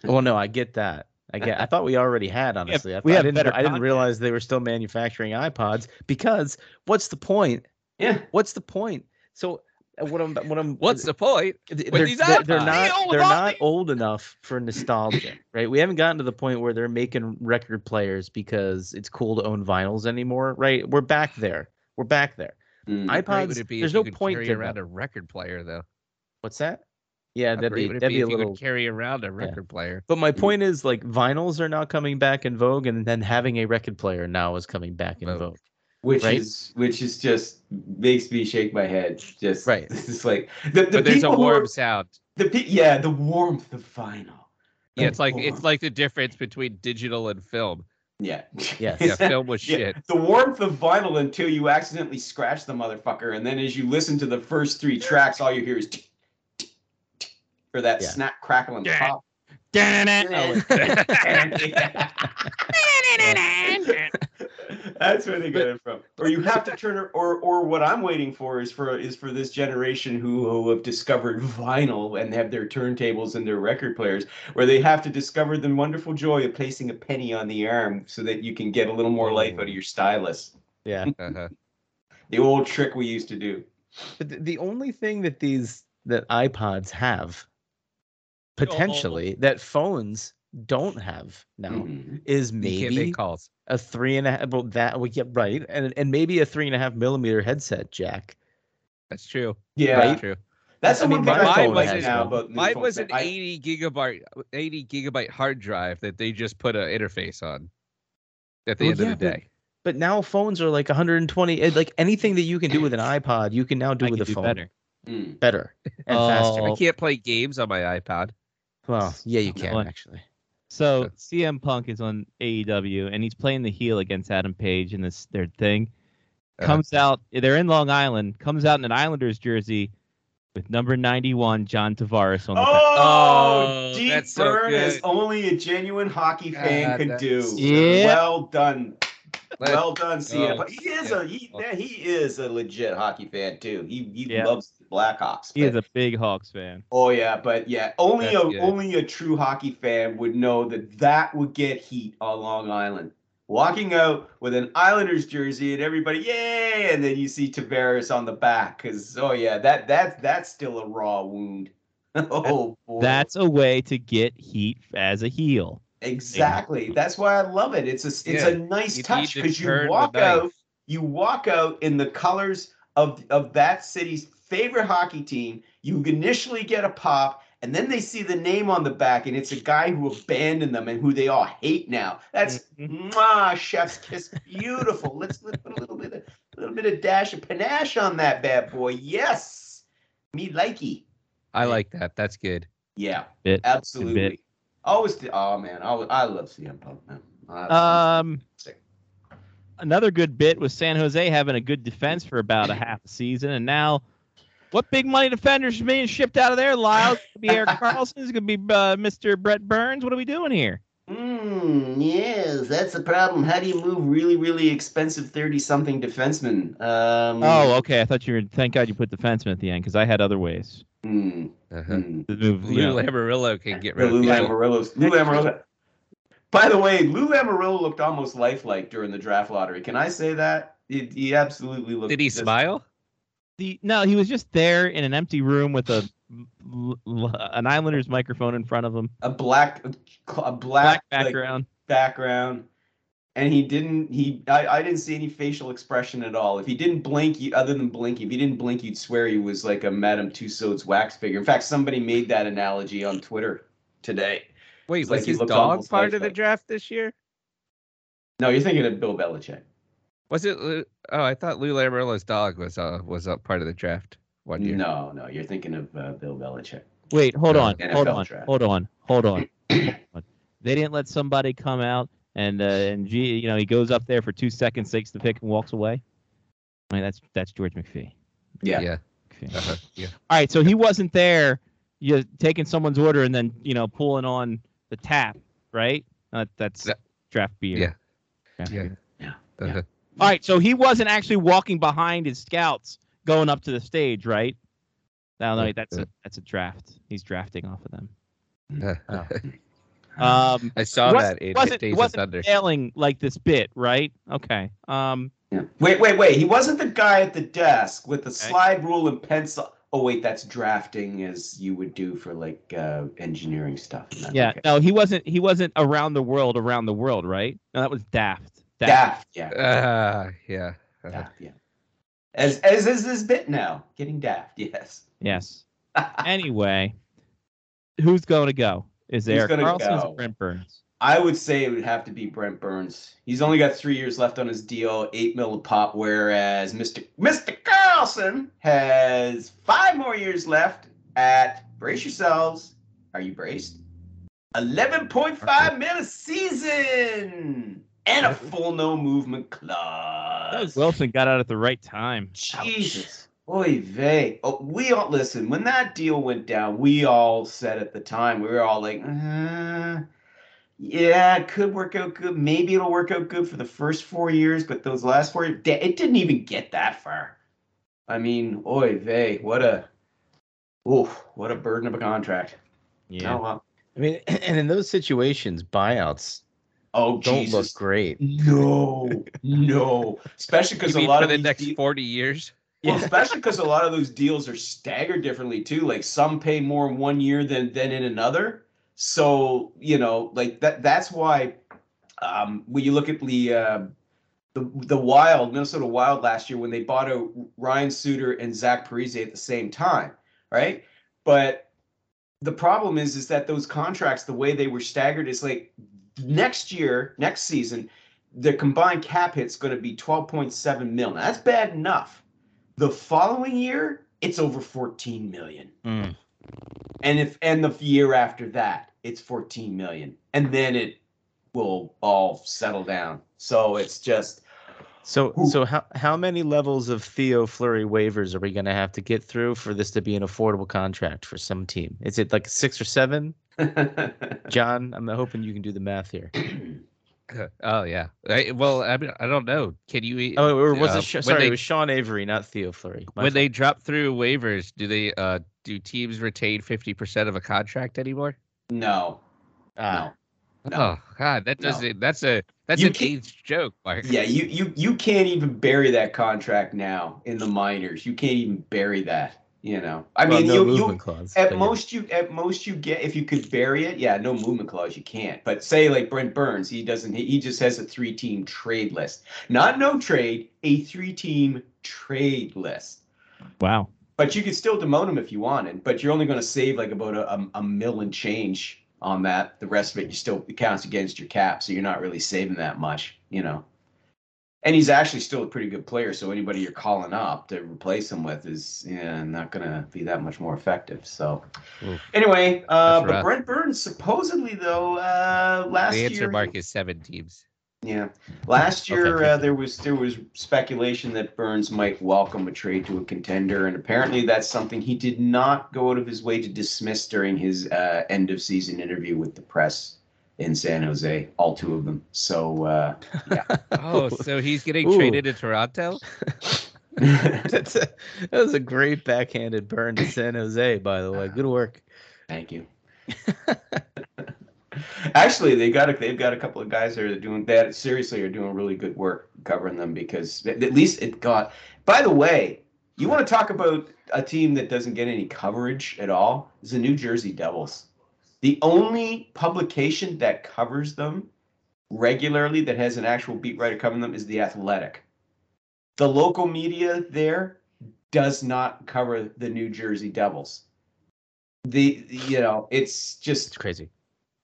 Speaker 3: Well, no, I get that. I get. I thought we already had. Honestly, I,
Speaker 1: we
Speaker 3: thought- I
Speaker 1: have
Speaker 3: didn't.
Speaker 1: better
Speaker 3: I didn't
Speaker 1: content.
Speaker 3: realize they were still manufacturing iPods because what's the point?
Speaker 5: yeah.
Speaker 3: What's the point? So uh, what I'm what I'm uh,
Speaker 4: What's the point?
Speaker 3: th-
Speaker 4: with
Speaker 3: they're,
Speaker 4: these
Speaker 3: they're, they're
Speaker 4: iPods?
Speaker 1: Deal
Speaker 3: not they're
Speaker 1: with all
Speaker 3: not
Speaker 1: these-
Speaker 3: old enough for nostalgia, right? We haven't gotten to the point where they're making record players because it's cool to own vinyls anymore, right? We're back there. We're back there.
Speaker 5: Mm.
Speaker 4: How great would
Speaker 3: iPods.
Speaker 4: it be
Speaker 3: There's
Speaker 4: if you
Speaker 3: no
Speaker 4: could
Speaker 3: point
Speaker 4: carry
Speaker 3: to
Speaker 4: around
Speaker 3: them.
Speaker 4: a record player though?
Speaker 3: What's that? Yeah,
Speaker 4: How
Speaker 3: that'd
Speaker 4: great
Speaker 3: be
Speaker 4: would it
Speaker 3: that'd be a
Speaker 4: if you
Speaker 3: little.
Speaker 4: could Mm-hmm. carry around a record player.
Speaker 3: But my point is, like, vinyls are now coming back in vogue, and then having a record player now is coming back in
Speaker 4: Vogue.
Speaker 3: vogue.
Speaker 5: which
Speaker 3: right?
Speaker 5: is which is just makes me shake my head. Just
Speaker 3: Right.
Speaker 5: It's like the, the
Speaker 4: but there's a
Speaker 5: people who
Speaker 4: warm
Speaker 5: are-
Speaker 4: sound.
Speaker 5: the pe- yeah the warmth of vinyl.
Speaker 4: Yeah, it's like it's
Speaker 5: warmth.
Speaker 4: like the difference between digital and film.
Speaker 5: yeah
Speaker 3: Yes.
Speaker 4: Yeah, film was
Speaker 5: Yeah,
Speaker 4: shit.
Speaker 5: the warmth of vinyl until you accidentally scratch the motherfucker, and then as you listen to the first three tracks, all you hear is tick, tick, tick, or that
Speaker 3: Yeah.
Speaker 5: snap crackle and
Speaker 1: Yeah.
Speaker 5: pop. You know, That's where they get it from. Or you have to turn it or or what I'm waiting for is for is for this generation who, who have discovered vinyl and have their turntables and their record players, where they have to discover the wonderful joy of placing a penny on the arm so that you can get a little more life out
Speaker 3: Mm.
Speaker 5: of your stylus.
Speaker 3: Yeah.
Speaker 4: Uh-huh.
Speaker 5: The old trick we used to do.
Speaker 3: But th- the only thing that these that iPods have potentially that phones don't have now
Speaker 5: Mhm.
Speaker 3: is
Speaker 4: Mm-hmm. You can't make
Speaker 3: maybe
Speaker 4: calls.
Speaker 3: a three and a half well that we get right and and maybe a three and a half millimeter headset jack.
Speaker 4: That's true.
Speaker 5: Yeah,
Speaker 4: That's true.
Speaker 5: that's the
Speaker 3: I mean,
Speaker 5: one thing
Speaker 3: my
Speaker 5: I
Speaker 3: phone
Speaker 5: don't like
Speaker 3: has
Speaker 5: now
Speaker 3: one.
Speaker 5: about new
Speaker 4: Mine
Speaker 5: phones.
Speaker 4: was an
Speaker 5: I-
Speaker 4: 80 gigabyte 80 gigabyte hard drive that they just put an interface on at the
Speaker 3: Well,
Speaker 4: end
Speaker 3: yeah,
Speaker 4: of the
Speaker 3: but-
Speaker 4: day.
Speaker 3: But now phones are like 120 eh, like anything that you can do with an iPod, you can now do
Speaker 1: I
Speaker 3: with
Speaker 1: can
Speaker 3: a
Speaker 1: do
Speaker 3: phone
Speaker 1: better.
Speaker 5: Mm.
Speaker 3: better and faster.
Speaker 4: I can't play games on my iPod.
Speaker 3: Well, yeah, you
Speaker 1: No,
Speaker 3: can
Speaker 1: I-
Speaker 3: actually.
Speaker 1: So
Speaker 4: That's-
Speaker 1: CM Punk is on AEW and he's playing the heel against Adam Page in this their thing.
Speaker 4: Uh-huh.
Speaker 1: Comes out, they're in Long Island. Comes out in an Islanders jersey, with number 91, John Tavares on the back.
Speaker 5: Oh,
Speaker 4: Oh,
Speaker 5: deep
Speaker 4: that's so
Speaker 5: burn is
Speaker 4: good.
Speaker 5: only a genuine hockey fan
Speaker 4: God,
Speaker 5: could
Speaker 4: that's
Speaker 5: do.
Speaker 4: so
Speaker 1: Yeah.
Speaker 5: Well done,
Speaker 4: Like,
Speaker 5: well done, CM. But he is
Speaker 4: yeah.
Speaker 5: a he, yeah, he is a legit hockey fan too. He he
Speaker 1: Yeah.
Speaker 5: loves the Blackhawks.
Speaker 1: He is
Speaker 5: but-
Speaker 1: a big Hawks fan.
Speaker 5: Oh yeah, but yeah, only
Speaker 4: That's
Speaker 5: a
Speaker 4: good.
Speaker 5: only a true hockey fan would know that that would get heat on Long Island. Walking out with an Islanders jersey and everybody, yay! And then you see Tavares on the back, because oh yeah, that that that's still a raw wound. oh boy,
Speaker 1: That's a way to get heat as a heel.
Speaker 5: exactly. That's why I love it. It's a it's
Speaker 4: Yeah,
Speaker 5: a nice
Speaker 4: you
Speaker 5: touch
Speaker 4: need to
Speaker 5: because you
Speaker 4: turn the
Speaker 5: walk
Speaker 4: knife.
Speaker 5: out you walk out in the colors of of that city's favorite hockey team. You initially get a pop, and then they see the name on the back, and it's a guy who abandoned them and who they all hate now. That's
Speaker 4: Mm-hmm.
Speaker 5: mwah, chef's kiss, beautiful. Let's, let's put a little bit of a little bit of dash of panache on that bad boy. Yes, me likey.
Speaker 4: I like that. That's good.
Speaker 5: Yeah,
Speaker 1: Bit.
Speaker 5: absolutely. Always, the, oh man, I, I love CM Punk man. I love
Speaker 1: Um,
Speaker 5: Sick.
Speaker 1: another good bit was San Jose having a good defense for about a half a season, and now what big money defenders are being shipped out of there? Lyle It's gonna be Eric Carlson, it's gonna be uh, Mr. Brett Burns. What are we doing here?
Speaker 5: Mm, yes, that's the problem. How do you move really, really expensive thirty-something defensemen? Um,
Speaker 1: Oh, okay. I thought you were. Thank God you put defenseman at the end because I had other ways.
Speaker 5: mm,
Speaker 4: Uh-huh.
Speaker 5: mm.
Speaker 1: to move, you
Speaker 4: Lou
Speaker 1: know.
Speaker 4: Lamarillo can get rid
Speaker 5: Lou
Speaker 4: of people.
Speaker 5: Lamarillo's. Lou Lamarillo. By the way, Lou Lamarillo looked almost lifelike during the draft lottery. Can I say that? He, he absolutely looked.
Speaker 4: Did he
Speaker 5: just-
Speaker 4: smile?
Speaker 1: The- no, he was just there in an empty room with a l- l- an Islanders microphone in front of him,
Speaker 5: A black, a black,
Speaker 1: black
Speaker 5: like,
Speaker 1: background.
Speaker 5: background and he didn't he I, I didn't see any facial expression at all if he didn't blink you other than blink if he didn't blink you'd swear he was like a madame tussauds wax figure in fact somebody made that analogy on twitter today
Speaker 4: Wait,
Speaker 5: It's
Speaker 4: was
Speaker 5: like he
Speaker 4: his
Speaker 5: looked
Speaker 4: dog
Speaker 5: almost
Speaker 4: part of the
Speaker 5: lifelike.
Speaker 4: draft this year?
Speaker 5: no you're thinking of bill belichick
Speaker 4: Was it? Lou- Oh, I thought Lou Lamarillo's dog was uh, was up part of the draft
Speaker 1: Oh,
Speaker 4: one year.
Speaker 5: no no you're thinking of uh, bill belichick
Speaker 1: Wait, hold
Speaker 4: Uh,
Speaker 1: on, hold
Speaker 5: NFL
Speaker 1: on,
Speaker 5: draft.
Speaker 1: hold on, hold on, hold on. They didn't let somebody come out and uh, and gee, you know, he goes up there for two seconds, takes the pick, and walks away. I mean, that's that's George McPhee.
Speaker 5: yeah,
Speaker 4: Yeah.
Speaker 1: McPhee.
Speaker 4: Uh-huh. yeah.
Speaker 1: All right, so he wasn't there. You taking someone's order and then you know pulling on the tap, right? Uh, that's
Speaker 4: That-
Speaker 1: draft beer.
Speaker 4: yeah.
Speaker 1: Draft
Speaker 4: Yeah.
Speaker 1: beer.
Speaker 4: Uh-huh.
Speaker 1: All right, so he wasn't actually walking behind his scouts going up to the stage, right? No, no,
Speaker 4: Yeah,
Speaker 1: that's
Speaker 4: yeah.
Speaker 1: a that's a draft. He's drafting off of them.
Speaker 4: Uh-huh.
Speaker 1: Um,
Speaker 4: I saw
Speaker 1: Was-
Speaker 4: that in
Speaker 1: wasn't-
Speaker 4: Days of
Speaker 1: wasn't
Speaker 4: Thunder.
Speaker 1: failing like this bit, right? Okay. Um,
Speaker 5: yeah. wait wait wait he wasn't the guy at the desk with the
Speaker 1: Okay.
Speaker 5: slide rule and pencil oh wait that's drafting as you would do for like uh, engineering stuff and that.
Speaker 1: yeah,
Speaker 5: Okay.
Speaker 1: no, he wasn't. He wasn't around the world, around the world, right? No, that was Daft.
Speaker 5: daft yeah
Speaker 4: Ah, yeah. Uh-huh.
Speaker 5: Daft, yeah. As as is this bit now, getting daft.
Speaker 1: Yes.
Speaker 5: Yes.
Speaker 1: Anyway, who's going to go? Is
Speaker 5: Who's
Speaker 1: Eric
Speaker 5: gonna
Speaker 1: Carlson
Speaker 5: go?
Speaker 1: or Brent Burns?
Speaker 5: I would say it would have to be Brent Burns. He's only got three years left on his deal, eight mil a pop, whereas Mr. Mr. Carlson has five more years left at brace yourselves. Are you braced? Eleven point five mil a season and a full no movement clause.
Speaker 1: Wilson got out at the right time.
Speaker 5: Jesus. Oy vey. Oh, we all listen. When that deal went down, we all said at the time we were all like, uh, "Yeah, it could work out good. Maybe it'll work out good for the first four years, but those last four, da- it didn't even get that far." I mean, oy vey, what a, oof, what a burden of a contract.
Speaker 1: Yeah.
Speaker 5: Oh, well.
Speaker 3: I mean, and in those situations, buyouts
Speaker 5: oh
Speaker 3: don't
Speaker 5: Jesus.
Speaker 3: look great.
Speaker 5: No, no. Especially because
Speaker 4: You
Speaker 5: a
Speaker 4: mean
Speaker 5: lot
Speaker 4: for
Speaker 5: of
Speaker 4: the
Speaker 5: these
Speaker 4: next
Speaker 5: de-
Speaker 4: forty years?
Speaker 5: Well, especially because a lot of those deals are staggered differently too. Like some pay more in one year than than in another. So you know, like that. That's why um, when you look at the uh, the the Wild, Minnesota Wild last year when they bought out Ryan Suter and Zach Parise at the same time, right? But the problem is, is that those contracts, the way they were staggered, is like next year, next season, the combined cap hit's going to be twelve point seven mil. Now that's bad enough. The following year, it's over fourteen million
Speaker 3: Mm.
Speaker 5: and if and the year after that it's 14 million and then it will all settle down so it's just
Speaker 3: So so how how many levels of Theo Flurry waivers are we going to have to get through for this to be an affordable contract for some team? Is it like six or seven? John, I'm hoping you can do the math here.
Speaker 4: Oh yeah. I, well, I mean, I don't know. Can you? e-
Speaker 3: Oh, or was
Speaker 4: Uh,
Speaker 3: it? Sha-
Speaker 4: when
Speaker 3: sorry,
Speaker 4: they-
Speaker 3: it was Sean Avery, not Theo Flurry. My
Speaker 4: when
Speaker 3: fault.
Speaker 4: they drop through waivers, do they uh do teams retain fifty percent of a contract anymore?
Speaker 5: no,
Speaker 3: Ah,
Speaker 5: no. No.
Speaker 4: Oh God, that
Speaker 5: No.
Speaker 4: doesn't. That's a that's
Speaker 5: You
Speaker 4: an
Speaker 5: can't-
Speaker 4: AIDS joke, Mark.
Speaker 5: Yeah, you you you can't even bury that contract now in the minors. You can't even bury that. You know, I
Speaker 3: well,
Speaker 5: mean,
Speaker 3: no
Speaker 5: you,
Speaker 3: movement
Speaker 5: you
Speaker 3: clause. but
Speaker 5: at
Speaker 3: yeah.
Speaker 5: most you at most you get if you could bury it. Yeah, no movement clause, you can't. But say like Brent Burns, he doesn't. He, he just has a three team trade list, not no trade, a three team trade list.
Speaker 1: Wow.
Speaker 5: But you could still demote him if you wanted. But you're only going to save like about a, um, a, a mill and change on that. The rest of it you still it counts against your cap, so you're not really saving that much, you know. And he's actually still a pretty good player, so anybody you're calling up to replace him with is yeah, not going to be that much more effective. So
Speaker 4: Oof.
Speaker 5: anyway, uh,
Speaker 4: Hmm. That's
Speaker 5: but
Speaker 4: rough.
Speaker 5: Brent Burns supposedly though uh, last
Speaker 4: The
Speaker 5: year
Speaker 4: answer,
Speaker 5: he-
Speaker 4: Mark, is seven teams.
Speaker 5: yeah, last year
Speaker 4: Okay.
Speaker 5: uh, there was there was speculation that Burns might welcome a trade to a contender, and apparently that's something he did not go out of his way to dismiss during his uh, end of season interview with the press in San Jose, all two of them. So uh,
Speaker 4: Oh, so he's getting
Speaker 3: Ooh.
Speaker 4: traded to Toronto?
Speaker 3: That's a, that was a great backhanded burn to San Jose, by the way. Good work.
Speaker 5: thank you. Actually, they got a, they've got a couple of guys there that are doing that seriously are doing really good work covering them because at at least it got. By the way, you want to talk about a team that doesn't get any coverage at all? Is the New Jersey Devils. The only publication that covers them regularly that has an actual beat writer covering them is The Athletic. The local media there does not cover the New Jersey Devils. The you know, it's just
Speaker 3: It's crazy.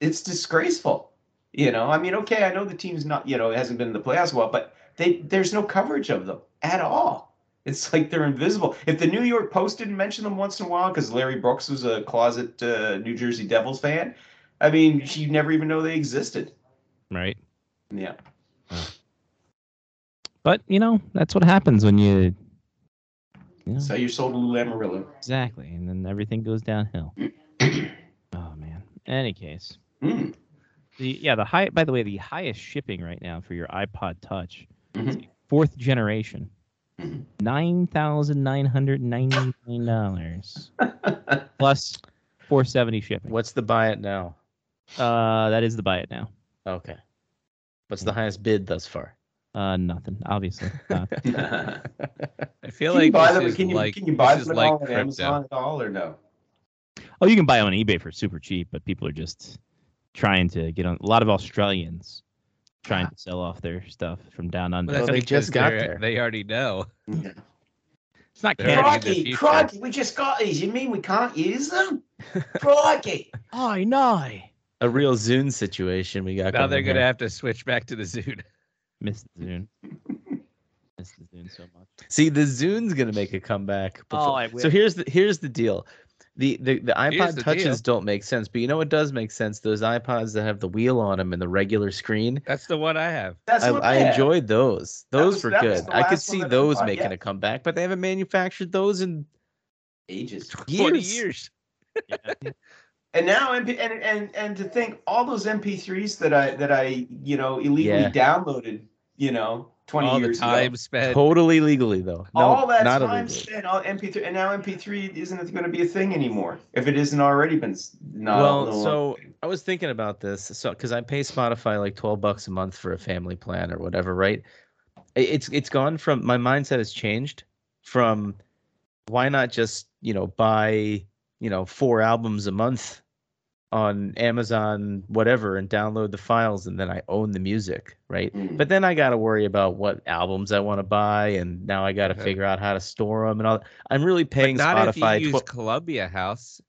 Speaker 5: it's disgraceful. You know, I mean, okay, I know the team's not, you know, it hasn't been in the playoffs well, but they there's no coverage of them at all. It's like they're invisible. If the New York Post didn't mention them once in a while, because Larry Brooks was a closet uh, New Jersey Devils fan, I mean, you never even know they existed.
Speaker 1: Right.
Speaker 5: Yeah.
Speaker 1: But you know that's what happens when you. you know,
Speaker 5: So you're sold to Lou Amarillo.
Speaker 1: exactly, and then everything goes downhill. oh man. Any case.
Speaker 5: Mm.
Speaker 1: The yeah the high. By the way, the highest shipping right now for your iPod Touch,
Speaker 5: Mhm.
Speaker 1: fourth generation,
Speaker 5: Mhm.
Speaker 1: nine thousand nine hundred ninety nine dollars plus four seventy shipping.
Speaker 3: What's the buy it now?
Speaker 1: Uh, that is the buy it now.
Speaker 3: Okay. What's the highest bid thus far?
Speaker 1: Uh, nothing obviously. Uh,
Speaker 4: I feel
Speaker 5: can,
Speaker 4: like
Speaker 5: you buy
Speaker 4: this
Speaker 5: them,
Speaker 4: is
Speaker 5: can, you,
Speaker 4: like
Speaker 5: can you buy
Speaker 4: this
Speaker 5: them
Speaker 4: is
Speaker 5: at
Speaker 4: like
Speaker 5: all on
Speaker 4: crypto.
Speaker 5: Amazon at all or no?
Speaker 1: oh, you can buy them on eBay for super cheap, but people are just trying to get on. A lot of Australians trying to sell off their stuff from down under.
Speaker 4: Well, that's
Speaker 3: Well, they
Speaker 4: because
Speaker 3: just got
Speaker 4: they're-
Speaker 3: there.
Speaker 4: They already know.
Speaker 5: Mm-hmm.
Speaker 1: it's not
Speaker 4: they're already in
Speaker 1: Canada.
Speaker 4: the
Speaker 5: Crikey,
Speaker 4: future.
Speaker 5: crikey, we just got these. You mean we can't use them? crikey.
Speaker 1: I know.
Speaker 3: A real Zune situation we got.
Speaker 4: Now they're
Speaker 3: going
Speaker 4: gonna have to switch back to the Zune.
Speaker 1: Missed the Zune. Missed the Zune so much.
Speaker 3: See, the Zune's gonna make a comeback.
Speaker 1: Oh, I
Speaker 3: So
Speaker 1: wish.
Speaker 3: here's the here's the deal. The the, the iPod
Speaker 4: the
Speaker 3: touches don't make sense, but you know what does make sense? Those iPods that have the wheel on them and the regular screen.
Speaker 4: That's the one I have.
Speaker 5: That's
Speaker 3: I,
Speaker 5: what
Speaker 3: I
Speaker 5: they had.
Speaker 3: enjoyed those.
Speaker 5: That
Speaker 3: Those
Speaker 5: was-
Speaker 3: were
Speaker 5: that was
Speaker 3: good.
Speaker 5: the
Speaker 3: I could
Speaker 5: last one
Speaker 3: see
Speaker 5: that I
Speaker 3: those
Speaker 5: bought,
Speaker 3: making
Speaker 5: yeah.
Speaker 3: a comeback, but they haven't manufactured those in
Speaker 5: ages.
Speaker 4: Twenty
Speaker 3: years.
Speaker 4: years.
Speaker 5: And now MP and and and to think all those MP3s that I that I you know illegally
Speaker 3: Yeah.
Speaker 5: downloaded, you know, twenty
Speaker 4: All the
Speaker 5: years
Speaker 4: time
Speaker 5: ago.
Speaker 4: spent.
Speaker 3: Totally legally though. No,
Speaker 5: all that
Speaker 3: not
Speaker 5: time
Speaker 3: illegally.
Speaker 5: spent on MP3, and now MP3 isn't going to be a thing anymore if it isn't already been s- not.
Speaker 3: well,
Speaker 5: no longer-
Speaker 3: so I was thinking about this, so because I pay Spotify like twelve bucks a month for a family plan or whatever, right? I- It's it's gone from my mindset has changed from why not just you know buy you know four albums a month on Amazon whatever and download the files and then I own the music, right?
Speaker 4: Hmm.
Speaker 5: Mm.
Speaker 3: But then I got to worry about what albums I want to buy, and now I got to
Speaker 4: Uh-huh.
Speaker 3: figure out how to store them and all. I'm really paying
Speaker 4: Not if you
Speaker 3: Spotify.
Speaker 4: use
Speaker 3: tw-
Speaker 4: Columbia House.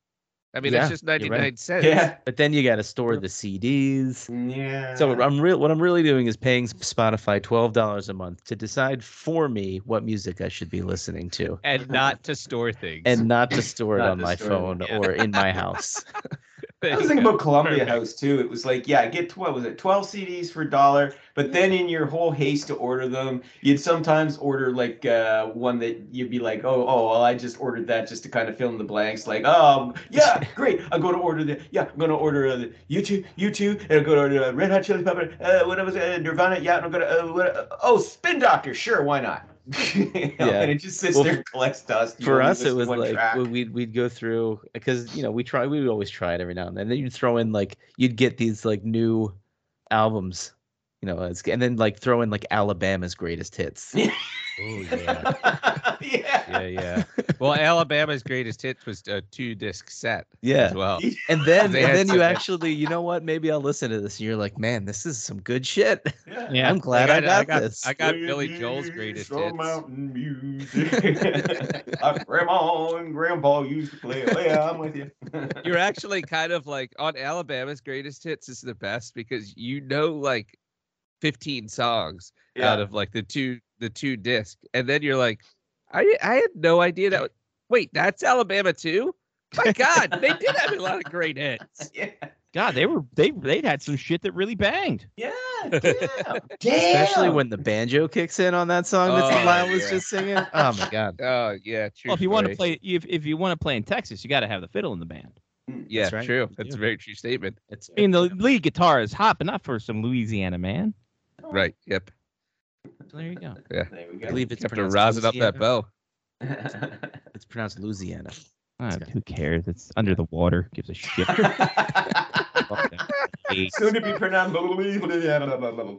Speaker 4: I mean,
Speaker 3: Yeah,
Speaker 4: it's just ninety
Speaker 3: right.
Speaker 4: nine cents.
Speaker 5: yeah,
Speaker 3: but then you got to store the CDs.
Speaker 5: yeah.
Speaker 3: So I'm real. What I'm really doing is paying Spotify twelve dollars a month to decide for me what music I should be listening to,
Speaker 4: And not to store things.
Speaker 3: and not to store it
Speaker 5: Not
Speaker 3: on
Speaker 5: to
Speaker 3: my
Speaker 5: store it,
Speaker 3: phone
Speaker 4: yeah.
Speaker 3: or in my house.
Speaker 5: I was thinking about Columbia House too. It was like, yeah, get what was it, twelve CDs for a dollar. But then in your whole haste to order them, you'd sometimes order like uh, one that you'd be like, oh, oh, well, I just ordered that just to kind of fill in the blanks. Like, um, yeah, great, I'm going to order the, yeah, I'm going to order uh, the YouTube, YouTube, and I'm going to order uh, Red Hot Chili Pepper, uh, what was it, uh, Nirvana, yeah, and I'm going to, uh, what, uh, oh, Spin Doctor, sure, why not? You know,
Speaker 3: Yeah.
Speaker 5: And it just sits
Speaker 3: Well,
Speaker 5: there and collects dust. You
Speaker 3: for
Speaker 5: only
Speaker 3: us it
Speaker 5: listen to
Speaker 3: was
Speaker 5: one
Speaker 3: like
Speaker 5: track.
Speaker 3: we- we'd we'd go through because you know we try we would always try it every now and then. Then you'd throw in like you'd get these like new albums, you know, as- and then like throw in like Alabama's greatest hits.
Speaker 4: Oh yeah.
Speaker 5: yeah.
Speaker 4: yeah, yeah. Well, Alabama's greatest hits was a two disc set
Speaker 3: Yeah,
Speaker 4: as well.
Speaker 3: and then and
Speaker 4: They had
Speaker 3: then you
Speaker 4: some-
Speaker 3: actually you know what? Maybe I'll listen to this, and you're like, man, this is some good shit.
Speaker 5: yeah.
Speaker 1: Yeah.
Speaker 3: I'm glad I,
Speaker 4: Like,
Speaker 3: got,
Speaker 4: I got
Speaker 3: this.
Speaker 4: I got
Speaker 5: Will you
Speaker 4: Billy
Speaker 5: do
Speaker 4: Joel's greatest
Speaker 5: some
Speaker 4: hits.
Speaker 5: Mountain music. My grandma and grandpa used to play. it. Yeah, I'm with you.
Speaker 4: You're actually kind of like on Alabama's greatest hits is the best because you know like 15 songs out of like the two the two disc, and then you're like, I I had no idea that. Was, wait, that's Alabama too. My God, they did have a lot of great hits.
Speaker 5: yeah.
Speaker 1: God, they were they they'd had some shit that really banged.
Speaker 5: Yeah. Damn.
Speaker 3: Especially
Speaker 5: Damn.
Speaker 3: when the banjo kicks in on that song that
Speaker 4: Oh,
Speaker 3: Lyle was
Speaker 4: yeah.
Speaker 3: just singing. Oh my god.
Speaker 4: Oh yeah, true.
Speaker 1: Well, if you want to
Speaker 4: story.
Speaker 1: play if if you want to play in Texas, you got to have the fiddle in the band.
Speaker 4: yeah,
Speaker 3: That's right.
Speaker 4: true.
Speaker 3: You
Speaker 4: That's
Speaker 3: do.
Speaker 4: a very true statement.
Speaker 3: It's
Speaker 1: I mean, the lead guitar is hot, but not for some Louisiana man. Oh.
Speaker 4: Right. Yep.
Speaker 1: So there you go.
Speaker 5: There
Speaker 3: I
Speaker 5: we
Speaker 3: believe it's
Speaker 4: Kept on
Speaker 3: pronounced
Speaker 4: rousing up that
Speaker 3: Louisiana.
Speaker 4: bow.
Speaker 3: It's pronounced Louisiana.
Speaker 1: Ah,
Speaker 3: Okay.
Speaker 1: who cares? It's under the water. Gives a shit.
Speaker 5: go.
Speaker 1: Fuck them. Hey,
Speaker 5: Soon to be pronounced. Louisiana.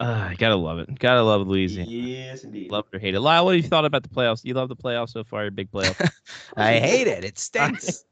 Speaker 1: ah, gotta love it. Gotta love Louisiana.
Speaker 5: Yes, indeed.
Speaker 1: Love it or hate it. Lyle, what have you thought about the playoffs? You love the playoffs so far. Your big playoff.
Speaker 3: I hate it. It stinks.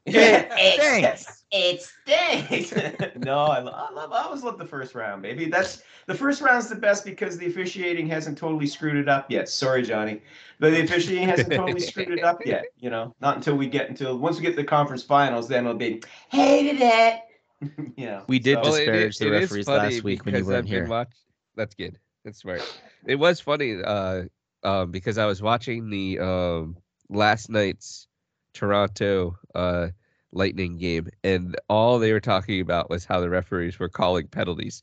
Speaker 5: Thanks. It stinks. no, I, lo- I love. I always love the first round, baby. That's the first round's the best because the officiating hasn't totally screwed it up yet. Sorry, Johnny, but the officiating hasn't totally screwed it up yet. You know, not until we get until once we get to the conference finals, then it'll be hated it. you know,
Speaker 3: We did
Speaker 5: so-
Speaker 3: just-
Speaker 4: it
Speaker 3: disparaged
Speaker 4: i-
Speaker 3: the
Speaker 4: it is
Speaker 3: referees
Speaker 4: funny
Speaker 3: last week when you
Speaker 4: because
Speaker 3: weren't
Speaker 4: I've been
Speaker 3: here.
Speaker 4: watch- That's good. That's smart. It was funny uh, um, because I was watching the um, last night's Toronto uh, Lightning game, and all they were talking about was how the referees were calling penalties,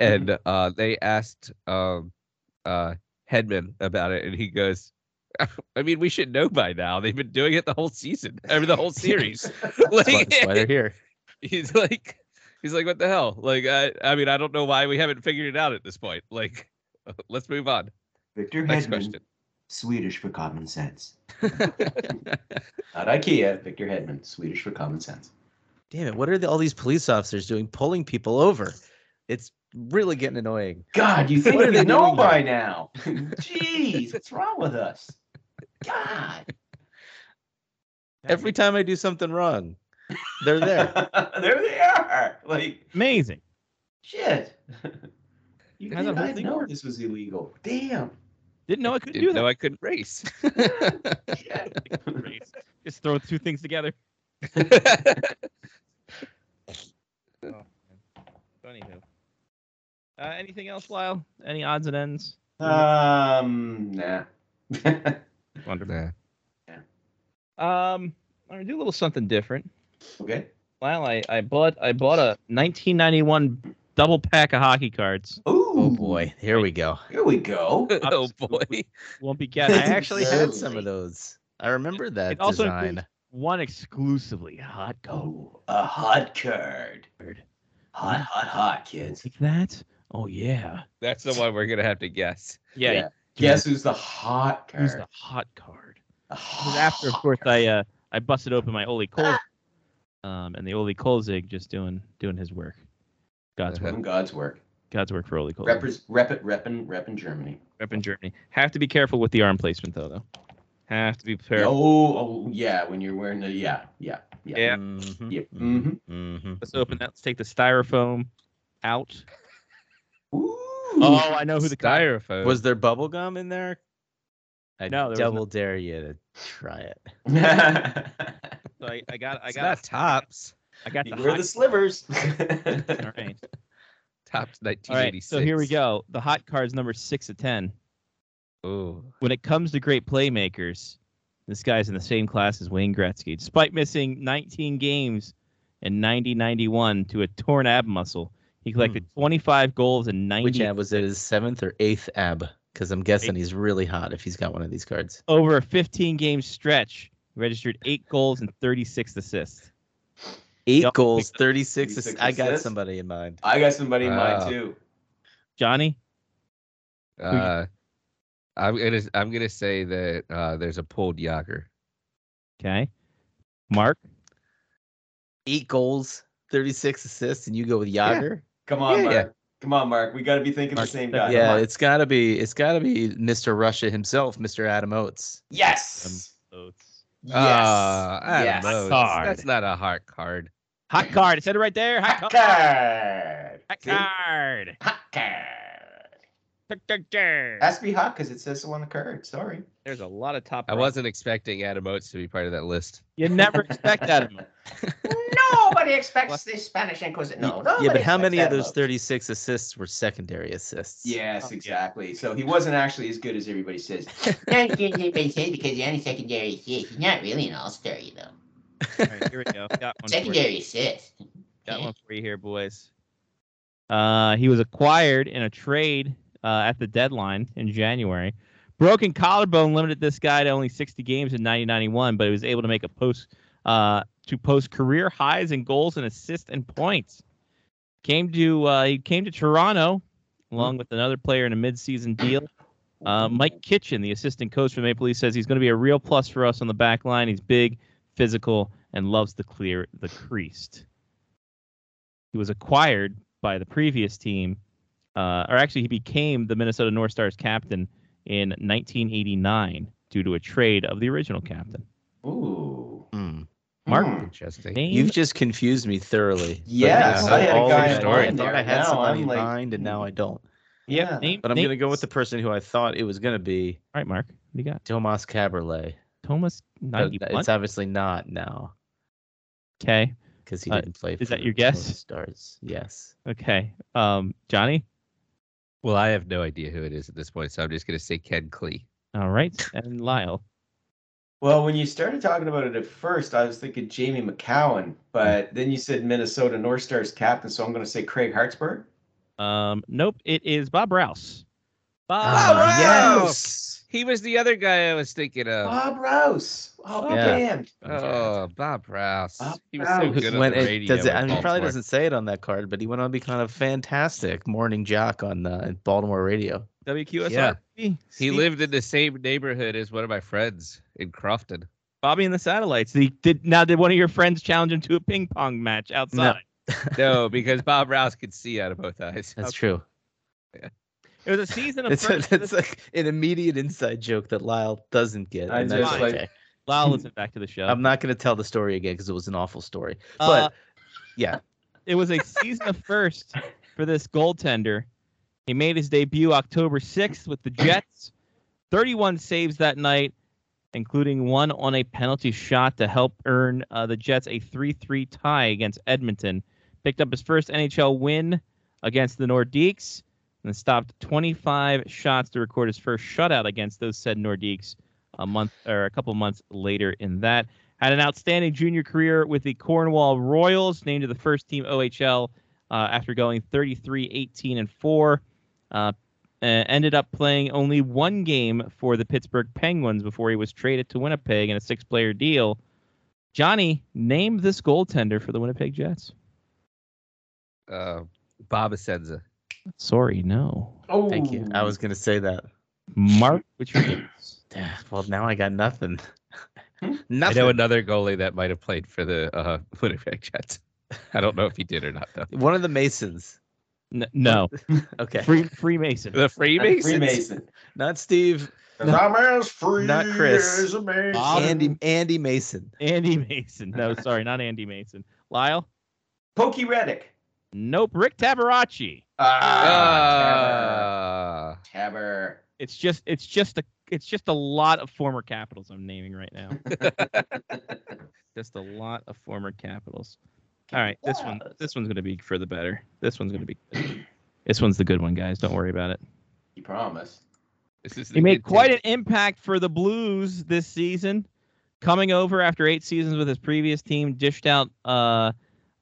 Speaker 4: and
Speaker 3: Mm-hmm.
Speaker 4: uh, they asked um, uh, Headman about it, and he goes. I mean, we should know by now. They've been doing it the whole season, over the whole series.
Speaker 3: That's why, that's why they're here.
Speaker 4: he's like he's like what the hell like i i mean i don't know why we haven't figured it out at this point like let's move on
Speaker 5: Victor
Speaker 4: next
Speaker 5: Hedman,
Speaker 4: question
Speaker 5: Swedish for common sense. Not IKEA. Victor Hedman, Swedish for common sense.
Speaker 3: Damn it. What are the, all these police officers doing pulling people over? It's really getting annoying.
Speaker 5: God, you think
Speaker 3: What are
Speaker 5: we
Speaker 3: they
Speaker 5: know
Speaker 3: doing
Speaker 5: by now? Jeez, what's wrong with us? God,
Speaker 3: Every time I do something wrong, they're there.
Speaker 5: there they are. Like
Speaker 1: Amazing.
Speaker 5: shit. You
Speaker 1: How'd that
Speaker 5: didn't
Speaker 1: whole
Speaker 5: I
Speaker 1: thing
Speaker 5: know
Speaker 1: work?
Speaker 5: this was illegal. Damn.
Speaker 1: Didn't know I couldn't
Speaker 4: didn't
Speaker 1: do
Speaker 4: know
Speaker 1: that.
Speaker 4: i couldn't race
Speaker 5: Yeah.
Speaker 1: Just throw two things together. Anywho. Uh, anything else, Lyle? Any odds and ends? Mm-hmm.
Speaker 5: Um. Nah.
Speaker 1: Wonderful.
Speaker 4: Nah.
Speaker 1: Um, I'm gonna do a little something different.
Speaker 5: okay.
Speaker 1: Lyle, I, I bought I bought a 1991 double pack of hockey cards.
Speaker 5: Ooh.
Speaker 3: Oh boy. Here we go.
Speaker 5: Here we go.
Speaker 4: oh boy
Speaker 1: Won't be
Speaker 3: I
Speaker 1: getting. I
Speaker 3: actually had
Speaker 5: Absolutely.
Speaker 3: some of those. I remember that
Speaker 1: It also
Speaker 3: design.
Speaker 1: includes one exclusively hot gold.
Speaker 5: Oh, a hot card. Hot, hot, hot, kids.
Speaker 1: Like that? Oh yeah.
Speaker 4: that's the one we're gonna have to guess
Speaker 1: Yeah.
Speaker 5: Yeah. Guess who's the hot card?
Speaker 1: Who's the hot card?
Speaker 5: The
Speaker 1: It was after, of
Speaker 5: hot
Speaker 1: course,
Speaker 5: card.
Speaker 1: I uh, I busted open my Oli Kol, um, and the Oli Kolzig just doing doing his work, God's
Speaker 4: Uh-huh.
Speaker 1: work,
Speaker 5: Doing God's work.
Speaker 1: God's work for Oli Kolzig.
Speaker 5: Repres rep it, reppin, reppin Germany.
Speaker 1: Rep in Germany. Have to be careful with the arm placement though, though. Have to be careful.
Speaker 5: Oh, oh, yeah, when you're wearing the, yeah, yeah, yeah.
Speaker 1: Yeah.
Speaker 3: Mhm,
Speaker 5: yeah.
Speaker 3: mhm,
Speaker 1: Mm-hmm.
Speaker 5: mhm.
Speaker 3: mhm.
Speaker 1: Let's open that. Let's take the styrofoam out.
Speaker 5: Mm-hmm. Ooh.
Speaker 1: Oh, I know who the card.
Speaker 4: styrofoam
Speaker 3: Was there bubble gum in there? I
Speaker 1: No, there was
Speaker 3: double dare you to try
Speaker 1: Oh.
Speaker 3: it.
Speaker 1: So I, I got I
Speaker 4: It's
Speaker 1: got
Speaker 4: not tops
Speaker 1: I got
Speaker 5: you
Speaker 1: the
Speaker 5: wear
Speaker 1: hot.
Speaker 5: the slivers.
Speaker 1: All right.
Speaker 4: tops
Speaker 1: All right.
Speaker 4: 1986
Speaker 1: So here we go. The hot cards number six of ten.
Speaker 4: oh
Speaker 1: When it comes to great playmakers, This guy's in the same class as Wayne Gretzky, despite missing 19 games in 90 91 to a torn ab muscle. He collected 25 goals and 90
Speaker 3: Hmm. Which ab was it? His seventh or eighth ab? Because I'm guessing he's really hot if he's got one of these cards.
Speaker 1: over a 15 game stretch. He registered eight goals and 36 assists.
Speaker 3: Eight
Speaker 1: Yup.
Speaker 3: goals, 36.
Speaker 5: 36
Speaker 3: I got
Speaker 5: assists.
Speaker 3: somebody in mind.
Speaker 5: I got somebody in
Speaker 4: Wow.
Speaker 5: mind too.
Speaker 1: Johnny, you-
Speaker 4: Uh, I'm gonna I'm gonna say that uh, there's a pulled Yager.
Speaker 1: okay. Mark,
Speaker 3: Eight goals, 36 assists, and you go with Yager.
Speaker 5: Come on,
Speaker 4: Yeah,
Speaker 5: Mark.
Speaker 4: yeah.
Speaker 5: Come on, Mark. We got to be thinking
Speaker 1: Mark,
Speaker 5: the same
Speaker 1: yeah,
Speaker 3: Yeah,
Speaker 5: guy. Come on.
Speaker 3: it's gotta be it's gotta be Mr. Russia himself, Mr. Adam Oates.
Speaker 5: Yes.
Speaker 1: Um,
Speaker 2: Oats.
Speaker 5: Yes.
Speaker 4: Uh, Adam
Speaker 5: yes.
Speaker 4: Oates.
Speaker 2: Card.
Speaker 4: That's not a hard card.
Speaker 1: hot card. It said it right there. Hot
Speaker 5: Hot
Speaker 1: card.
Speaker 5: card.
Speaker 1: Hot
Speaker 5: See?
Speaker 1: card.
Speaker 5: Hot card.
Speaker 1: Tick, tick, tick.
Speaker 5: Has to be hot because it says so on the card. Sorry.
Speaker 1: There's a lot of top.
Speaker 4: I wasn't expecting Adam Oates to be part of that list.
Speaker 1: You never expect that. of him.
Speaker 6: Nobody expects this Spanish Inquisition.
Speaker 3: Y- yeah, but how many of those 36 assists were secondary assists?
Speaker 1: Oh,
Speaker 5: Yes,
Speaker 1: yeah.
Speaker 5: exactly. So he wasn't actually as good as everybody says.
Speaker 6: Not good that they say because the only secondary assist. He's not really an all-star, you know.
Speaker 1: All right, here we go. Got one. For you.
Speaker 6: Secondary assist.
Speaker 1: Got one for you here, boys. Uh, he was acquired in a trade uh, at the deadline in January. Broken collarbone limited this guy to only 60 games in 1991, but he was able to make a post uh, to post career highs in goals and assists and points. Came to uh, he came to Toronto along with another player in a midseason deal. Uh, Mike Kitchen, the assistant coach for Maple Leafs, says he's going to be a real plus for us on the back line. He's big, physical, and loves to clear the creased. He was acquired by the previous team, uh, or actually, he became the Minnesota North Stars captain in 1989 due to a trade of the original captain.
Speaker 5: Ooh.
Speaker 3: Hmm.
Speaker 1: Mark?
Speaker 5: Hmm.
Speaker 4: Interesting.
Speaker 1: Name-
Speaker 3: You've just confused me thoroughly. Like,
Speaker 5: Yes,
Speaker 3: you
Speaker 5: I
Speaker 3: know,
Speaker 5: had a
Speaker 3: all
Speaker 5: guy
Speaker 3: the
Speaker 5: in
Speaker 3: story.
Speaker 5: mind
Speaker 3: I thought
Speaker 5: there.
Speaker 3: I had
Speaker 5: Now
Speaker 3: somebody
Speaker 5: I'm
Speaker 3: in
Speaker 5: like,
Speaker 3: mind, and now I don't.
Speaker 5: Yeah.
Speaker 1: Name-
Speaker 3: But I'm
Speaker 1: name-
Speaker 3: gonna go with the person who I thought it was gonna be,
Speaker 1: All right, Mark. What do you got?
Speaker 3: Tomas Caberlet.
Speaker 1: Thomas
Speaker 3: But
Speaker 1: 91.
Speaker 3: Uh, it's obviously not now
Speaker 1: Okay.
Speaker 3: because he
Speaker 1: Uh,
Speaker 3: didn't play.
Speaker 1: is that
Speaker 3: for
Speaker 1: your
Speaker 3: the North
Speaker 1: guess?
Speaker 3: Stars. Yes.
Speaker 1: Okay. Um, Johnny?
Speaker 4: Well, I have no idea who it is at this point, so I'm just gonna say Ken Klee.
Speaker 1: All right. And Lyle.
Speaker 5: Well, when you started talking about it at first, I was thinking Jamie McCowan, but then you said Minnesota North Stars captain, so I'm going to say Craig Hartsburg.
Speaker 1: Um, nope. It is Bob Rouse.
Speaker 3: Bob
Speaker 1: Bob.
Speaker 3: Rouse!
Speaker 5: Rouse.
Speaker 4: He was the other guy I was thinking of.
Speaker 5: Bob Rouse. Oh,
Speaker 3: Yeah.
Speaker 5: damn.
Speaker 4: Oh, Bob Rouse.
Speaker 5: Bob
Speaker 4: he was so
Speaker 5: Rouse.
Speaker 4: good on
Speaker 3: When
Speaker 4: the
Speaker 3: it,
Speaker 4: radio.
Speaker 3: does it,
Speaker 4: in
Speaker 3: I mean, he probably
Speaker 4: Baltimore.
Speaker 3: doesn't say it on that card, but he went on to be kind of fantastic morning jock on uh, Baltimore radio.
Speaker 1: WQSR. He
Speaker 4: He lived in the same neighborhood as one of my friends in Crofton.
Speaker 1: Bobby and the Satellites. He did now. Did one of your friends challenge him to a ping pong match outside?
Speaker 4: No, because Bob Rouse could see out of both eyes.
Speaker 3: That's true.
Speaker 1: It was a season of
Speaker 3: It's,
Speaker 1: firsts.
Speaker 3: it's like an immediate inside joke that Lyle doesn't get.
Speaker 5: I
Speaker 3: and that's
Speaker 1: just, like-
Speaker 3: okay.
Speaker 1: Lyle, listen back to the show.
Speaker 3: I'm not going to tell the story again because it was an awful story.
Speaker 1: Uh,
Speaker 3: Um, But yeah,
Speaker 1: it was a season of firsts for this goaltender. He made his debut October 6th with the Jets. 31 saves that night, including one on a penalty shot to help earn uh, the Jets a 3 3 tie against Edmonton. Picked up his first NHL win against the Nordiques and stopped 25 shots to record his first shutout against those said Nordiques a month or a couple months later in that. Had an outstanding junior career with the Cornwall Royals, named to the first team OHL uh, after going 33, 18, and 4. Uh, uh, ended up playing only one game for the Pittsburgh Penguins before he was traded to Winnipeg in a six player deal. Johnny, name this goaltender for the Winnipeg Jets.
Speaker 4: Uh, Bob Asenza.
Speaker 1: Sorry, no.
Speaker 5: Oh,
Speaker 3: thank you. I was going to say that.
Speaker 1: Mark, what's your guess?
Speaker 3: Yeah, Well, now I got nothing.
Speaker 4: I
Speaker 5: Hmm?
Speaker 3: nothing.
Speaker 4: know another goalie that might have played for the uh, Winnipeg Jets. I don't know if he did or not, though.
Speaker 3: One of the Masons.
Speaker 1: N- no.
Speaker 3: Okay.
Speaker 1: Free, Freemason.
Speaker 4: The Freemasons.
Speaker 5: Freemason.
Speaker 3: Not Steve.
Speaker 5: I'm as free
Speaker 3: Not Chris.
Speaker 5: as a mason.
Speaker 3: Andy Andy Mason.
Speaker 1: Andy Mason. No, sorry, not Andy Mason. Lyle?
Speaker 5: Pokey Reddick.
Speaker 1: Nope. Rick Tabaracci.
Speaker 5: Ah,
Speaker 4: Ah,
Speaker 5: Tabber.
Speaker 1: It's just it's just a it's just a lot of former capitals I'm naming right now. just a lot of former capitals. All right, this one this one's gonna be for the better. This one's gonna be good. This one's the good one, guys. Don't worry about it.
Speaker 5: You promise.
Speaker 4: this is
Speaker 1: He made quite an impact for the Blues this season. Coming over after eight seasons with his previous team, dished out, uh,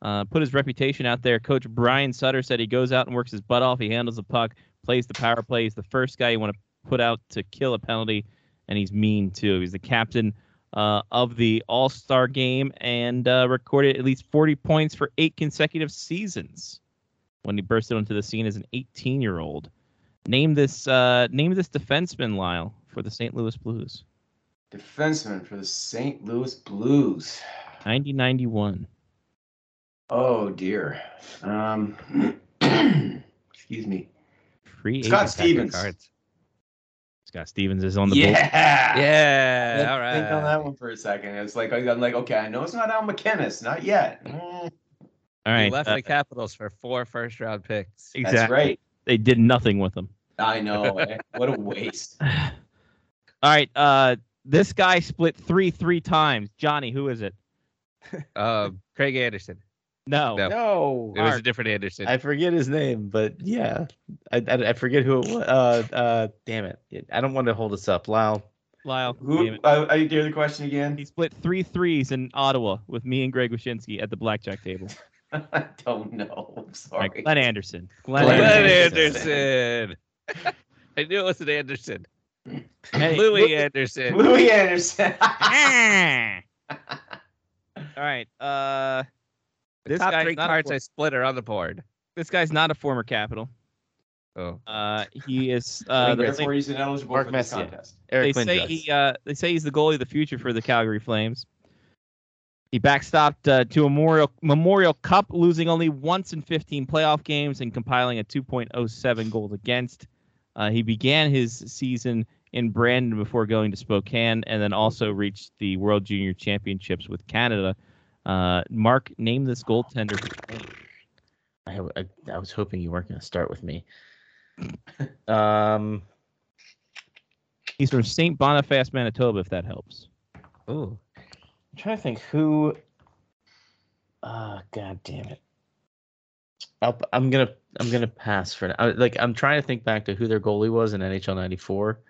Speaker 1: uh, put his reputation out there. Coach Brian Sutter said he goes out and works his butt off. He handles the puck, plays the power play. He's the first guy you want to put out to kill a penalty, and he's mean too. He's the captain uh, of the All Star game and uh, recorded at least 40 points for eight consecutive seasons when he bursted onto the scene as an 18 year old. Name this uh, name this defenseman, Lyle, for the St. Louis Blues.
Speaker 5: Defenseman for the St. Louis Blues.
Speaker 1: 1991.
Speaker 5: Oh dear. Um, excuse me.
Speaker 1: Free
Speaker 5: Scott
Speaker 1: agent.
Speaker 5: Stevens.
Speaker 4: Cards.
Speaker 1: Scott Stevens is on the Bulls.
Speaker 5: yeah.
Speaker 4: Yeah.
Speaker 5: Let's
Speaker 4: all right.
Speaker 5: Think on that one for a second. It's like I'm like, okay, I know it's not Al McKinnis, not yet. Mm,
Speaker 1: All
Speaker 4: He
Speaker 1: right.
Speaker 4: left
Speaker 1: uh,
Speaker 4: the Capitals for four first round picks.
Speaker 1: exactly.
Speaker 5: that's right.
Speaker 1: They did nothing with him.
Speaker 5: I know. eh? what a waste.
Speaker 1: All right. Uh, this guy split three three times. Johnny, who is it?
Speaker 4: Um, Craig Anderson.
Speaker 1: No.
Speaker 4: No.
Speaker 3: No,
Speaker 4: It was a different Anderson.
Speaker 3: I forget his name, but yeah, I, I, I forget who it was. Uh, uh, damn it, I don't want to hold us up, Lyle.
Speaker 1: Lyle. name
Speaker 5: Who?
Speaker 1: it.
Speaker 5: Uh, I hear the question
Speaker 1: He
Speaker 5: again.
Speaker 1: split three threes in Ottawa with me and Greg Wyshynski at the blackjack table.
Speaker 5: I don't know. I'm
Speaker 1: All right,
Speaker 5: sorry.
Speaker 1: Glenn Anderson. Glenn
Speaker 3: Glenn
Speaker 1: Anderson.
Speaker 4: Glenn
Speaker 3: Anderson.
Speaker 4: Anderson. I knew it was an Anderson.
Speaker 1: Hey,
Speaker 4: Louis Anderson.
Speaker 5: Louis Anderson.
Speaker 4: Uh,
Speaker 1: ah! All right. Uh,
Speaker 4: The
Speaker 1: this
Speaker 4: top
Speaker 1: guy's
Speaker 4: three
Speaker 1: not a
Speaker 4: cards
Speaker 1: four-
Speaker 4: I split are on the board.
Speaker 1: this guy's not a former Capital.
Speaker 4: Oh,
Speaker 1: Uh, he is. Uh, they say,
Speaker 5: Therefore, he's ineligible
Speaker 3: Mark
Speaker 5: for this
Speaker 3: Messier.
Speaker 5: contest.
Speaker 1: they
Speaker 3: Eric
Speaker 1: say
Speaker 3: Lindros.
Speaker 1: he. Uh, they say he's the goalie of the future for the Calgary Flames. He backstopped uh, to a Memorial Memorial Cup, losing only once in 15 playoff games and compiling a 2.07 goals against. Uh, he began his season in Brandon before going to Spokane, and then also reached the World Junior Championships with Canada. Uh, Mark, name this goaltender. for the Flames.
Speaker 3: I, ho- I, I was hoping you weren't going to start with me. Um,
Speaker 1: He's from St. Boniface, Manitoba, if that helps.
Speaker 4: oh,
Speaker 3: I'm trying to think who. Ah, god damn it. I'll, I'm gonna I'm gonna pass for now. I- Like I'm trying to think back to who their goalie was in NHL '94,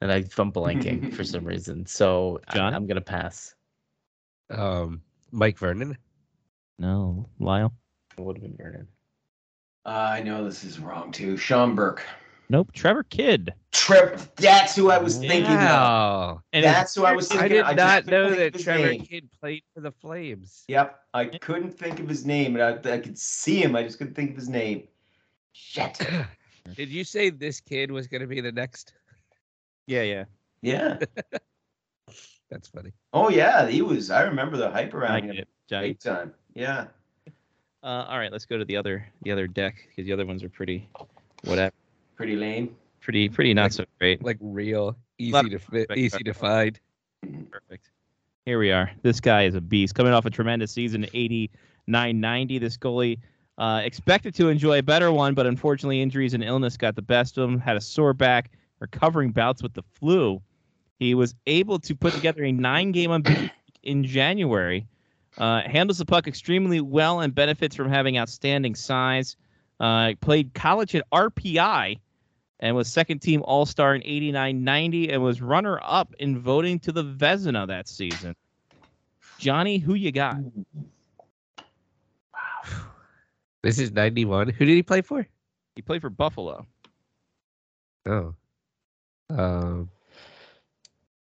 Speaker 3: and I, I'm blanking for some reason. So
Speaker 1: John?
Speaker 3: I, I'm gonna pass.
Speaker 4: um, Mike Vernon.
Speaker 1: No, Lyle.
Speaker 3: It would have been Vernon.
Speaker 5: Uh, I know this is wrong too. Sean Burke.
Speaker 1: Nope, Trevor Kidd.
Speaker 5: Trip. That's who I was thinking of.
Speaker 4: Wow.
Speaker 1: And it's-
Speaker 5: That's who I was thinking.
Speaker 4: I did
Speaker 5: just
Speaker 4: not
Speaker 5: couldn't
Speaker 4: know
Speaker 5: think of
Speaker 4: that
Speaker 5: his
Speaker 4: Trevor
Speaker 5: name.
Speaker 4: Kidd played for the Flames.
Speaker 5: Yep, I couldn't think of his name, and I, I could see him. I just couldn't think of his name. Shit.
Speaker 4: Did you say this kid was going to be the next?
Speaker 1: yeah, yeah.
Speaker 5: Yeah.
Speaker 4: That's funny.
Speaker 5: Oh yeah, he was. I remember the hype around
Speaker 1: I
Speaker 5: him.
Speaker 1: get it, Johnny.
Speaker 5: Big time. Yeah.
Speaker 1: Uh, all right, let's go to the other the other deck because the other ones are pretty, whatever,
Speaker 5: Pretty lame.
Speaker 1: pretty pretty not so great.
Speaker 4: Like real,
Speaker 1: Lot
Speaker 4: easy
Speaker 1: of
Speaker 4: to fit,
Speaker 1: respect
Speaker 4: easy
Speaker 1: for-
Speaker 4: to find.
Speaker 1: Perfect. Here we are. This guy is a beast. Coming off a tremendous season, 89 90. This goalie uh, expected to enjoy a better one, but unfortunately, injuries and illness got the best of him. Had a sore back, recovering bouts with the flu. He was able to put together a nine game unbeaten streak in January. Uh, handles the puck extremely well and benefits from having outstanding size. Uh, played college at RPI and was second team All Star in 89 90 and was runner up in voting to the Vezina that season. Johnny, who you got?
Speaker 4: This is 91. Who did he play for?
Speaker 1: He played for Buffalo.
Speaker 4: Oh. Um,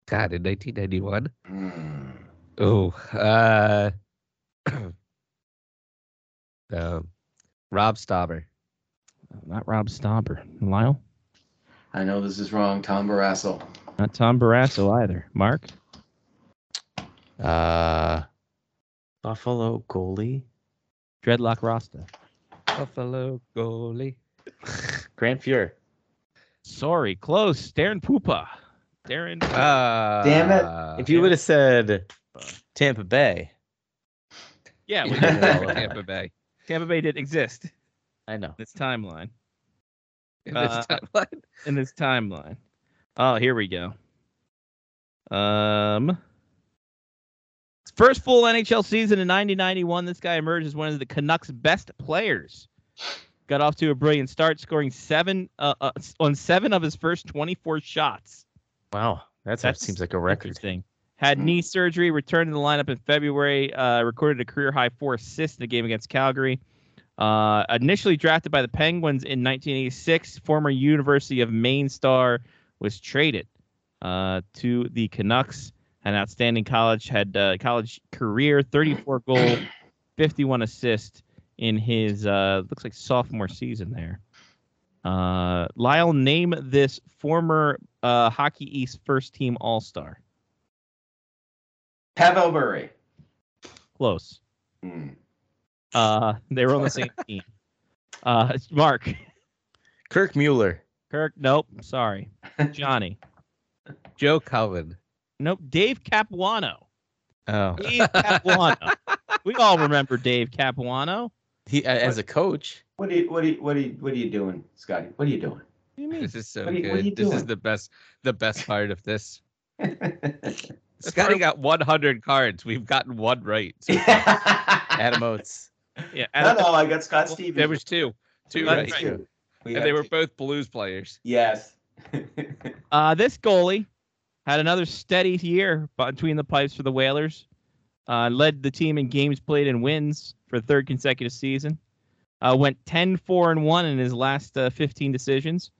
Speaker 4: God, in 1991?
Speaker 5: Hmm.
Speaker 4: Oh. Uh, um, Rob Stauber.
Speaker 1: Not Rob Stomper. Lyle?
Speaker 5: I know this is wrong. Tom Barrasso.
Speaker 1: Not Tom Barrasso either. Mark?
Speaker 3: Uh, Buffalo goalie
Speaker 1: Dreadlock Rasta.
Speaker 4: Buffalo goalie.
Speaker 3: Grant Fuhr.
Speaker 1: Sorry, close. Darren Poopa. Darren.
Speaker 4: Uh,
Speaker 5: Damn it.
Speaker 3: if you would have said Tampa Bay,
Speaker 1: yeah, we-
Speaker 4: Tampa Bay.
Speaker 1: Tampa Bay did exist in
Speaker 3: I know.
Speaker 1: this timeline.
Speaker 4: In this
Speaker 1: Uh,
Speaker 4: timeline.
Speaker 1: In this timeline. Oh, here we go. Um. First full NHL season in 1991, this guy emerged as one of the Canucks' best players. Got off to a brilliant start, scoring seven uh, uh, s- on seven of his first 24 shots.
Speaker 3: Wow, that's,
Speaker 1: That's
Speaker 3: that seems like a record.
Speaker 1: Interesting. Had knee surgery, returned to the lineup in February, uh, recorded a career high four assists in the game against Calgary. Uh, initially drafted by the Penguins in 1986, former University of Maine star was traded uh, to the Canucks. An outstanding college had uh, college career, 34 goal, 51 assist in his uh, looks like sophomore season there. Uh, Lyle, name this former uh, Hockey East first team All Star.
Speaker 5: Pavel Bury.
Speaker 1: Close.
Speaker 5: Hmm.
Speaker 1: Uh, they were on the same team. Uh, Mark,
Speaker 3: Kirk Mueller.
Speaker 1: Kirk, nope, sorry. Johnny,
Speaker 4: Joe Cullen.
Speaker 1: nope. Dave Capuano.
Speaker 3: Oh,
Speaker 1: Dave Capuano. we all remember Dave Capuano.
Speaker 3: he as a coach.
Speaker 5: What are you, what are you, what are you, what are you doing, Scotty? What are you doing?
Speaker 1: What do you mean?
Speaker 4: This is so
Speaker 5: What are you- what are you
Speaker 4: good. This is
Speaker 5: doing?
Speaker 4: the best. The best part of this. Scotty got 100 cards. We've gotten one right. So
Speaker 5: no,
Speaker 3: Adam Oates.
Speaker 1: Yeah, Adam,
Speaker 5: no, I got Scott Stevens.
Speaker 4: there was two, two
Speaker 1: That's
Speaker 4: right,
Speaker 1: right.
Speaker 5: Two. We
Speaker 4: and
Speaker 5: have
Speaker 4: they were
Speaker 5: two.
Speaker 4: both Blues players.
Speaker 5: Yes.
Speaker 1: Uh, this goalie had another steady year between the pipes for the Whalers. Uh, led the team in games played and wins for the third consecutive season. Uh, went 10 4 and 1 in his last uh, 15 decisions.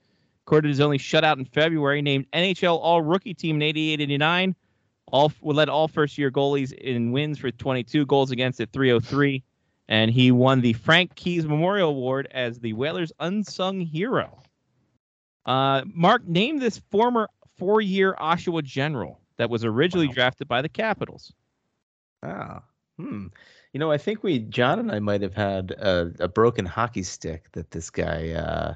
Speaker 1: Recorded his only shutout in February. Named NHL All Rookie Team in 88 89. All, led all first year goalies in wins for 22 goals against at 303. And he won the Frank Keys Memorial Award as the Whalers' unsung hero. Uh, Mark, name this former four-year Oshawa general that was originally drafted by the Capitals.
Speaker 3: Oh, hmm. You know, I think we John and I might have had a, a broken hockey stick that this guy uh,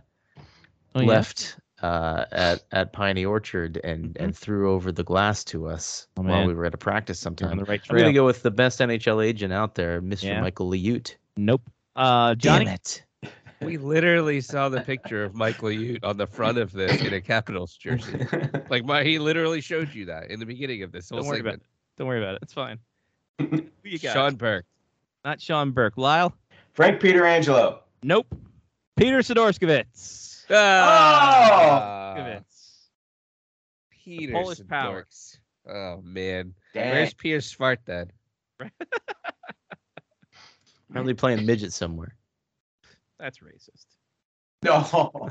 Speaker 1: Oh,
Speaker 3: left uh, at at Piney Orchard and and threw over the glass to us
Speaker 1: Oh,
Speaker 3: while
Speaker 1: man.
Speaker 3: we were at a practice sometime.
Speaker 1: on the right
Speaker 3: I'm gonna
Speaker 1: trail.
Speaker 3: go with the best NHL agent out there, Mr.
Speaker 1: Yeah.
Speaker 3: Michael Liute.
Speaker 1: Nope. Uh, Johnny.
Speaker 3: Damn it.
Speaker 4: We literally saw the picture of Michael Ute on the front of this in a Capitals jersey. Like my, he literally showed you that in the beginning of this whole
Speaker 1: Don't worry about
Speaker 4: segment.
Speaker 1: it. Don't worry about it. It's fine. Who you got?
Speaker 4: Sean Burke.
Speaker 1: Not Sean Burke. Lyle.
Speaker 5: Frank Peter Angelo.
Speaker 1: Nope. Peter Sidorskivitz.
Speaker 3: Oh!
Speaker 4: Ah,
Speaker 1: Sidorskivitz.
Speaker 4: Peter
Speaker 1: Polish power.
Speaker 4: Sidorks. Oh man,
Speaker 5: Dang.
Speaker 3: Eh.
Speaker 4: where's Pierre Smart then?
Speaker 3: Probably playing midget somewhere.
Speaker 1: That's racist.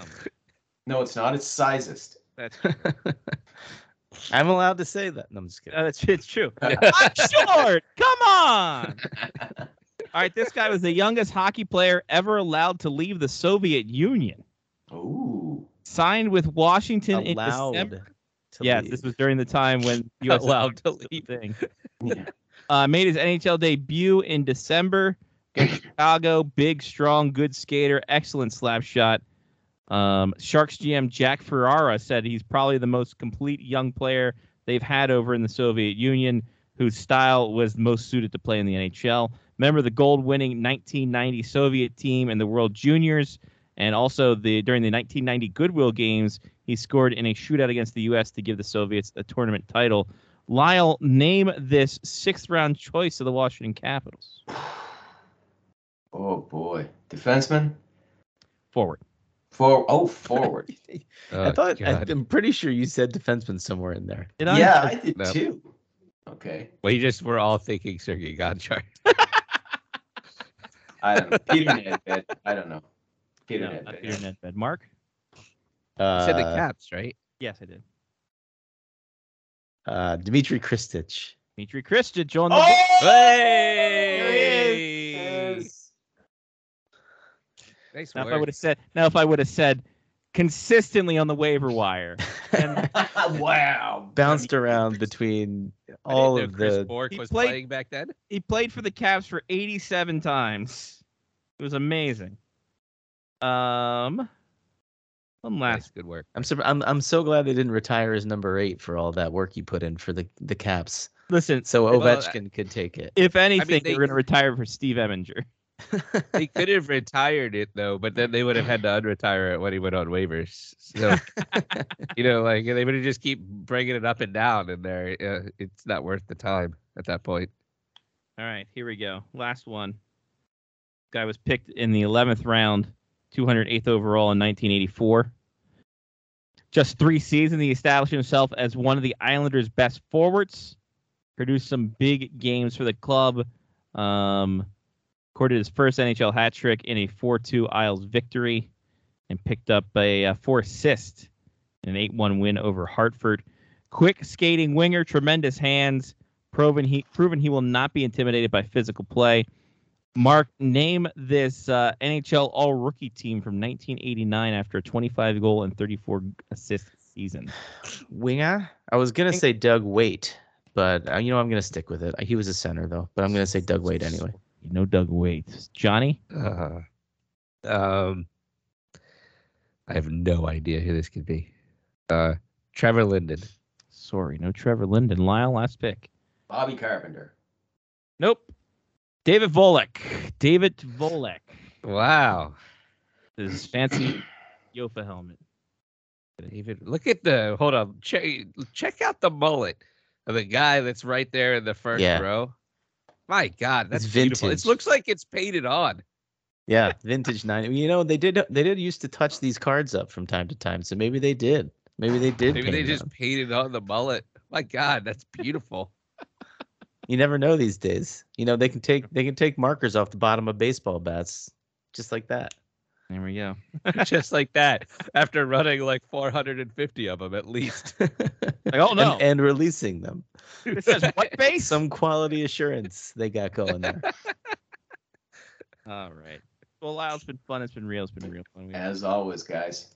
Speaker 5: No. no, it's not. It's sizest.
Speaker 1: That's
Speaker 3: I'm allowed to say that. No, I'm just kidding.
Speaker 1: Uh, that's it's true. I'm short. Come on. All right, this guy was the youngest hockey player ever allowed to leave the Soviet Union.
Speaker 5: Ooh.
Speaker 1: Signed with Washington in
Speaker 3: allowed.
Speaker 1: December.
Speaker 3: To
Speaker 1: Yes,
Speaker 3: leave.
Speaker 1: this was during the time when USSR
Speaker 4: Allowed to
Speaker 1: was still a
Speaker 4: leave.
Speaker 1: Thing.
Speaker 5: Yeah.
Speaker 1: Uh, made his NHL debut in December against Chicago. Big, strong, good skater, excellent slap shot. Um, Sharks GM Jack Ferrara said he's probably the most complete young player they've had over in the Soviet Union, whose style was most suited to play in the NHL. Remember the gold-winning 1990 Soviet team and the World Juniors, and also the during the 1990 Goodwill Games, he scored in a shootout against the U.S. to give the Soviets a tournament title. Lyle, name this sixth-round choice of the Washington Capitals
Speaker 5: Oh boy. Defenseman?
Speaker 1: forward.
Speaker 5: For oh forward.
Speaker 3: I
Speaker 4: Oh,
Speaker 3: thought I,
Speaker 4: God.
Speaker 3: I'm pretty sure you said defenseman somewhere in there.
Speaker 1: Did I?
Speaker 5: yeah, I did
Speaker 4: No.
Speaker 5: too. Okay.
Speaker 4: we just were all thinking Sergei Gonchar.
Speaker 5: I don't know. Peter Nedved. I don't know. Peter
Speaker 1: No, not
Speaker 5: Nedved.
Speaker 1: Peter Nedved. Mark.
Speaker 4: You
Speaker 3: Uh,
Speaker 4: said the Caps, right?
Speaker 1: Yes, I did.
Speaker 3: uh, Dmitry Kristich.
Speaker 1: Dmitry Kristich on the.
Speaker 5: Oh!
Speaker 4: Hey!
Speaker 5: Yes.
Speaker 4: Nice
Speaker 1: Now if
Speaker 4: work.
Speaker 1: I would have said, now if I would have said, consistently on the waiver wire, and
Speaker 5: wow.
Speaker 3: Bounced around between
Speaker 4: I didn't
Speaker 3: all
Speaker 4: know
Speaker 3: of
Speaker 4: Chris
Speaker 3: the.
Speaker 4: Bork
Speaker 1: He
Speaker 4: was
Speaker 1: played-
Speaker 4: playing back then.
Speaker 1: he played for the Caps for 87 times. It was amazing. Um, one
Speaker 4: Nice,
Speaker 1: last.
Speaker 4: good work.
Speaker 3: I'm, sur- I'm I'm so glad they didn't retire as number eight for all that work he put in for the the Caps,
Speaker 1: Listen,
Speaker 3: so
Speaker 4: Well, that-
Speaker 3: Ovechkin could take it.
Speaker 1: if anything,
Speaker 4: they-
Speaker 1: they were going to retire for Steve Eminger.
Speaker 4: They could have retired it though, but then they would have had to unretire it when he went on waivers. So, you know, like they would have just keep bringing it up and down, and there, uh, it's not worth the time at that point.
Speaker 1: All right, here we go. Last one. Guy was picked in the 11th round, 208th overall in 1984. Just three seasons, he established himself as one of the Islanders' best forwards. Produced some big games for the club. Um, recorded his first NHL hat trick in a 4-2 Isles victory, and picked up a, uh four assist in an 8-1 win over Hartford. Quick skating winger, tremendous hands. Proven he proven he will not be intimidated by physical play. Mark, name this uh, NHL All Rookie team from 1989 after a 25 goal and 34 assist season.
Speaker 3: Winger? I was gonna say Doug Waite, but uh, you know I'm gonna stick with it. He was a center though, but I'm gonna say Doug Waite anyway.
Speaker 1: You know Doug Waite, Johnny.
Speaker 4: Uh, um, I have no idea who this could be. Uh, Trevor Linden.
Speaker 1: Sorry, no Trevor Linden. Lyle, last pick.
Speaker 5: Bobby Carpenter.
Speaker 1: Nope. David Volek. David Volek.
Speaker 4: Wow.
Speaker 1: This is fancy Yofa helmet.
Speaker 4: David, look at the hold on. Check check out the mullet of the guy that's right there in the first
Speaker 3: Yeah.
Speaker 4: row. My God, that's
Speaker 3: It's
Speaker 4: beautiful.
Speaker 3: vintage.
Speaker 4: It looks like it's painted on.
Speaker 3: Yeah, vintage ninety. You know they did they did used to touch these cards up from time to time, so maybe they did. Maybe they did.
Speaker 4: Maybe they
Speaker 3: paint it
Speaker 4: just
Speaker 3: on.
Speaker 4: painted on the mullet. My God, that's beautiful.
Speaker 3: You never know these days. You know they can take they can take markers off the bottom of baseball bats just like that.
Speaker 1: There we go.
Speaker 4: just like that. After running like 450 of them at least.
Speaker 1: Like, oh no,
Speaker 3: and, and releasing them.
Speaker 1: it says white face.
Speaker 3: Some quality assurance they got going there.
Speaker 1: All right. Well, Lyle, it's been fun. It's been real. It's been real fun. We-
Speaker 5: As always, guys.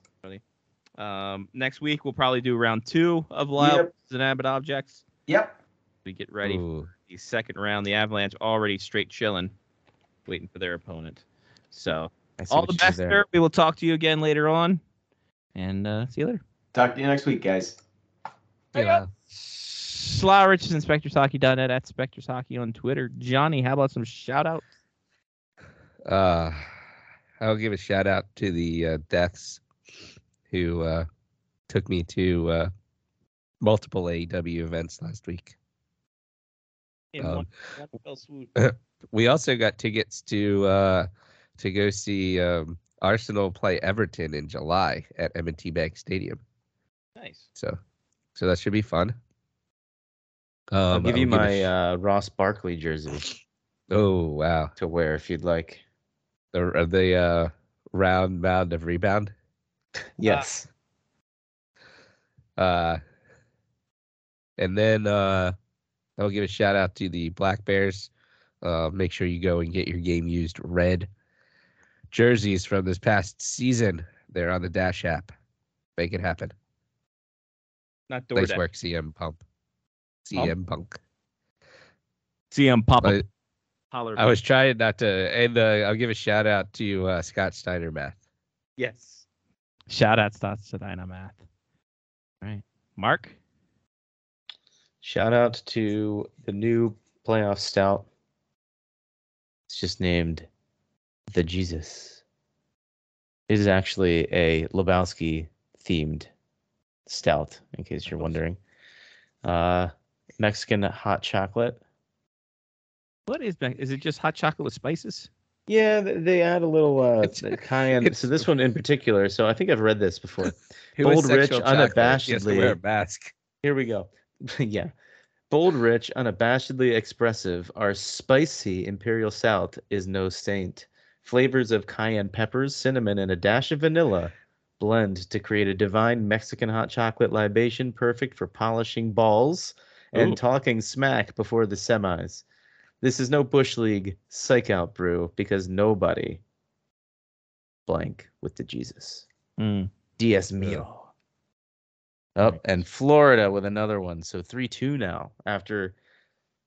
Speaker 1: Um, next week we'll probably do round two of Lyle
Speaker 5: Yep.
Speaker 1: and Abbott objects.
Speaker 5: Yep.
Speaker 1: We get ready
Speaker 4: Ooh.
Speaker 1: the second round. The Avalanche already straight chilling, waiting for their opponent. So
Speaker 3: I see
Speaker 1: all
Speaker 3: what
Speaker 1: the
Speaker 3: you did
Speaker 1: best,
Speaker 3: there.
Speaker 1: sir. We will talk to you again later on, and uh, see you later.
Speaker 5: Talk to you next week, guys.
Speaker 4: Yeah.
Speaker 1: Slow Richardson, SpectresHockey.net at Spectres Hockey on Twitter. Johnny, how about some shout out?
Speaker 4: Uh, I'll give a shout out to the uh, deaths who uh, took me to uh, multiple AEW events last week.
Speaker 1: in
Speaker 4: Um,
Speaker 1: one, one fell swoop?
Speaker 4: We also got tickets to uh, to go see um, Arsenal play Everton in July at M&T Bank Stadium.
Speaker 1: Nice.
Speaker 4: So, so that should be fun. Um,
Speaker 3: I'll give
Speaker 4: I'll
Speaker 3: you
Speaker 4: a
Speaker 3: my
Speaker 4: sh-
Speaker 3: uh, Ross Barkley jersey
Speaker 4: oh wow
Speaker 3: to wear if you'd like.
Speaker 4: the the uh, round mound of rebound.
Speaker 3: Yes.
Speaker 4: Uh, and then uh, I'll give a shout out to the Black Bears. Uh, make sure you go and get your game used red jerseys from this past season. They're on the Dash app. Make it happen.
Speaker 1: Not
Speaker 4: Nice
Speaker 1: DoorDash.
Speaker 4: work, CM Pump. CM Punk.
Speaker 1: CM Pop
Speaker 4: I,
Speaker 1: up. Holler.
Speaker 4: I was trying not to. And uh, I'll give a shout out to uh, Scott Steiner Math.
Speaker 1: Yes. Shout out Stats to Dynamath. All right. Mark?
Speaker 3: Shout out to the new playoff stout. It's just named the Jesus. It is actually a Lebowski themed stout, in case you're wondering. Uh, Mexican hot chocolate.
Speaker 1: What is that? Is it just hot chocolate with spices?
Speaker 3: Yeah, th- they add a little uh,
Speaker 4: It's-
Speaker 3: cayenne.
Speaker 4: it's-
Speaker 3: So this one in particular. So I think I've read this before.
Speaker 4: Who is
Speaker 3: Bold, rich,
Speaker 4: sexual chocolate? He has to wear a
Speaker 3: unabashedly-
Speaker 4: mask.
Speaker 3: Here we go. yeah. Bold, rich, unabashedly expressive, our spicy Imperial South is no saint. Flavors of cayenne peppers, cinnamon, and a dash of vanilla blend to create a divine Mexican hot chocolate libation perfect for polishing balls
Speaker 1: Ooh.
Speaker 3: and talking smack before the semis. This is no Bush League psych out brew because nobody blank with the Jesus.
Speaker 1: Hmm.
Speaker 3: Dios mío. Up and Florida with another one. So three two now after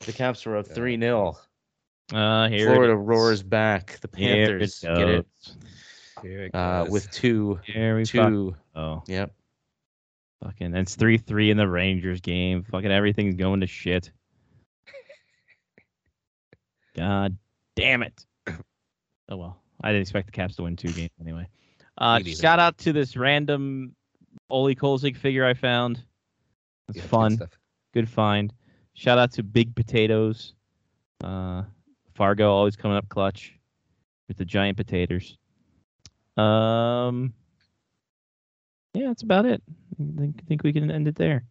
Speaker 3: the Caps were up
Speaker 4: Yeah.
Speaker 3: three 0
Speaker 1: Uh, here.
Speaker 3: Florida
Speaker 1: it is.
Speaker 3: roars back. The
Speaker 1: Here
Speaker 3: Panthers
Speaker 1: it
Speaker 3: get it
Speaker 1: goes.
Speaker 4: Here it
Speaker 3: uh,
Speaker 4: goes.
Speaker 3: with two
Speaker 1: Here we fuck-
Speaker 3: two.
Speaker 1: Oh,
Speaker 3: Yep.
Speaker 1: fucking. It's 3 3 in the Rangers game. Fucking everything's going to shit. God damn it. Oh, well. I didn't expect the Caps to win two games anyway. Uh,
Speaker 4: Me neither.
Speaker 1: shout out to this random Ole Kolzig figure I found. It's
Speaker 4: Yeah, good
Speaker 1: fun.
Speaker 4: stuff.
Speaker 1: good find. Shout out to Big Potatoes. Uh, Fargo always coming up clutch with the giant potatoes. Um, yeah, that's about it. I think, think we can end it there.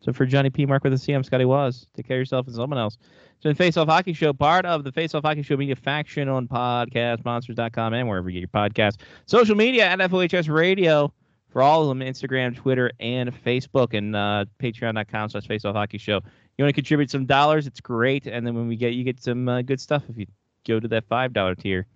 Speaker 1: So for Johnny P. Mark with a C, I'm Scotty Was. Take care of yourself and someone else. It's been Face Off Hockey Show, part of the Face Off Hockey Show media faction on podcastmonsters.com and wherever you get your podcast. Social media at FOHS Radio for all of them, Instagram, Twitter, and Facebook, and uh, patreon.com slash Face Off Hockey Show. You want to contribute some dollars? It's great. And then when we get, you get some uh, good stuff if you go to that $5 tier.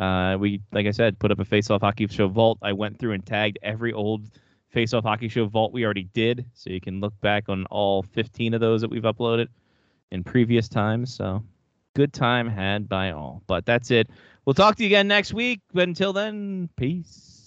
Speaker 1: Uh, we, like I said, put up a Face Off Hockey Show vault. I went through and tagged every old Face Off Hockey Show vault we already did, so you can look back on all 15 of those that we've uploaded in previous times. So, good time had by all. But that's it. We'll talk to you again next week. But until then, peace.